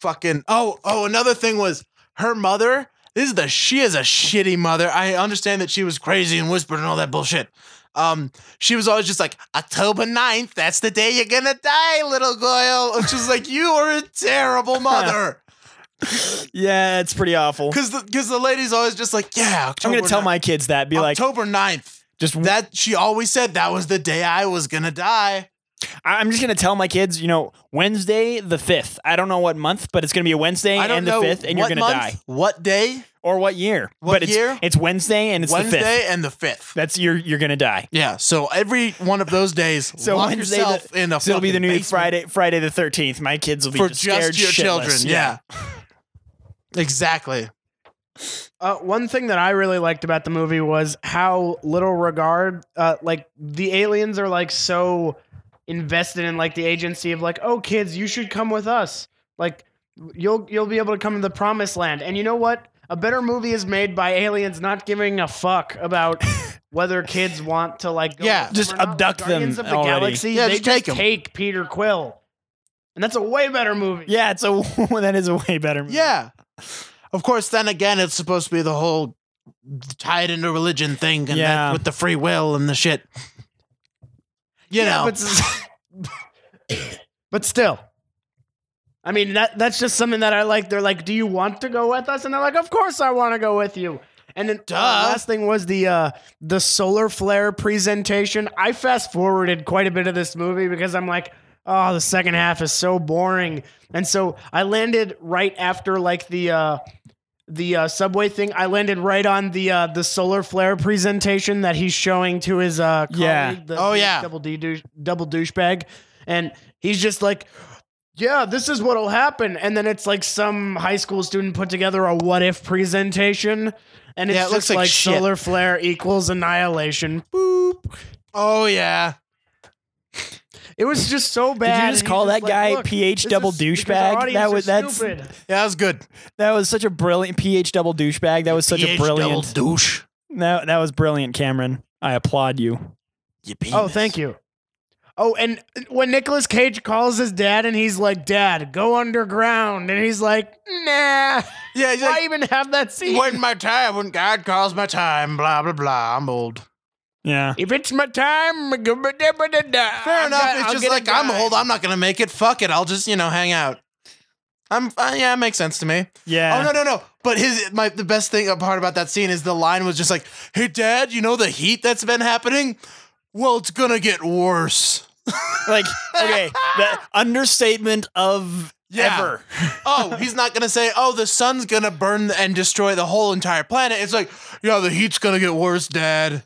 Speaker 1: fucking oh oh another thing was her mother. This is the she is a shitty mother. I understand that she was crazy and whispered and all that bullshit. Um, she was always just like October 9th, that's the day you're gonna die, little girl. Which is like you are a terrible mother.
Speaker 2: Yeah, it's pretty awful.
Speaker 1: Cause the cause the lady's always just like, yeah,
Speaker 2: I'm
Speaker 1: October
Speaker 2: gonna tell
Speaker 1: 9th.
Speaker 2: my kids that. Be like,
Speaker 1: October 9th.
Speaker 2: just
Speaker 1: That she always said that was the day I was gonna die.
Speaker 2: I- I'm just gonna tell my kids, you know, Wednesday the fifth. I don't know what month, but it's gonna be a Wednesday
Speaker 1: I don't
Speaker 2: and the
Speaker 1: know
Speaker 2: fifth, and you're
Speaker 1: what
Speaker 2: gonna
Speaker 1: month,
Speaker 2: die,
Speaker 1: What day?
Speaker 2: or what year.
Speaker 1: What
Speaker 2: but it's,
Speaker 1: year?
Speaker 2: It's Wednesday and it's the fifth.
Speaker 1: Wednesday and the fifth.
Speaker 2: That's you're you're gonna die.
Speaker 1: Yeah. So every one of those days,
Speaker 2: So
Speaker 1: lock
Speaker 2: Wednesday
Speaker 1: yourself
Speaker 2: the-
Speaker 1: in a.
Speaker 2: So it'll be the
Speaker 1: fucking
Speaker 2: new
Speaker 1: basement
Speaker 2: Friday Friday the thirteenth. My kids will be
Speaker 1: for
Speaker 2: just
Speaker 1: just,
Speaker 2: scared
Speaker 1: your
Speaker 2: shitless.
Speaker 1: children. Yeah. exactly.
Speaker 4: Uh, one thing that I really liked about the movie was how little regard, uh, like the aliens are like so invested in like the agency of like, oh kids, you should come with us. Like you'll you'll be able to come to the promised land. And you know what? A better movie is made by aliens not giving a fuck about whether kids want to like go
Speaker 1: Yeah,
Speaker 4: with them
Speaker 2: just
Speaker 4: or not.
Speaker 2: abduct them
Speaker 4: Guardians of the
Speaker 2: already.
Speaker 4: Galaxy.
Speaker 1: Yeah,
Speaker 4: they
Speaker 1: just take 'em.
Speaker 4: take Peter Quill, and that's a way better movie.
Speaker 2: Yeah, it's a that is a way better movie.
Speaker 1: Yeah. Of course. Then again, it's supposed to be the whole tied into religion thing, and that-
Speaker 2: Yeah.
Speaker 1: with the free will and the shit. You know.
Speaker 4: but, s- but still. I mean, that that's just something that I like. They're like, "Do you want to go with us?" And they're like, "Of course, I want to go with you." And then
Speaker 1: Duh.
Speaker 4: the last thing was the uh, the solar flare presentation. I fast forwarded quite a bit of this movie because I'm like, "Oh, the second half is so boring." And so I landed right after like the uh, the uh, subway thing. I landed right on the uh, the solar flare presentation that he's showing to his uh, colleague,
Speaker 2: Yeah.
Speaker 4: the
Speaker 1: Oh, yeah.
Speaker 4: double D douche, double douchebag, and he's just like, yeah, this is what'll happen, and then it's like some high school student put together a what if presentation, and it's
Speaker 1: Yeah, it
Speaker 4: just
Speaker 1: looks like
Speaker 4: like,
Speaker 1: shit.
Speaker 4: solar flare equals annihilation. Boop.
Speaker 1: Oh yeah.
Speaker 4: It was just so
Speaker 2: Did
Speaker 4: bad.
Speaker 2: you
Speaker 4: and he's
Speaker 2: just call that
Speaker 4: like,
Speaker 2: guy
Speaker 4: "Look,
Speaker 2: PH
Speaker 4: this
Speaker 2: double
Speaker 4: is because our
Speaker 2: douchebag? That
Speaker 4: audience
Speaker 2: was
Speaker 4: is
Speaker 2: that's
Speaker 4: stupid.
Speaker 1: Yeah, that was good.
Speaker 2: that was such a brilliant PH double douchebag. That was such a
Speaker 1: PH
Speaker 2: brilliant.
Speaker 1: double douche.
Speaker 2: that that was brilliant, Cameron. I applaud you.
Speaker 1: You
Speaker 4: Oh, thank you. Oh, and when Nicolas Cage calls his dad and he's like, Dad, go underground. And he's like, Nah,
Speaker 1: Yeah, he's
Speaker 4: why
Speaker 1: like,
Speaker 4: even have that scene?
Speaker 1: when my time, when God calls my time, blah blah blah. I'm old.
Speaker 2: Yeah.
Speaker 4: If it's my time, fair
Speaker 1: Fair
Speaker 4: enough.
Speaker 1: enough. it's just like I'm old. I'm not gonna make it. Fuck it. I'll just you know hang out. I'm uh, yeah, it makes sense to me.
Speaker 2: Yeah.
Speaker 1: Oh no no no! But his my the best thing uh, part about that scene is the line was just like, "Hey Dad, you know the heat that's been happening? Well, it's gonna get worse."
Speaker 2: Like, okay, the understatement of
Speaker 1: Yeah.
Speaker 2: ever.
Speaker 1: oh, he's not gonna say, "Oh, the sun's gonna burn and destroy the whole entire planet." It's like, "Yeah, the heat's gonna get worse, Dad."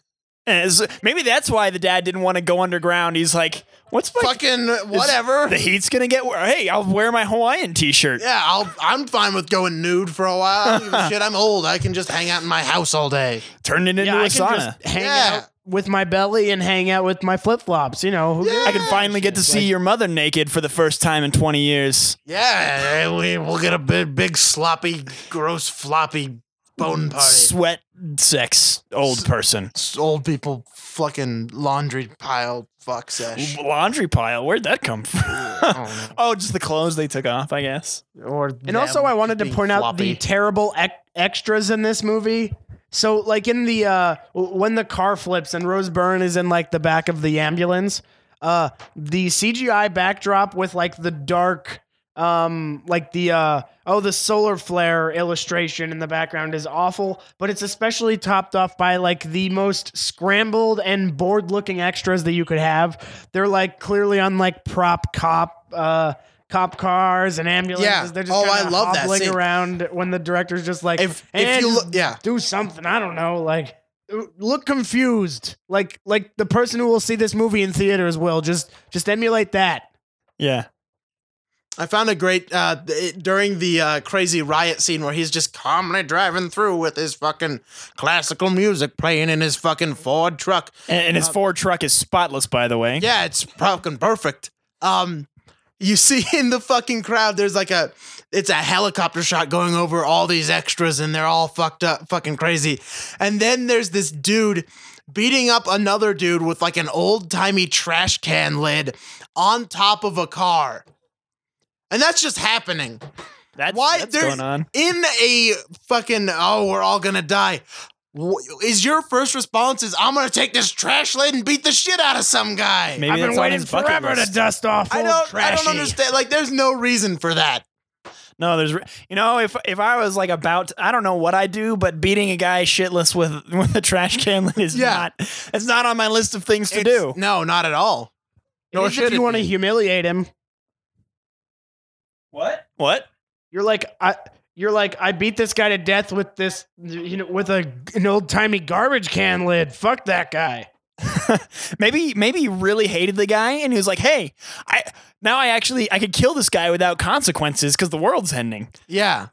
Speaker 2: As, maybe that's why the dad didn't want to go underground. He's like, what's my
Speaker 1: Fucking whatever.
Speaker 2: the heat's gonna get wor- hey, I'll wear my Hawaiian t shirt.
Speaker 1: Yeah, I'll, I'm fine with going nude for a while. I don't give a shit, I'm old. I can just hang out in my house all day.
Speaker 2: Turn it into
Speaker 4: Yeah,
Speaker 2: a
Speaker 4: I can
Speaker 2: sauna.
Speaker 4: just hang
Speaker 1: Yeah.
Speaker 4: out with my belly and hang out with my flip flops. You know, who gives-
Speaker 2: I can finally get to see your mother naked for the first time in 20 years.
Speaker 1: Yeah, eh, we, we'll get a big, big sloppy, gross, floppy bone party.
Speaker 2: Sweat sex, old person.
Speaker 1: Mm, S- old people fucking laundry pile fuck sesh.
Speaker 2: Laundry pile. Where'd that come from?
Speaker 1: Oh,
Speaker 2: oh, just the clothes they took off, I guess.
Speaker 1: or
Speaker 4: And also, I wanted to
Speaker 1: being
Speaker 4: point out
Speaker 1: floppy.
Speaker 4: the terrible ec- extras in this movie. So, like in the uh, w- when the car flips and Rose Byrne is in like the back of the ambulance, uh, the CGI backdrop with like the dark, um, like the uh, oh the solar flare illustration in the background is awful. But it's especially topped off by like the most scrambled and bored looking extras that you could have. They're like clearly on like prop cop. Uh, Cop cars and ambulances.
Speaker 1: Yeah.
Speaker 4: They're just
Speaker 1: Oh,
Speaker 4: kinda
Speaker 1: I love that
Speaker 4: hobbling
Speaker 1: scene.
Speaker 4: around when the director's just like,
Speaker 1: If, if you
Speaker 4: "And
Speaker 1: look, yeah.
Speaker 4: do something. I don't know. Like, look confused. Like, like the person who will see this movie in theaters will just, just emulate that.
Speaker 2: Yeah.
Speaker 1: I found a great uh, it, during the uh, crazy riot scene where he's just calmly driving through with his fucking classical music playing in his fucking Ford truck.
Speaker 2: And, and his Ford truck is spotless, by the way.
Speaker 1: Uh, Yeah, it's fucking perfect. Um, you see in the fucking crowd, there's like a, it's a helicopter shot going over all these extras, and they're all fucked up, fucking crazy. And then there's this dude beating up another dude with like an old timey trash can lid on top of a car, and that's just happening
Speaker 2: That's,
Speaker 1: Why-
Speaker 2: that's
Speaker 1: there's-
Speaker 2: going on.
Speaker 1: in a fucking oh we're all gonna die wh- is your first response is i'm gonna take this trash lid and beat the shit out of some guy
Speaker 2: Maybe
Speaker 4: I've
Speaker 2: that's
Speaker 4: been
Speaker 2: on
Speaker 4: waiting
Speaker 2: his bucket
Speaker 4: forever
Speaker 2: list.
Speaker 4: to dust off.
Speaker 1: i
Speaker 4: old
Speaker 1: don't i
Speaker 4: trashy.
Speaker 1: don't understand like there's no reason for that
Speaker 2: No, there's re- you know if if I was like about I don't know what I do, but beating a guy shitless with with a trash can lid is
Speaker 1: Yeah.
Speaker 2: not it's not on my list of things to
Speaker 1: It's-
Speaker 2: do.
Speaker 1: no not at all
Speaker 4: It
Speaker 1: Nor
Speaker 4: is
Speaker 1: should
Speaker 4: if you
Speaker 1: it
Speaker 4: want to
Speaker 1: be.
Speaker 4: humiliate him,
Speaker 2: What? What?
Speaker 4: you're like, I. You're like I beat this guy to death with this, you know, with a an old timey garbage can lid. Fuck that guy.
Speaker 2: maybe maybe he really hated the guy and he was like, "Hey, I now I actually I could kill this guy without consequences cuz the world's ending."
Speaker 1: yeah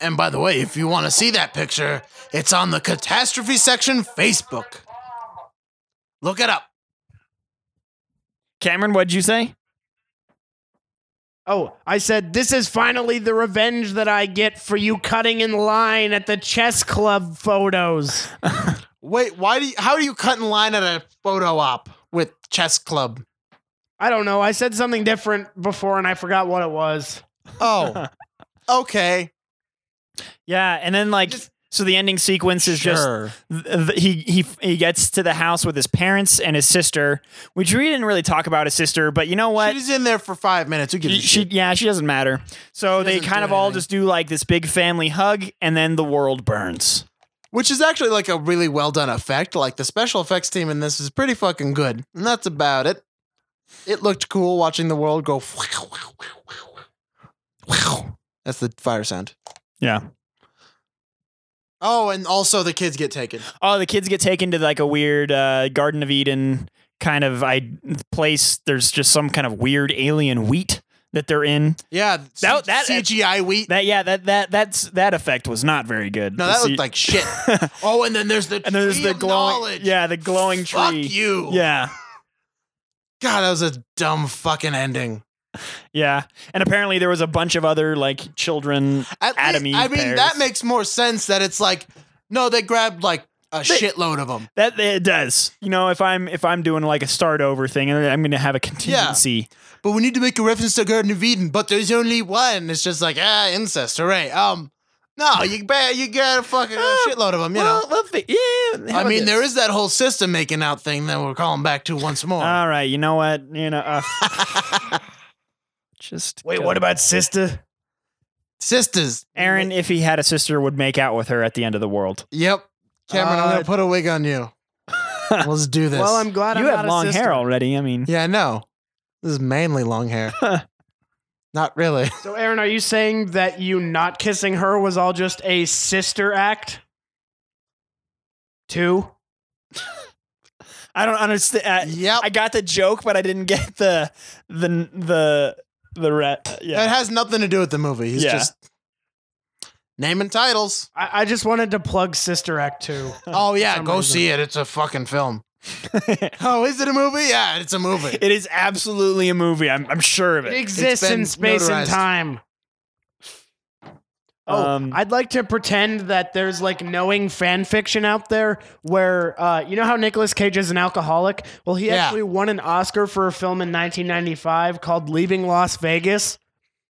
Speaker 1: and by the way if you want to see that picture it's on the catastrophe section facebook look it up
Speaker 2: Cameron, what'd you say?
Speaker 4: Oh, I said, this is finally the revenge that I get for you cutting in line at the chess club photos.
Speaker 1: wait why do you how do you cut in line at a photo op with chess club
Speaker 4: I don't know. I said something different before and I forgot what it was.
Speaker 1: oh okay
Speaker 2: Yeah, and then like so the ending sequence is just th- th- he he he gets to the house with his parents and his sister, which we didn't really talk about his sister, but you know what?
Speaker 1: She's in there for five minutes. Who gives
Speaker 2: She,
Speaker 1: a shit?
Speaker 2: yeah, she doesn't matter. So
Speaker 1: She
Speaker 2: they
Speaker 1: doesn't
Speaker 2: kind
Speaker 1: do
Speaker 2: of all
Speaker 1: anything.
Speaker 2: just do like this big family hug, and then the world burns.
Speaker 1: Which is actually like a really well done effect. Like the special effects team in this is pretty fucking good. And that's about it. It looked cool watching the world go. That's the fire sound.
Speaker 2: Yeah.
Speaker 1: Oh, and also the kids get taken.
Speaker 2: Oh, the kids get taken to like a weird uh, Garden of Eden kind of I place. There's just some kind of weird alien wheat that they're in.
Speaker 1: Yeah,
Speaker 2: That- that-
Speaker 1: CGI wheat.
Speaker 2: That yeah, that that that's that effect was not very good.
Speaker 1: no, that
Speaker 2: The
Speaker 1: looked
Speaker 2: C-
Speaker 1: like shit. oh, and then there's the
Speaker 2: and there's
Speaker 1: tree
Speaker 2: the
Speaker 1: of
Speaker 2: glowing
Speaker 1: knowledge.
Speaker 2: yeah, the glowing tree.
Speaker 1: Fuck you.
Speaker 2: Yeah,
Speaker 1: God, that was a dumb fucking ending.
Speaker 2: yeah. And apparently there was a bunch of other like children.
Speaker 1: At
Speaker 2: Adam
Speaker 1: lea-
Speaker 2: Eve
Speaker 1: I mean,
Speaker 2: pears.
Speaker 1: that makes more sense. That it's like, no, they grabbed like a shitload of them.
Speaker 2: That it does. You know, if I'm if I'm doing like a start over thing, I'm going to have a contingency.
Speaker 1: But we need to make a reference to Garden of Eden. But there's only one. It's just like ah, incest. Hooray. Um, no, you bet you got a fucking
Speaker 2: Uh,
Speaker 1: shitload of them. You
Speaker 2: Well,
Speaker 1: know.
Speaker 2: well, th- yeah. how
Speaker 1: I
Speaker 2: about
Speaker 1: mean,
Speaker 2: this?
Speaker 1: there is that whole system making out thing that we're calling back to once more.
Speaker 2: All right, you know what? You know, uh, just
Speaker 4: Wait,
Speaker 2: go.
Speaker 4: what about sister?
Speaker 1: Sisters.
Speaker 2: Aaron, if he had a sister, would make out with her at the end of the world.
Speaker 1: Yep. Cameron, I'm
Speaker 4: Uh,
Speaker 1: gonna put a wig on you. Let's do this.
Speaker 4: Well, I'm glad
Speaker 2: you
Speaker 4: I'm
Speaker 2: have
Speaker 4: not a
Speaker 2: long
Speaker 4: sister.
Speaker 2: hair already. I mean,
Speaker 1: Yeah, I know. This is mainly long hair. Not really.
Speaker 4: So, Aaron, are you saying that you not kissing her was all just a sister act? Two.
Speaker 2: I don't understand. I,
Speaker 1: Yep.
Speaker 2: I got the joke, but I didn't get the the the the ret.
Speaker 1: It
Speaker 2: Yeah,
Speaker 1: has nothing to do with the movie. He's
Speaker 2: Yeah.
Speaker 1: just naming titles.
Speaker 4: I, I just wanted to plug Sister Act Two.
Speaker 1: Oh yeah,
Speaker 4: some
Speaker 1: go
Speaker 4: reason.
Speaker 1: see it. It's a fucking film. oh, is it a movie? Yeah, it's a movie.
Speaker 2: it is absolutely a movie. I'm I'm sure of
Speaker 4: It
Speaker 2: it.
Speaker 4: exists
Speaker 1: been
Speaker 4: in space
Speaker 1: notarized.
Speaker 4: and time. Oh,
Speaker 1: Um,
Speaker 2: Um,
Speaker 4: I'd like to pretend that there's like knowing fan fiction out there where uh, you know how Nicolas Cage is an alcoholic. Well, he
Speaker 1: Yeah.
Speaker 4: actually won an Oscar for a film in 1995 called Leaving Las Vegas,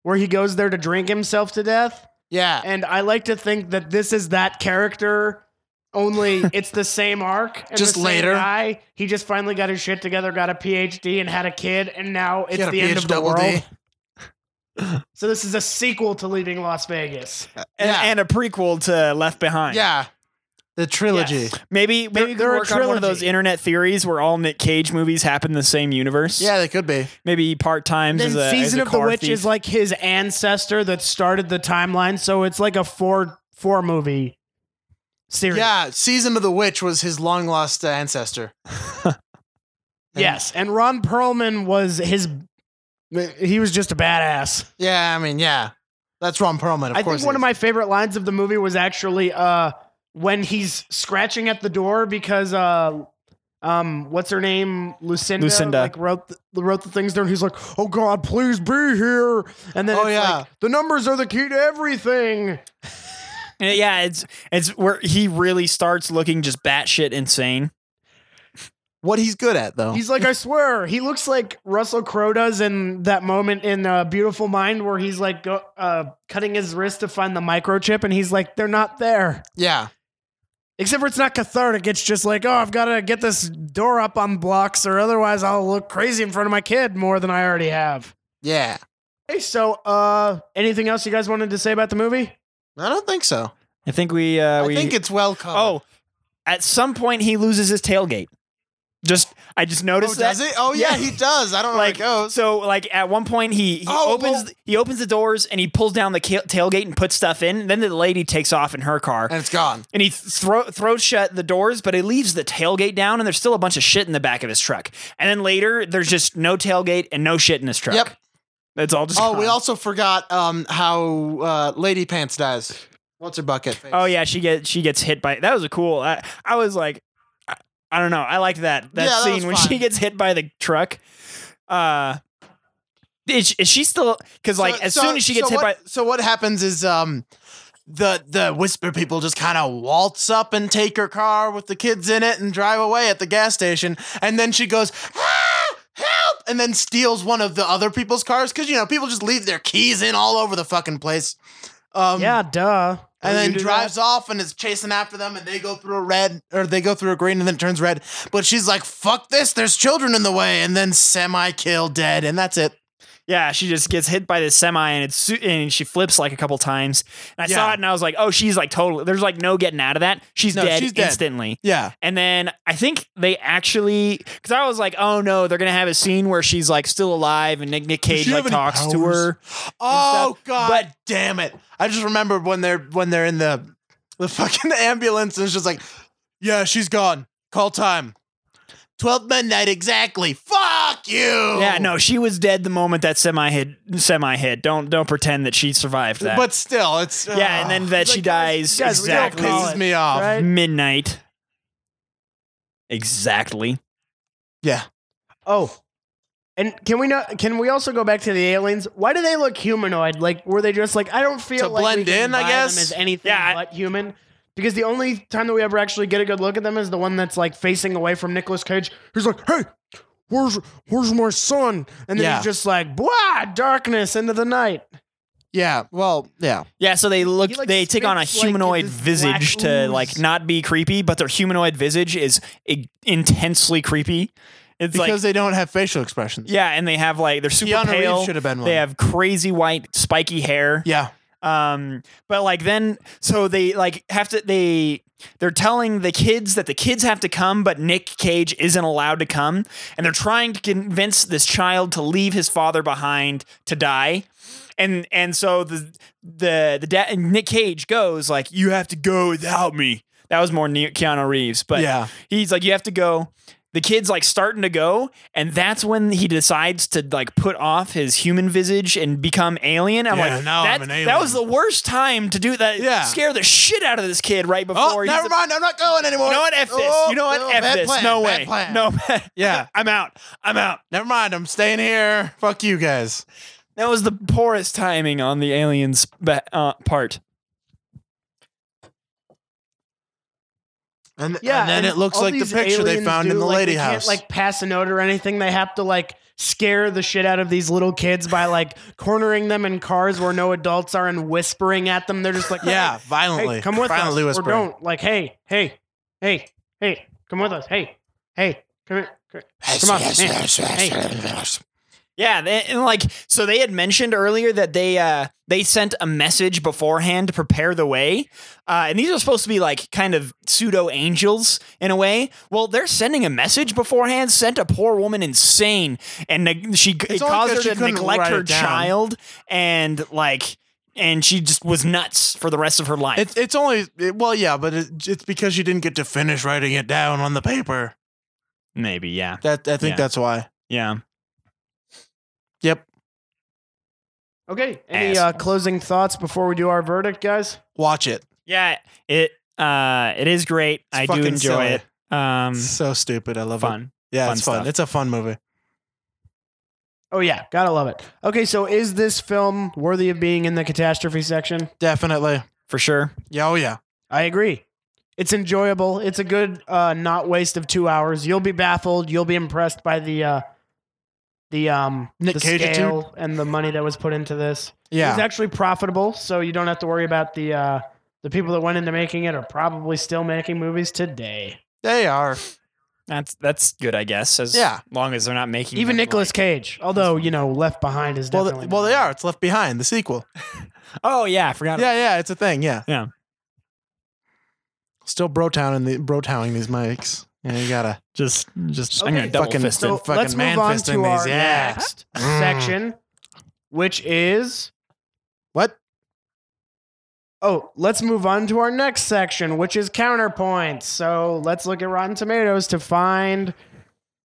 Speaker 4: where he goes there to drink himself to death.
Speaker 1: Yeah.
Speaker 4: And I like to think that this is that character. Only it's the same arc. And
Speaker 1: Just
Speaker 4: the same
Speaker 1: later.
Speaker 4: guy. He just finally got his shit together, got a PhD, and had a kid, and now
Speaker 1: He
Speaker 4: it's
Speaker 1: got a
Speaker 4: the end
Speaker 1: PH
Speaker 4: of the
Speaker 1: double
Speaker 4: world.
Speaker 1: D.
Speaker 4: So this is a sequel to Leaving Las Vegas.
Speaker 2: and,
Speaker 1: yeah.
Speaker 2: and a prequel to Left Behind.
Speaker 1: Yeah. The trilogy.
Speaker 4: Yes.
Speaker 2: maybe maybe
Speaker 4: They're-
Speaker 2: you could
Speaker 4: they're a
Speaker 2: work on one of those
Speaker 4: trilogy.
Speaker 2: internet theories where all Nick Cage movies happen in the same universe.
Speaker 1: Yeah, they could be.
Speaker 2: maybe part time.
Speaker 4: Then
Speaker 2: is a,
Speaker 4: Season
Speaker 2: is a
Speaker 4: of the
Speaker 2: car
Speaker 4: Witch
Speaker 2: thief.
Speaker 4: is like his ancestor that started the timeline, so it's like a four four movie series.
Speaker 1: Yeah, Season of the Witch was his long lost ancestor.
Speaker 4: Yes, and Ron Perlman was his. He was just a badass.
Speaker 1: Yeah, I mean, yeah. That's Ron Perlman, of
Speaker 4: I
Speaker 1: course.
Speaker 4: think
Speaker 1: it
Speaker 4: one
Speaker 1: is.
Speaker 4: of my favorite lines of the movie was actually uh, when he's scratching at the door because uh, um, what's her name, Lucinda,
Speaker 2: Lucinda.
Speaker 4: like wrote the, wrote the things there, and he's like, "Oh God, please be here," and then
Speaker 1: Oh,
Speaker 4: it's
Speaker 1: yeah.
Speaker 4: like, the numbers are the key to everything.
Speaker 2: Yeah, Yeah, it's it's where he really starts looking just batshit insane.
Speaker 1: what he's good at though.
Speaker 4: He's like, I swear, he looks like Russell Crowe does in that moment in uh, Beautiful Mind where he's like go, uh, cutting his wrist to find the microchip, and he's like, they're not there.
Speaker 1: yeah.
Speaker 4: Except for it's not cathartic. It's just like, oh, I've got to get this door up on blocks, or otherwise I'll look crazy in front of my kid more than I already have.
Speaker 1: Yeah.
Speaker 4: Hey, so uh, anything else you guys wanted to say about the movie?
Speaker 1: I don't think so.
Speaker 2: I think we uh we
Speaker 1: I think it's well covered.
Speaker 2: oh at some point he loses his tailgate. Just I just noticed
Speaker 1: Oh,
Speaker 2: that.
Speaker 1: does he? Oh yeah,
Speaker 2: Yeah.
Speaker 1: he does. I don't know
Speaker 2: Like
Speaker 1: where it goes.
Speaker 2: so, like at one point he, he
Speaker 1: Oh,
Speaker 2: opens
Speaker 1: well-
Speaker 2: he opens the doors and he pulls down the ca- tailgate and puts stuff in. Then the lady takes off in her car
Speaker 1: and it's gone.
Speaker 2: and he th- throw, throws shut the doors, but he leaves the tailgate down and there's still a bunch of shit in the back of his truck. And then later there's just no tailgate and no shit in his truck.
Speaker 1: Yep.
Speaker 2: It's all just
Speaker 1: Oh, we
Speaker 2: gone.
Speaker 1: also forgot um how uh, Lady Pants dies. What's her bucket?
Speaker 2: Oh yeah, she gets she gets hit by that was a cool. I, I was like, I, I don't know. I liked that that
Speaker 1: Yeah, that
Speaker 2: scene
Speaker 1: was
Speaker 2: when
Speaker 1: fun.
Speaker 2: she gets hit by the truck. Uh, is, is she still? Because like as soon as she gets
Speaker 1: so
Speaker 2: hit
Speaker 1: what, so what happens is um the the whisper people just kind of waltz up and take her car with the kids in it and drive away at the gas station, and then she goes. "Ah, Help! And then steals one of the other people's cars because you know people just leave their keys in all over the fucking place. Um,
Speaker 4: yeah, duh.
Speaker 1: and
Speaker 4: Don't you
Speaker 1: then
Speaker 4: do
Speaker 1: drives
Speaker 4: that?
Speaker 1: off and is chasing after them and they go through a red or they go through a green and then it turns red but she's like fuck this there's children in the way and then semi kill dead and that's it
Speaker 2: by yeah, she just gets hit by this semi and it's su- and she flips like a couple times. And I
Speaker 1: Yeah.
Speaker 2: saw it and I was like, oh, she's like totally. There's like no getting out of that. She's,
Speaker 1: No,
Speaker 2: dead,
Speaker 1: she's dead.
Speaker 2: instantly.
Speaker 1: yeah
Speaker 2: And then I think they actually, because I was like, oh no, they're gonna have a scene where she's like still alive and Nick, Nick Cage
Speaker 1: she have
Speaker 2: like
Speaker 1: any
Speaker 2: talks to
Speaker 1: powers?
Speaker 2: her.
Speaker 1: oh
Speaker 2: stuff,
Speaker 1: god
Speaker 2: but-
Speaker 1: damn it i just remembered when they're when they're in the The fucking ambulance is just like, yeah, she's gone. Call time. 12 midnight exactly. Fuck you.
Speaker 2: Yeah, no, she was dead the moment that semi hit. Semi hit. Don't don't pretend that she survived that.
Speaker 1: But still, it's.
Speaker 2: yeah, and then that she dies
Speaker 1: Guys, we all
Speaker 2: exactly
Speaker 1: pisses me off.
Speaker 4: Right?
Speaker 2: midnight. Exactly.
Speaker 1: Yeah.
Speaker 4: Oh. And can we not? Can we also go back to the aliens? Why do they look humanoid? Like, were they just like I don't
Speaker 1: To
Speaker 4: feel like we
Speaker 1: blend
Speaker 4: can
Speaker 1: in, I
Speaker 4: buy
Speaker 1: guess?
Speaker 4: them as anything
Speaker 2: Yeah, I-
Speaker 4: but human. Because the only time that we ever actually get a good look at them is the one that's like facing away from Nicolas Cage. He's like, "Hey, where's where's my son?" And then
Speaker 1: Yeah.
Speaker 4: he's just like, "Blah, darkness into the night."
Speaker 1: Yeah. Well, yeah.
Speaker 2: Yeah, so they look.
Speaker 4: He, like,
Speaker 2: they take on a
Speaker 4: spits, like, in
Speaker 2: humanoid
Speaker 4: this
Speaker 2: visage
Speaker 4: black
Speaker 2: to
Speaker 4: ooze.
Speaker 2: like not be creepy, but their humanoid visage is i- intensely creepy. It's
Speaker 1: Because
Speaker 2: like
Speaker 1: they don't have facial expressions.
Speaker 2: yeah, and they have like they're super
Speaker 1: Keanu Reeves
Speaker 2: pale.
Speaker 1: should have been one.
Speaker 2: They have crazy white spiky hair.
Speaker 1: yeah.
Speaker 2: Um, but like then, so they like have to they they're telling the kids that the kids have to come, but Nick Cage isn't allowed to come, and they're trying to convince this child to leave his father behind to die. And and so the the the dad and Nick Cage goes like, "You have to go without me." That was more Ne- Keanu Reeves, but
Speaker 1: yeah.
Speaker 2: he's like, you have to go. The kid's like starting to go, and that's when he decides to like put off his human visage and become alien. I'm
Speaker 1: Yeah,
Speaker 2: like,
Speaker 1: now
Speaker 2: that,
Speaker 1: I'm an alien.
Speaker 2: that was the worst time to do that.
Speaker 1: Yeah.
Speaker 2: Scare the shit out of this kid right
Speaker 1: Oh,
Speaker 2: before he's
Speaker 1: never mind. I'm not going anymore.
Speaker 2: You know what? F this.
Speaker 1: Oh,
Speaker 2: you know what?
Speaker 1: no,
Speaker 2: F
Speaker 1: bad
Speaker 2: this.
Speaker 1: plan,
Speaker 2: no
Speaker 1: bad
Speaker 2: way.
Speaker 1: plan.
Speaker 2: No.
Speaker 1: Yeah.
Speaker 2: I'm out. I'm out.
Speaker 1: Never mind. I'm staying here. Fuck you guys.
Speaker 2: That was the poorest timing on the aliens ba- uh, part.
Speaker 1: And,
Speaker 4: Yeah,
Speaker 1: and then it looks
Speaker 4: all
Speaker 1: like the
Speaker 4: these
Speaker 1: picture they
Speaker 4: aliens
Speaker 1: found
Speaker 4: do,
Speaker 1: in the
Speaker 4: like,
Speaker 1: lady
Speaker 4: they
Speaker 1: house.
Speaker 4: Can't, like pass a note or anything. They have to like scare the shit out of these little kids by like cornering them in cars where no adults are and whispering at them. They're just like,
Speaker 1: yeah,
Speaker 4: hey,
Speaker 1: violently.
Speaker 4: hey, come with
Speaker 1: violently
Speaker 4: us
Speaker 1: whispering.
Speaker 4: or don't. Like, hey, hey, hey, hey, come with us. Hey, hey, come here. Come
Speaker 1: Yes,
Speaker 4: on,
Speaker 1: yes,
Speaker 4: hey,
Speaker 1: yes, yes,
Speaker 4: hey.
Speaker 1: yes.
Speaker 2: Yeah, they, and like so they had mentioned earlier that they uh they sent a message beforehand to prepare the way. Uh and these are supposed to be like kind of pseudo angels in a way. Well, they're sending a message beforehand sent a poor woman insane and neg- she it
Speaker 1: only
Speaker 2: caused
Speaker 1: 'cause
Speaker 2: her
Speaker 1: she
Speaker 2: to
Speaker 1: couldn't
Speaker 2: neglect
Speaker 1: write
Speaker 2: her
Speaker 1: it down.
Speaker 2: child and like and she just was nuts for the rest of her life.
Speaker 1: It's it's only it- well, yeah, but it, it's because you didn't get to finish writing it down on the paper.
Speaker 2: Maybe, yeah.
Speaker 1: That I think
Speaker 2: Yeah.
Speaker 1: that's why.
Speaker 2: Yeah.
Speaker 1: Yep.
Speaker 4: Okay. Any
Speaker 2: Ass.
Speaker 4: uh, closing thoughts before we do our verdict, guys?
Speaker 1: Watch it.
Speaker 2: Yeah, it uh it is great.
Speaker 1: It's
Speaker 2: I do
Speaker 1: fucking
Speaker 2: enjoy
Speaker 1: silly.
Speaker 2: it. Um
Speaker 1: It's so stupid. I love
Speaker 2: fun.
Speaker 1: it. Yeah,
Speaker 2: Fun
Speaker 1: it's fun.
Speaker 2: stuff.
Speaker 1: It's a fun movie.
Speaker 4: Oh yeah, gotta love it. Okay, so is this film worthy of being in the catastrophe section?
Speaker 1: Definitely.
Speaker 2: For sure.
Speaker 1: Yeah, oh yeah.
Speaker 4: I agree. It's enjoyable. It's a good uh, not waste of two hours. You'll be baffled. You'll be impressed by the uh, the um
Speaker 1: Nick
Speaker 4: the
Speaker 1: Cage attitude?
Speaker 4: scale and the money that was put into this.
Speaker 1: Yeah.
Speaker 4: It's actually profitable, so you don't have to worry about the uh, the people that went into making it are probably still making movies today.
Speaker 1: They are.
Speaker 2: That's that's good, I guess. As
Speaker 1: Yeah.
Speaker 2: long as they're not making
Speaker 4: Even
Speaker 2: them,
Speaker 4: Nicolas
Speaker 2: like-
Speaker 4: Cage, although you know, Left Behind is
Speaker 1: Well,
Speaker 4: definitely
Speaker 1: th- well, they
Speaker 4: not-
Speaker 1: are. It's Left Behind, the sequel.
Speaker 2: Oh yeah, I forgot.
Speaker 1: Yeah, yeah, it's a thing. Yeah,
Speaker 2: Yeah.
Speaker 1: Still Brotown and the Brotowning these mics. Yeah, you gotta.
Speaker 2: just just I'm
Speaker 4: Okay.
Speaker 2: gonna double
Speaker 1: Fucking-
Speaker 2: fist
Speaker 1: so-
Speaker 2: it.
Speaker 1: been fucking
Speaker 4: let's move on
Speaker 1: man-fisting
Speaker 4: to our
Speaker 1: these, yeah.
Speaker 4: next
Speaker 1: Mm.
Speaker 4: section, which is
Speaker 1: What?
Speaker 4: Oh, let's move on to our next section, which is counterpoints. So let's look at Rotten Tomatoes to find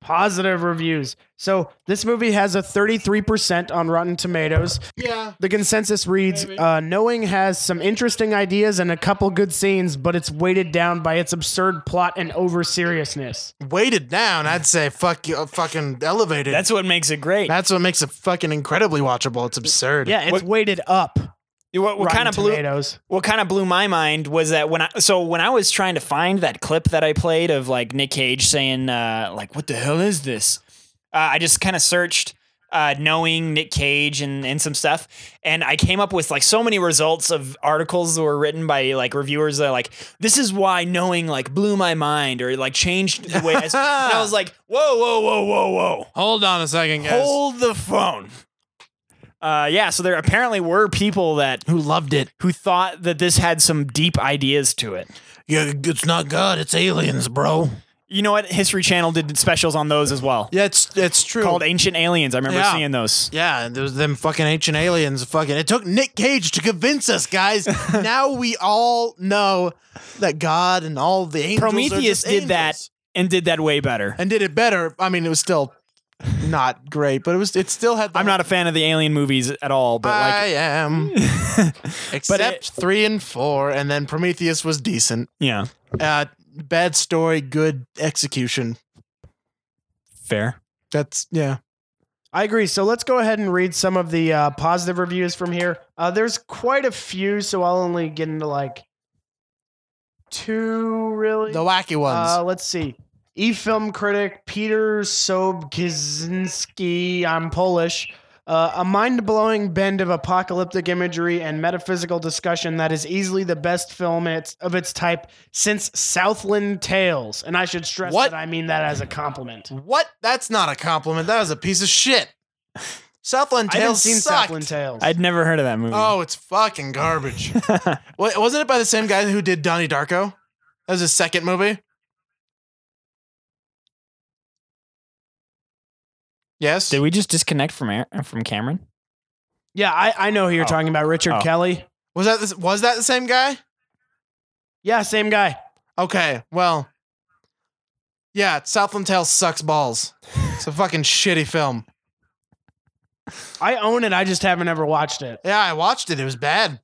Speaker 4: positive reviews. So this movie has a 33% on Rotten Tomatoes.
Speaker 1: Yeah.
Speaker 4: The consensus reads uh, Knowing has some interesting ideas and a couple good scenes, but it's weighted down by its absurd plot and over seriousness.
Speaker 1: Weighted down, I'd say. Fuck you. uh, Fucking elevated.
Speaker 2: That's what makes it great.
Speaker 1: That's what makes it fucking incredibly watchable. It's absurd.
Speaker 4: Yeah, it's
Speaker 2: What-
Speaker 4: weighted up.
Speaker 2: what what
Speaker 4: Rotten
Speaker 2: kind of blew
Speaker 4: Tomatoes.
Speaker 2: what kind of blew my mind was that when I so when I was trying to find that clip that I played of like Nick Cage saying uh, like what the hell is this? Uh, I just kind of searched uh, knowing Nick Cage and and some stuff, and I came up with like so many results of articles that were written by like reviewers that are like this is why knowing like blew my mind or like changed the way I. s-" and I was like whoa whoa whoa whoa whoa
Speaker 1: Hold on a second, guys.
Speaker 2: hold the phone. Uh, yeah, so there apparently were people that
Speaker 1: Who loved it?
Speaker 2: who thought that this had some deep ideas to it.
Speaker 1: Yeah, it's not God. It's aliens, bro.
Speaker 2: You know what? History Channel did specials on those as well.
Speaker 1: Yeah, it's it's true.
Speaker 2: Called Ancient Aliens. I remember
Speaker 1: Yeah.
Speaker 2: seeing those.
Speaker 1: yeah, and there was them fucking ancient aliens. Fucking, it took Nick Cage to convince us, guys. now we all know that God and all the angels are
Speaker 2: Prometheus
Speaker 1: just
Speaker 2: did that.
Speaker 1: angels.
Speaker 2: And did that way better.
Speaker 1: and did it better. I mean, it was still not great, but it was. It still had. The
Speaker 2: I'm not a fan of the alien movies at all, but
Speaker 1: I
Speaker 2: like,
Speaker 1: am. Except three and four, and then Prometheus was decent.
Speaker 2: yeah,
Speaker 1: Uh, bad story, good execution.
Speaker 2: fair.
Speaker 1: That's yeah.
Speaker 4: I agree. So let's go ahead and read some of the uh, positive reviews from here. Uh, there's quite a few, so I'll only get into like two really.
Speaker 1: The wacky ones.
Speaker 4: Uh, let's see. E film critic Peter Sobczynski, I'm Polish. Uh, a mind blowing bend of apocalyptic imagery and metaphysical discussion that is easily the best film it's, of its type since Southland Tales. And I should stress
Speaker 1: What?
Speaker 4: that I mean that as a compliment.
Speaker 1: what? That's not a compliment. That was a piece of shit. Southland
Speaker 4: I haven't
Speaker 1: Tales
Speaker 4: seen
Speaker 1: sucked.
Speaker 4: Southland Tales.
Speaker 2: I'd never heard of that movie.
Speaker 1: Oh, it's fucking garbage. Wait, wasn't it by the same guy who did Donnie Darko? That was his second movie. Yes.
Speaker 2: Did we just disconnect from Aaron, from Cameron?
Speaker 4: yeah, I, I know who you're
Speaker 2: Oh.
Speaker 4: talking about, Richard
Speaker 2: Oh.
Speaker 4: Kelly.
Speaker 1: was that the, was that the same guy?
Speaker 4: Yeah, same guy.
Speaker 1: Okay, well, yeah, Southland Tales sucks balls. It's a fucking shitty film.
Speaker 4: I own it. I just haven't ever watched it.
Speaker 1: Yeah, I watched it. It was bad.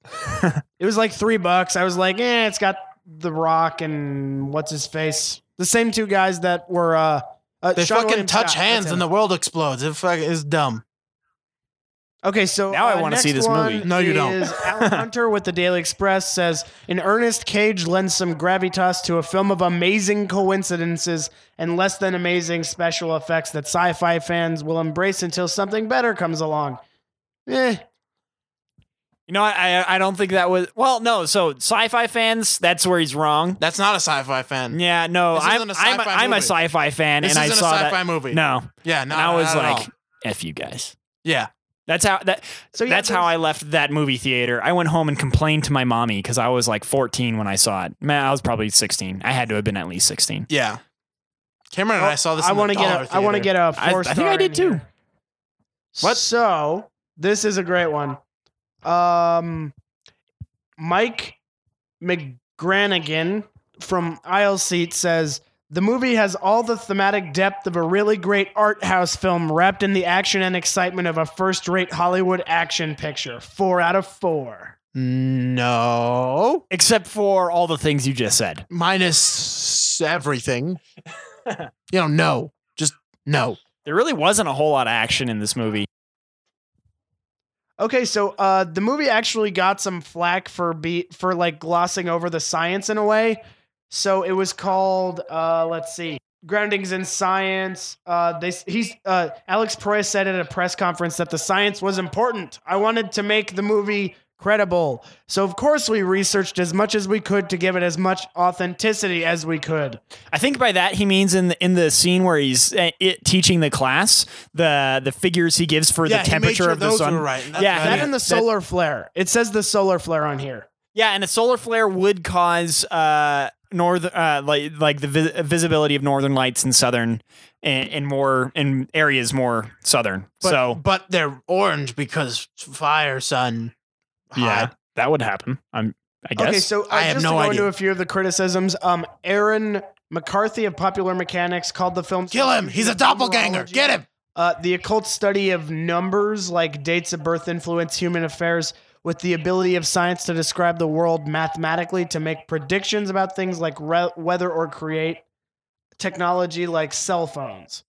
Speaker 4: It was like three bucks. I was like, eh, it's got The Rock and what's his face, the same two guys that were uh, uh
Speaker 1: They
Speaker 4: Sean
Speaker 1: fucking
Speaker 4: William
Speaker 1: touch
Speaker 4: Scott, that's
Speaker 1: hands
Speaker 4: him.
Speaker 1: and the world explodes. It fucking is dumb.
Speaker 4: Okay, so
Speaker 2: Now I
Speaker 4: uh,
Speaker 2: wanna
Speaker 4: next
Speaker 2: see this
Speaker 4: one
Speaker 2: movie.
Speaker 1: No, you don't.
Speaker 4: is Alan Hunter with the Daily Express says, "In earnest, Cage lends some gravitas to a film of amazing coincidences and less than amazing special effects that sci-fi fans will embrace until something better comes along." Eh,
Speaker 2: You know, I I, I don't think that was well. No, so sci-fi fans, that's where he's wrong.
Speaker 1: That's not a sci-fi fan.
Speaker 2: Yeah, no,
Speaker 1: This
Speaker 2: I'm
Speaker 1: isn't a
Speaker 2: I'm a,
Speaker 1: sci-fi
Speaker 2: I'm a
Speaker 1: movie.
Speaker 2: sci-fi fan,
Speaker 1: This
Speaker 2: and I
Speaker 1: isn't a
Speaker 2: saw
Speaker 1: sci-fi
Speaker 2: that.
Speaker 1: movie.
Speaker 2: No,
Speaker 1: Yeah, no.
Speaker 2: and I was
Speaker 1: not at
Speaker 2: like,
Speaker 1: all.
Speaker 2: "F you guys."
Speaker 1: yeah.
Speaker 2: That's how that.
Speaker 4: so yeah,
Speaker 2: that's how I left that movie theater. I went home and complained to my mommy because I was like 14 when I saw it. Man, I was probably 16. I had to have been at least 16.
Speaker 1: Yeah. Cameron and I saw this.
Speaker 4: Oh, I
Speaker 1: in the
Speaker 4: want to get.
Speaker 1: dollar
Speaker 4: A, I want to
Speaker 1: theater.
Speaker 4: get a
Speaker 2: I,
Speaker 4: four
Speaker 2: I think
Speaker 4: star
Speaker 2: I did
Speaker 4: in
Speaker 2: too.
Speaker 4: here. What? So this is a great one. Um, Mike McGranigan from Aisle Seat says the movie has all the thematic depth of a really great art house film wrapped in the action and excitement of a first-rate Hollywood action picture. Four out of four.
Speaker 1: No.
Speaker 2: Except for all the things you just said.
Speaker 1: Minus everything. you know, no. Just no.
Speaker 2: There really wasn't a whole lot of action in this movie.
Speaker 4: Okay, so uh, the movie actually got some flack for be for like glossing over the science in a way. So it was called, uh, let's see, Groundings in Science. Uh, they s- he's uh, Alex Perez said at a press conference that the science was important. I wanted to make the movie credible, so of course we researched as much as we could to give it as much authenticity as we could.
Speaker 2: I think by that he means in the, in the scene where he's uh, it, teaching the class the the figures he gives for
Speaker 1: yeah,
Speaker 2: the
Speaker 1: he made
Speaker 2: temperature
Speaker 1: sure
Speaker 2: of the
Speaker 1: those
Speaker 2: sun.
Speaker 1: Were right. That's
Speaker 2: Yeah,
Speaker 1: what I
Speaker 4: That
Speaker 1: mean.
Speaker 4: and the solar flare. It says the solar flare on here.
Speaker 2: Yeah, and a solar flare would cause uh northern uh, like like the vis- visibility of northern lights in southern and, and more in areas more southern.
Speaker 1: But,
Speaker 2: so
Speaker 1: but they're orange because fire sun.
Speaker 2: yeah,
Speaker 1: hot.
Speaker 2: that would happen. I'm I guess.
Speaker 4: Okay, so uh,
Speaker 1: I have
Speaker 4: just
Speaker 1: no
Speaker 4: to go
Speaker 1: idea.
Speaker 4: into a few of the criticisms, um, Aaron McCarthy of Popular Mechanics called the film
Speaker 1: Kill him. He's a doppelganger. Get him.
Speaker 4: Uh, the occult study of numbers, like dates of birth, influence human affairs, with the ability of science to describe the world mathematically, to make predictions about things like re- weather or create technology like cell phones.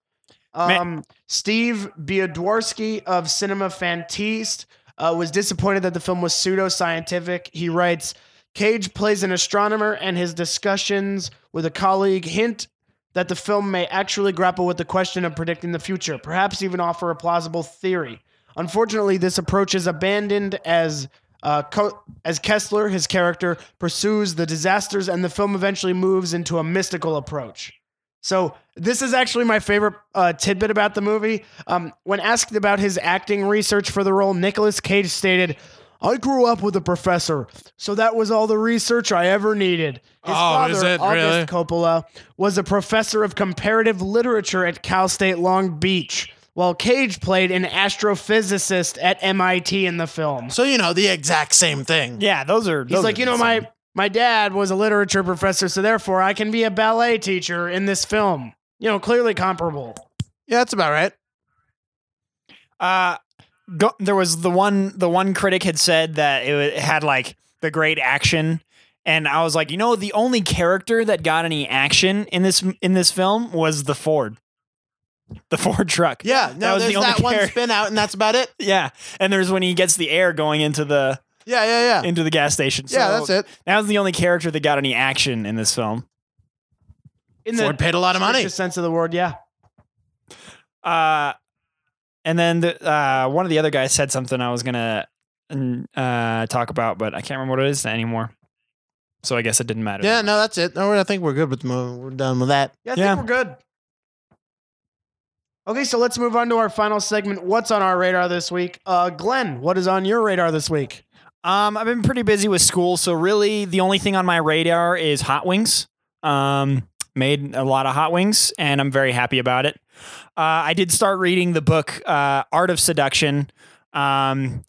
Speaker 2: Ma-
Speaker 4: Um, Steve Biodwarski of Cinema Fantiste uh, was disappointed that the film was pseudo scientific. He writes Cage plays an astronomer, and his discussions with a colleague hint that the film may actually grapple with the question of predicting the future, perhaps even offer a plausible theory. Unfortunately, this approach is abandoned as uh, Co- as Kessler, his character, pursues the disasters, and the film eventually moves into a mystical approach. So this is actually my favorite uh, tidbit about the movie. Um, when asked about his acting research for the role, Nicolas Cage stated, I grew up with a professor, so that was all the research I ever needed.
Speaker 11: Oh,
Speaker 4: His father,
Speaker 11: is it really?
Speaker 4: August Coppola, was a professor of comparative literature at Cal State Long Beach, while Cage played an astrophysicist at MIT in the film.
Speaker 1: So you know the exact same thing.
Speaker 2: Yeah, those are.
Speaker 4: He's like, you know, my my dad was a literature professor, so therefore I can be a ballet teacher in this film. You know, clearly comparable.
Speaker 1: Yeah, that's about right.
Speaker 2: Uh, go, there was the one. The one critic had said that it, wa- it had like the great action, and I was like, you know, the only character that got any action in this in this film was the Ford, the Ford truck.
Speaker 1: Yeah,
Speaker 2: That
Speaker 1: no,
Speaker 2: was the
Speaker 1: there's
Speaker 2: only
Speaker 1: that one
Speaker 2: character.
Speaker 1: spin out, and that's about it.
Speaker 2: Yeah, and there's when he gets the air going into the
Speaker 1: Yeah, yeah, yeah,
Speaker 2: into the gas station.
Speaker 1: yeah.
Speaker 2: So
Speaker 1: That's it.
Speaker 2: That was the only character that got any action in this film.
Speaker 4: In
Speaker 1: Ford paid a lot of money.
Speaker 4: strictest sense of the word, yeah.
Speaker 2: Uh, and then the, uh, one of the other guys said something I was gonna mm, uh, talk about, but I can't remember what it is anymore. So I guess it didn't matter.
Speaker 1: Yeah, no, that's it. No, we're- I think we're good with the movie. We're done with that.
Speaker 4: Yeah, I
Speaker 2: Yeah.
Speaker 4: think we're good. Okay, so let's move on to our final segment. What's on our radar this week? Uh, Glenn, what is on your radar this week?
Speaker 2: Um, I've been pretty busy with school, so really the only thing on my radar is hot wings. Um, made a lot of hot wings, and I'm very happy about it. Uh, I did start reading the book uh, Art of Seduction. Um,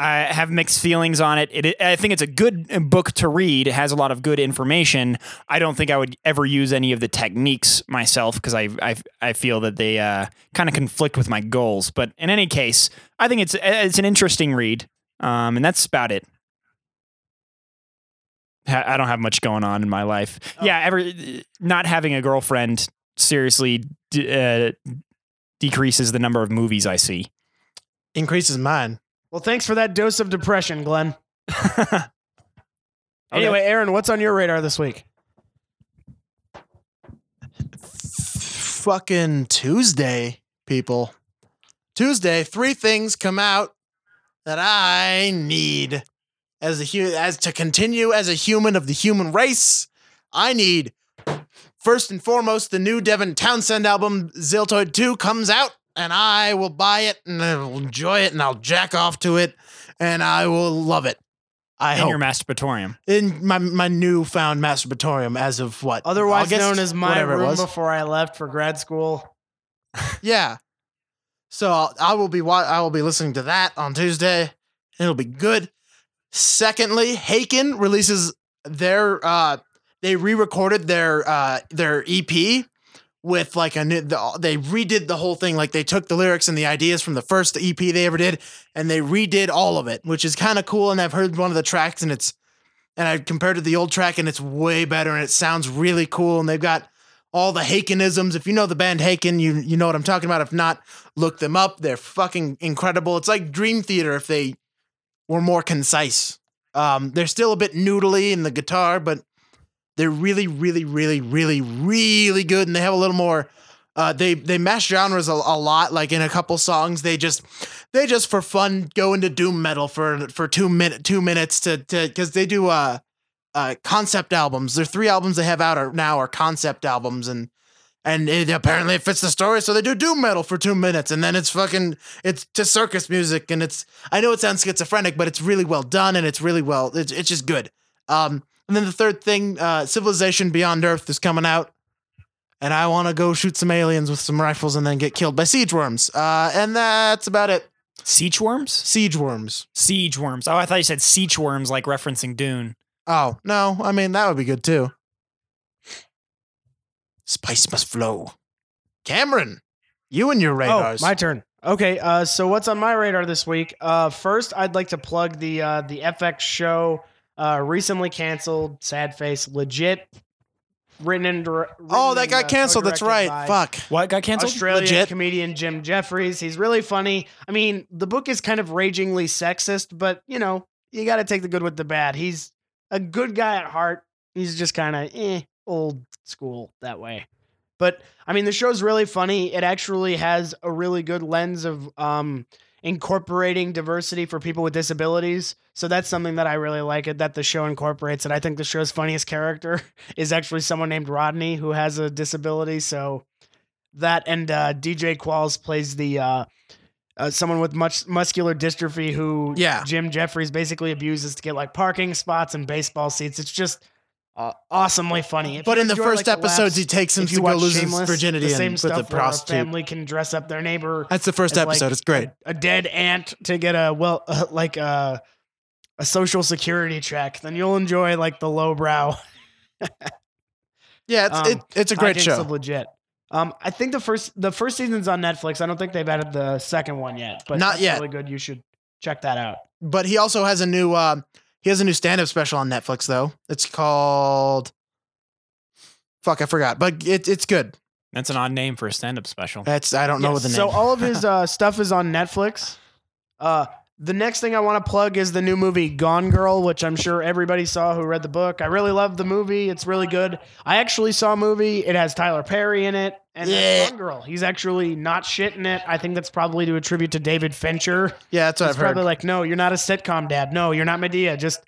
Speaker 2: I have mixed feelings on it. it. I think it's a good uh, book to read. It has a lot of good information. I don't think I would ever use any of the techniques myself because I, I I feel that they uh, kind of conflict with my goals. But in any case, I think it's it's an interesting read. Um, and that's about it. Ha- I don't have much going on in my life. Yeah, ever not having a girlfriend seriously d- uh, decreases the number of movies I see.
Speaker 1: Increases mine.
Speaker 4: Well, thanks for that dose of depression, Glenn. Anyway, Aaron, what's on your radar this week?
Speaker 1: Fucking Tuesday, people. Tuesday, three things come out that I need as a hu- as to continue as a human of the human race. I need first and foremost the new Devin Townsend album Ziltoid 2 comes out and I will buy it and I will enjoy it and I'll jack off to it and I will love it. I
Speaker 2: in
Speaker 1: hope.
Speaker 2: your masturbatorium.
Speaker 1: in my my newfound masturbatorium as of what
Speaker 4: Otherwise
Speaker 1: August?
Speaker 4: known as my
Speaker 1: Whatever it
Speaker 4: room
Speaker 1: was.
Speaker 4: before I left for grad school.
Speaker 1: yeah so I'll- i will be wa- i will be listening to that on tuesday it'll be good secondly haken releases their uh they re-recorded their uh their ep with like a new the, they redid the whole thing like they took the lyrics and the ideas from the first ep they ever did and they redid all of it which is kind of cool and i've heard one of the tracks and it's and I compared it to the old track, and it's way better, and it sounds really cool. And they've got all the Hakenisms. If you know the band Haken, you you know what I'm talking about. If not, look them up. They're fucking incredible. It's like Dream Theater if they were more concise. Um, they're still a bit noodly in the guitar, but they're really, really, really, really, really good, and they have a little more. Uh, they they mash genres a, a lot. Like in a couple songs, they just they just for fun go into doom metal for for two minute two minutes to to because they do uh uh concept albums. Their three albums they have out are now are concept albums and and it apparently it fits the story, so they do doom metal for two minutes and then it's fucking it's just circus music and it's I know it sounds schizophrenic, but it's really well done and it's really well it's it's just good. Um and then the third thing, uh Civilization Beyond Earth is coming out. And I want to go shoot some aliens with some rifles and then get killed by siege worms. Uh, and that's about it.
Speaker 2: Siege worms?
Speaker 1: Siege worms.
Speaker 2: Siege worms. Oh, I thought you said siege worms, like referencing Dune.
Speaker 1: Oh, no. I mean, that would be good too. Spice must flow. Cameron, you and your radars.
Speaker 4: Oh, my turn. Okay, uh, so what's on my radar this week? Uh, first, I'd like to plug the uh, the FX show uh, recently canceled. Sad face, legit. Written and dir-
Speaker 1: oh,
Speaker 4: written
Speaker 1: that
Speaker 4: and,
Speaker 1: got
Speaker 4: uh,
Speaker 1: canceled. That's
Speaker 4: co-directed
Speaker 1: right.
Speaker 4: by
Speaker 1: Fuck.
Speaker 2: What got canceled?
Speaker 4: Australian
Speaker 1: Legit.
Speaker 4: comedian Jim Jeffries. He's really funny. I mean, the book is kind of ragingly sexist, but you know, you got to take the good with the bad. He's a good guy at heart. He's just kind of eh, old school that way. But I mean, the show's really funny. It actually has a really good lens of um, incorporating diversity for people with disabilities. So that's something that I really like it that the show incorporates. And I think the show's funniest character is actually someone named Rodney who has a disability. So that and uh, DJ Qualls plays the uh, uh, someone with much muscular dystrophy who
Speaker 1: Yeah.
Speaker 4: Jim Jeffries basically abuses to get like parking spots and baseball seats. It's just uh, awesomely funny. If
Speaker 1: But
Speaker 4: you
Speaker 1: in the
Speaker 4: enjoy,
Speaker 1: first
Speaker 4: like, the
Speaker 1: episodes,
Speaker 4: laughs,
Speaker 1: he takes him
Speaker 4: if
Speaker 1: to
Speaker 4: you
Speaker 1: go
Speaker 4: watch
Speaker 1: lose his
Speaker 4: Shameless,
Speaker 1: virginity
Speaker 4: the same
Speaker 1: and with
Speaker 4: stuff
Speaker 1: a
Speaker 4: where
Speaker 1: prostitute.
Speaker 4: family can dress up their neighbor
Speaker 1: That's the first
Speaker 4: It's like-
Speaker 1: episode. it's great.
Speaker 4: a dead ant to get a well uh, like a a social security check, then you'll enjoy like the lowbrow.
Speaker 1: Yeah, it's,
Speaker 4: um,
Speaker 1: it, it's a great
Speaker 4: hijinks
Speaker 1: show.
Speaker 4: Of legit. Um, I think the first the first season's on Netflix. I don't think they've added the second one yet, but
Speaker 1: Not
Speaker 4: that's
Speaker 1: yet.
Speaker 4: Really good. You should check that out.
Speaker 1: but he also has a new um he has a new stand-up special on Netflix though. It's called Fuck, I forgot. But it, it's good.
Speaker 2: That's an odd name for a stand-up special.
Speaker 1: That's I don't know
Speaker 4: Yes,
Speaker 1: what the name.
Speaker 4: So all of his uh, stuff is on Netflix. Uh, the next thing I want to plug is the new movie Gone Girl, which I'm sure everybody saw who read the book. I really love the movie; it's really good. I actually saw a movie. It has Tyler Perry in it, and
Speaker 1: Yeah.
Speaker 4: it's Gone Girl. He's actually not shit in it. I think that's probably to attribute to David Fincher.
Speaker 1: yeah, that's what
Speaker 4: It's
Speaker 1: I've heard.
Speaker 4: probably like, no, you're not a sitcom dad. No, you're not Medea. Just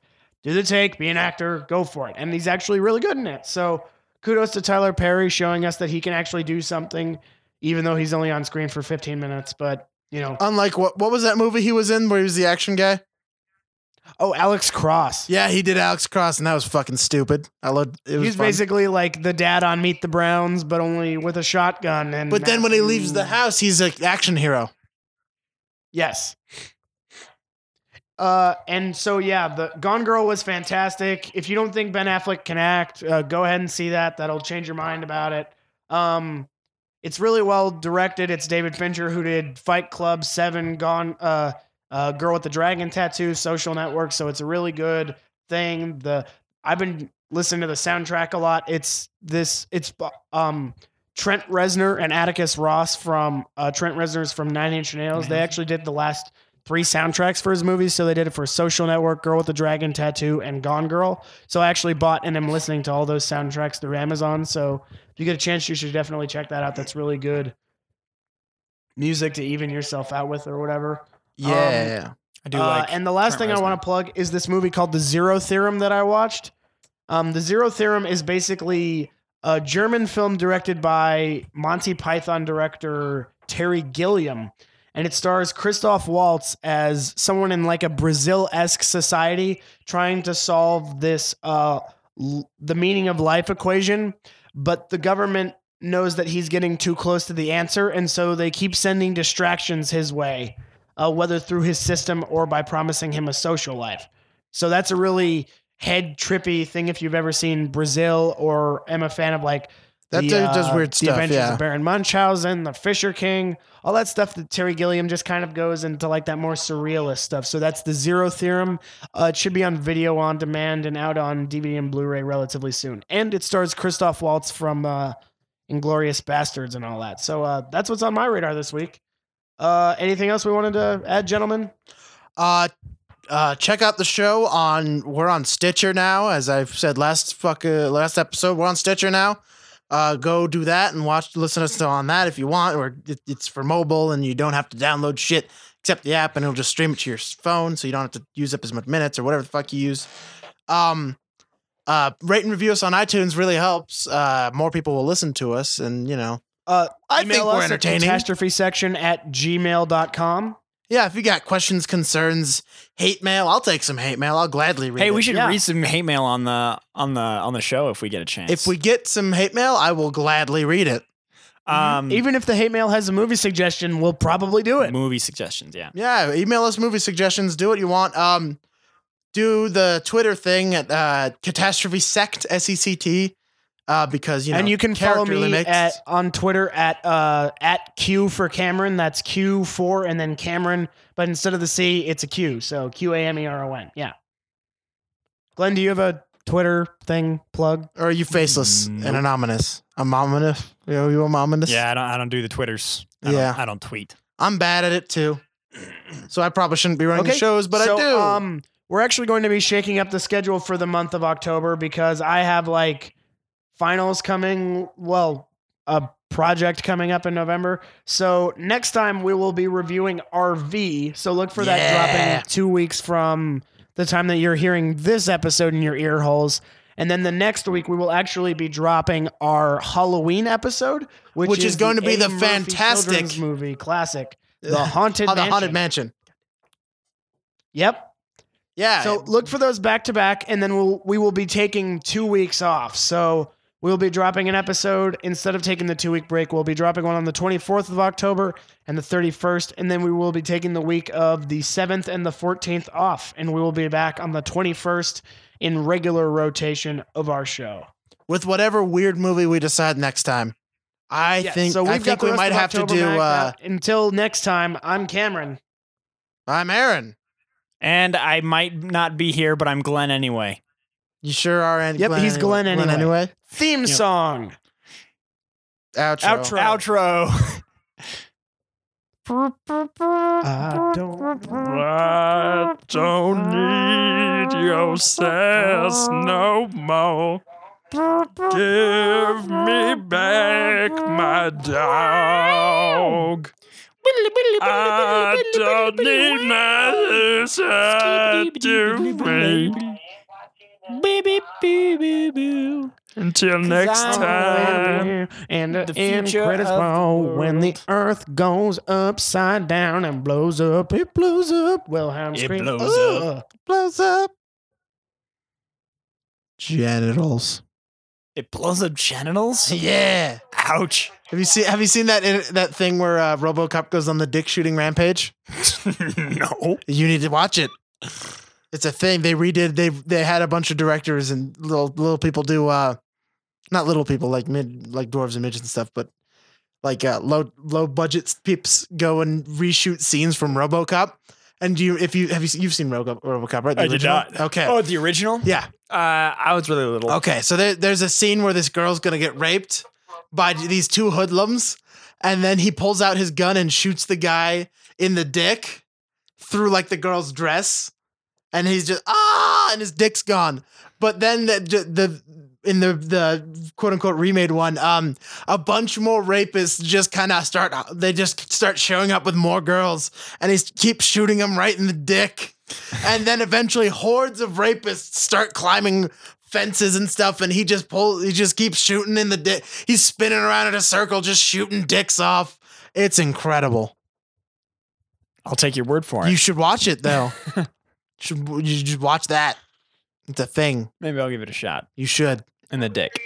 Speaker 4: do the take, be an actor, go for it. And he's actually really good in it. So kudos to Tyler Perry showing us that he can actually do something, even though he's only on screen for 15 minutes. But, you know,
Speaker 1: Unlike what what was that movie he was in where he was the action guy?
Speaker 4: oh, Alex Cross.
Speaker 1: Yeah, he did Alex Cross, and that was fucking stupid. I loved it. Was
Speaker 4: He's
Speaker 1: fun.
Speaker 4: basically like the dad on Meet the Browns, but only with a shotgun. And
Speaker 1: But then when he leaves the
Speaker 4: Matthew-
Speaker 1: house, he's an action hero.
Speaker 4: Yes. Uh, and so yeah, the Gone Girl was fantastic. If you don't think Ben Affleck can act, uh, go ahead and see that. That'll change your mind about it. Um, it's really well directed. It's David Fincher who did Fight Club, Seven, Gone, uh, uh, Girl with the Dragon Tattoo, Social Network. So it's a really good thing. The I've been listening to the soundtrack a lot. It's this. It's um Trent Reznor and Atticus Ross from uh, Trent Reznor's from Nine Inch Nails. They actually did the last three soundtracks for his movies. So they did it for Social Network, Girl with the Dragon Tattoo, and Gone Girl. So I actually bought and am listening to all those soundtracks through Amazon. So if you get a chance, you should definitely check that out. That's really good music to even yourself out with or whatever.
Speaker 1: Yeah.
Speaker 2: I do
Speaker 4: Uh,
Speaker 2: like.
Speaker 4: and the last
Speaker 2: Trent
Speaker 4: thing I
Speaker 2: Reznor.
Speaker 4: want to plug is this movie called The Zero Theorem that I watched. Um, the Zero Theorem is basically a German film directed by Monty Python director Terry Gilliam, and it stars Christoph Waltz as someone in like a Brazil-esque society trying to solve this uh, l- the meaning of life equation, but the government knows that he's getting too close to the answer, and so they keep sending distractions his way uh, whether through his system or by promising him a social life. So that's a really head trippy thing if you've ever seen Brazil or am a fan of like
Speaker 1: That dude does weird
Speaker 4: The
Speaker 1: stuff,
Speaker 4: Adventures
Speaker 1: yeah.
Speaker 4: of Baron Munchausen, The Fisher King, all that stuff that Terry Gilliam just kind of goes into like that more surrealist stuff. So that's the Zero Theorem. Uh, it should be on video on demand and out on DVD and Blu-ray relatively soon. And it stars Christoph Waltz from uh, Inglorious Bastards and all that. So uh, that's what's on my radar this week. Uh, anything else we wanted to add, gentlemen?
Speaker 1: Uh, uh, check out the show on we're on Stitcher now. As I've said last fuck uh, last episode, we're on Stitcher now. Uh, go do that and watch listen to us on that if you want, or it, it's for mobile and you don't have to download shit except the app, and it'll just stream it to your phone, so you don't have to use up as much minutes or whatever the fuck you use. Um, uh, rate and review us on iTunes really helps. Uh, more people will listen to us, and you know,
Speaker 4: Uh,
Speaker 1: I
Speaker 4: Email
Speaker 1: think we're
Speaker 4: us at
Speaker 1: entertaining.
Speaker 4: Catastrophe section at gmail.com.
Speaker 1: Yeah, if you got questions, concerns, hate mail, I'll take some hate mail. I'll gladly read.
Speaker 2: Hey,
Speaker 1: it.
Speaker 2: we should
Speaker 4: Yeah.
Speaker 2: read some hate mail on the on the on the show if we get a chance.
Speaker 1: If we get some hate mail, I will gladly read it. Hmm.
Speaker 2: um
Speaker 4: Even if the hate mail has a movie suggestion, we'll probably do it.
Speaker 2: movie suggestions, yeah.
Speaker 1: Yeah, email us movie suggestions. Do what you want. Um, do the Twitter thing at uh, catastrophe sect s e c t, uh, because you know
Speaker 4: and you can follow
Speaker 1: character
Speaker 4: me
Speaker 1: limits.
Speaker 4: at, on Twitter at uh, at Q for Cameron. That's Q for and then Cameron, but instead of the C, it's a Q. So Q A M E R O N. Yeah. Glenn, do you have a Twitter thing plug?
Speaker 1: or are you faceless
Speaker 2: Nope.
Speaker 1: and anonymous? Anonymous? You know, you anonymous?
Speaker 2: Yeah, I don't I don't do the Twitters. I
Speaker 1: Yeah.
Speaker 2: Don't, I don't tweet.
Speaker 1: I'm bad at it too, so I probably shouldn't be running the
Speaker 4: Okay,
Speaker 1: shows, but
Speaker 4: So,
Speaker 1: I do.
Speaker 4: Um, we're actually going to be shaking up the schedule for the month of October because I have like finals coming. Well, a project coming up in November. So next time we will be reviewing RV. So look for that
Speaker 1: Yeah.
Speaker 4: dropping two weeks from the time that you're hearing this episode in your ear holes. And then the next week we will actually be dropping our Halloween episode, which,
Speaker 1: Which is going to be
Speaker 4: Eddie
Speaker 1: the
Speaker 4: Murphy
Speaker 1: fantastic-
Speaker 4: children's movie classic. The haunted
Speaker 1: on the
Speaker 4: mansion.
Speaker 1: haunted mansion.
Speaker 4: Yep.
Speaker 1: Yeah.
Speaker 4: So look for those back to back, and then we'll we will be taking two weeks off. So we'll be dropping an episode instead of taking the two week break. We'll be dropping one on the 24th of October and the 31st, and then we will be taking the week of the 7th and the 14th off, and we will be back on the 21st in regular rotation of our show.
Speaker 1: with whatever weird movie we decide next time. I
Speaker 4: Yeah,
Speaker 1: think I
Speaker 4: we've
Speaker 1: think
Speaker 4: got the
Speaker 1: we
Speaker 4: rest
Speaker 1: might
Speaker 4: of
Speaker 1: have to
Speaker 4: October
Speaker 1: do uh,
Speaker 4: backed up. until next time. I'm Cameron.
Speaker 1: I'm Aaron.
Speaker 2: And I might not be here, but I'm Glenn anyway.
Speaker 1: You sure are and
Speaker 4: Yep,
Speaker 1: Glenn
Speaker 4: he's
Speaker 1: anyway.
Speaker 4: Glenn anyway. Theme
Speaker 2: Yep.
Speaker 4: song.
Speaker 1: Outro.
Speaker 4: Outro.
Speaker 2: Outro.
Speaker 4: I don't.
Speaker 7: I don't need your sass no more. Give me back my dog. I don't need my sass to me. Until next time.
Speaker 4: And the
Speaker 2: future
Speaker 4: end
Speaker 2: of the
Speaker 4: ball when the
Speaker 2: world.
Speaker 4: earth goes upside down and blows up. It blows up. Wilhelm
Speaker 2: It
Speaker 4: scream.
Speaker 2: blows
Speaker 4: Ugh.
Speaker 1: Blows up. Genitals.
Speaker 2: It blows up genitals?
Speaker 1: Yeah.
Speaker 2: Ouch.
Speaker 1: Have you seen Have you seen that in, that thing where uh, RoboCop goes on the dick shooting rampage?
Speaker 2: no.
Speaker 1: You need to watch it. It's a thing they redid. They they had a bunch of directors and little little people do uh, not little people like mid like dwarves and midgets and stuff, but like uh, low low budget peeps go and reshoot scenes from RoboCop. And you if you have you seen- you've seen RoboCop, RoboCop right? The
Speaker 2: I did
Speaker 1: original?
Speaker 2: not.
Speaker 1: Okay.
Speaker 2: Oh, the original?
Speaker 1: Yeah.
Speaker 2: Uh, I was really little.
Speaker 1: Okay, so there, there's a scene where this girl's gonna get raped by these two hoodlums, and then he pulls out his gun and shoots the guy in the dick through like the girl's dress, and he's just ah, and his dick's gone. But then the the in the the quote unquote remade one, um, a bunch more rapists just kind of start they just start showing up with more girls, and he keeps shooting them right in the dick. And then eventually, hordes of rapists start climbing fences and stuff, and he just pulls, he just keeps shooting in the dick. He's spinning around in a circle, just shooting dicks off. It's incredible.
Speaker 2: I'll take your word for it.
Speaker 1: You should watch it though. should you should watch that? It's a thing.
Speaker 2: Maybe I'll give it a shot.
Speaker 1: You should.
Speaker 2: In the dick.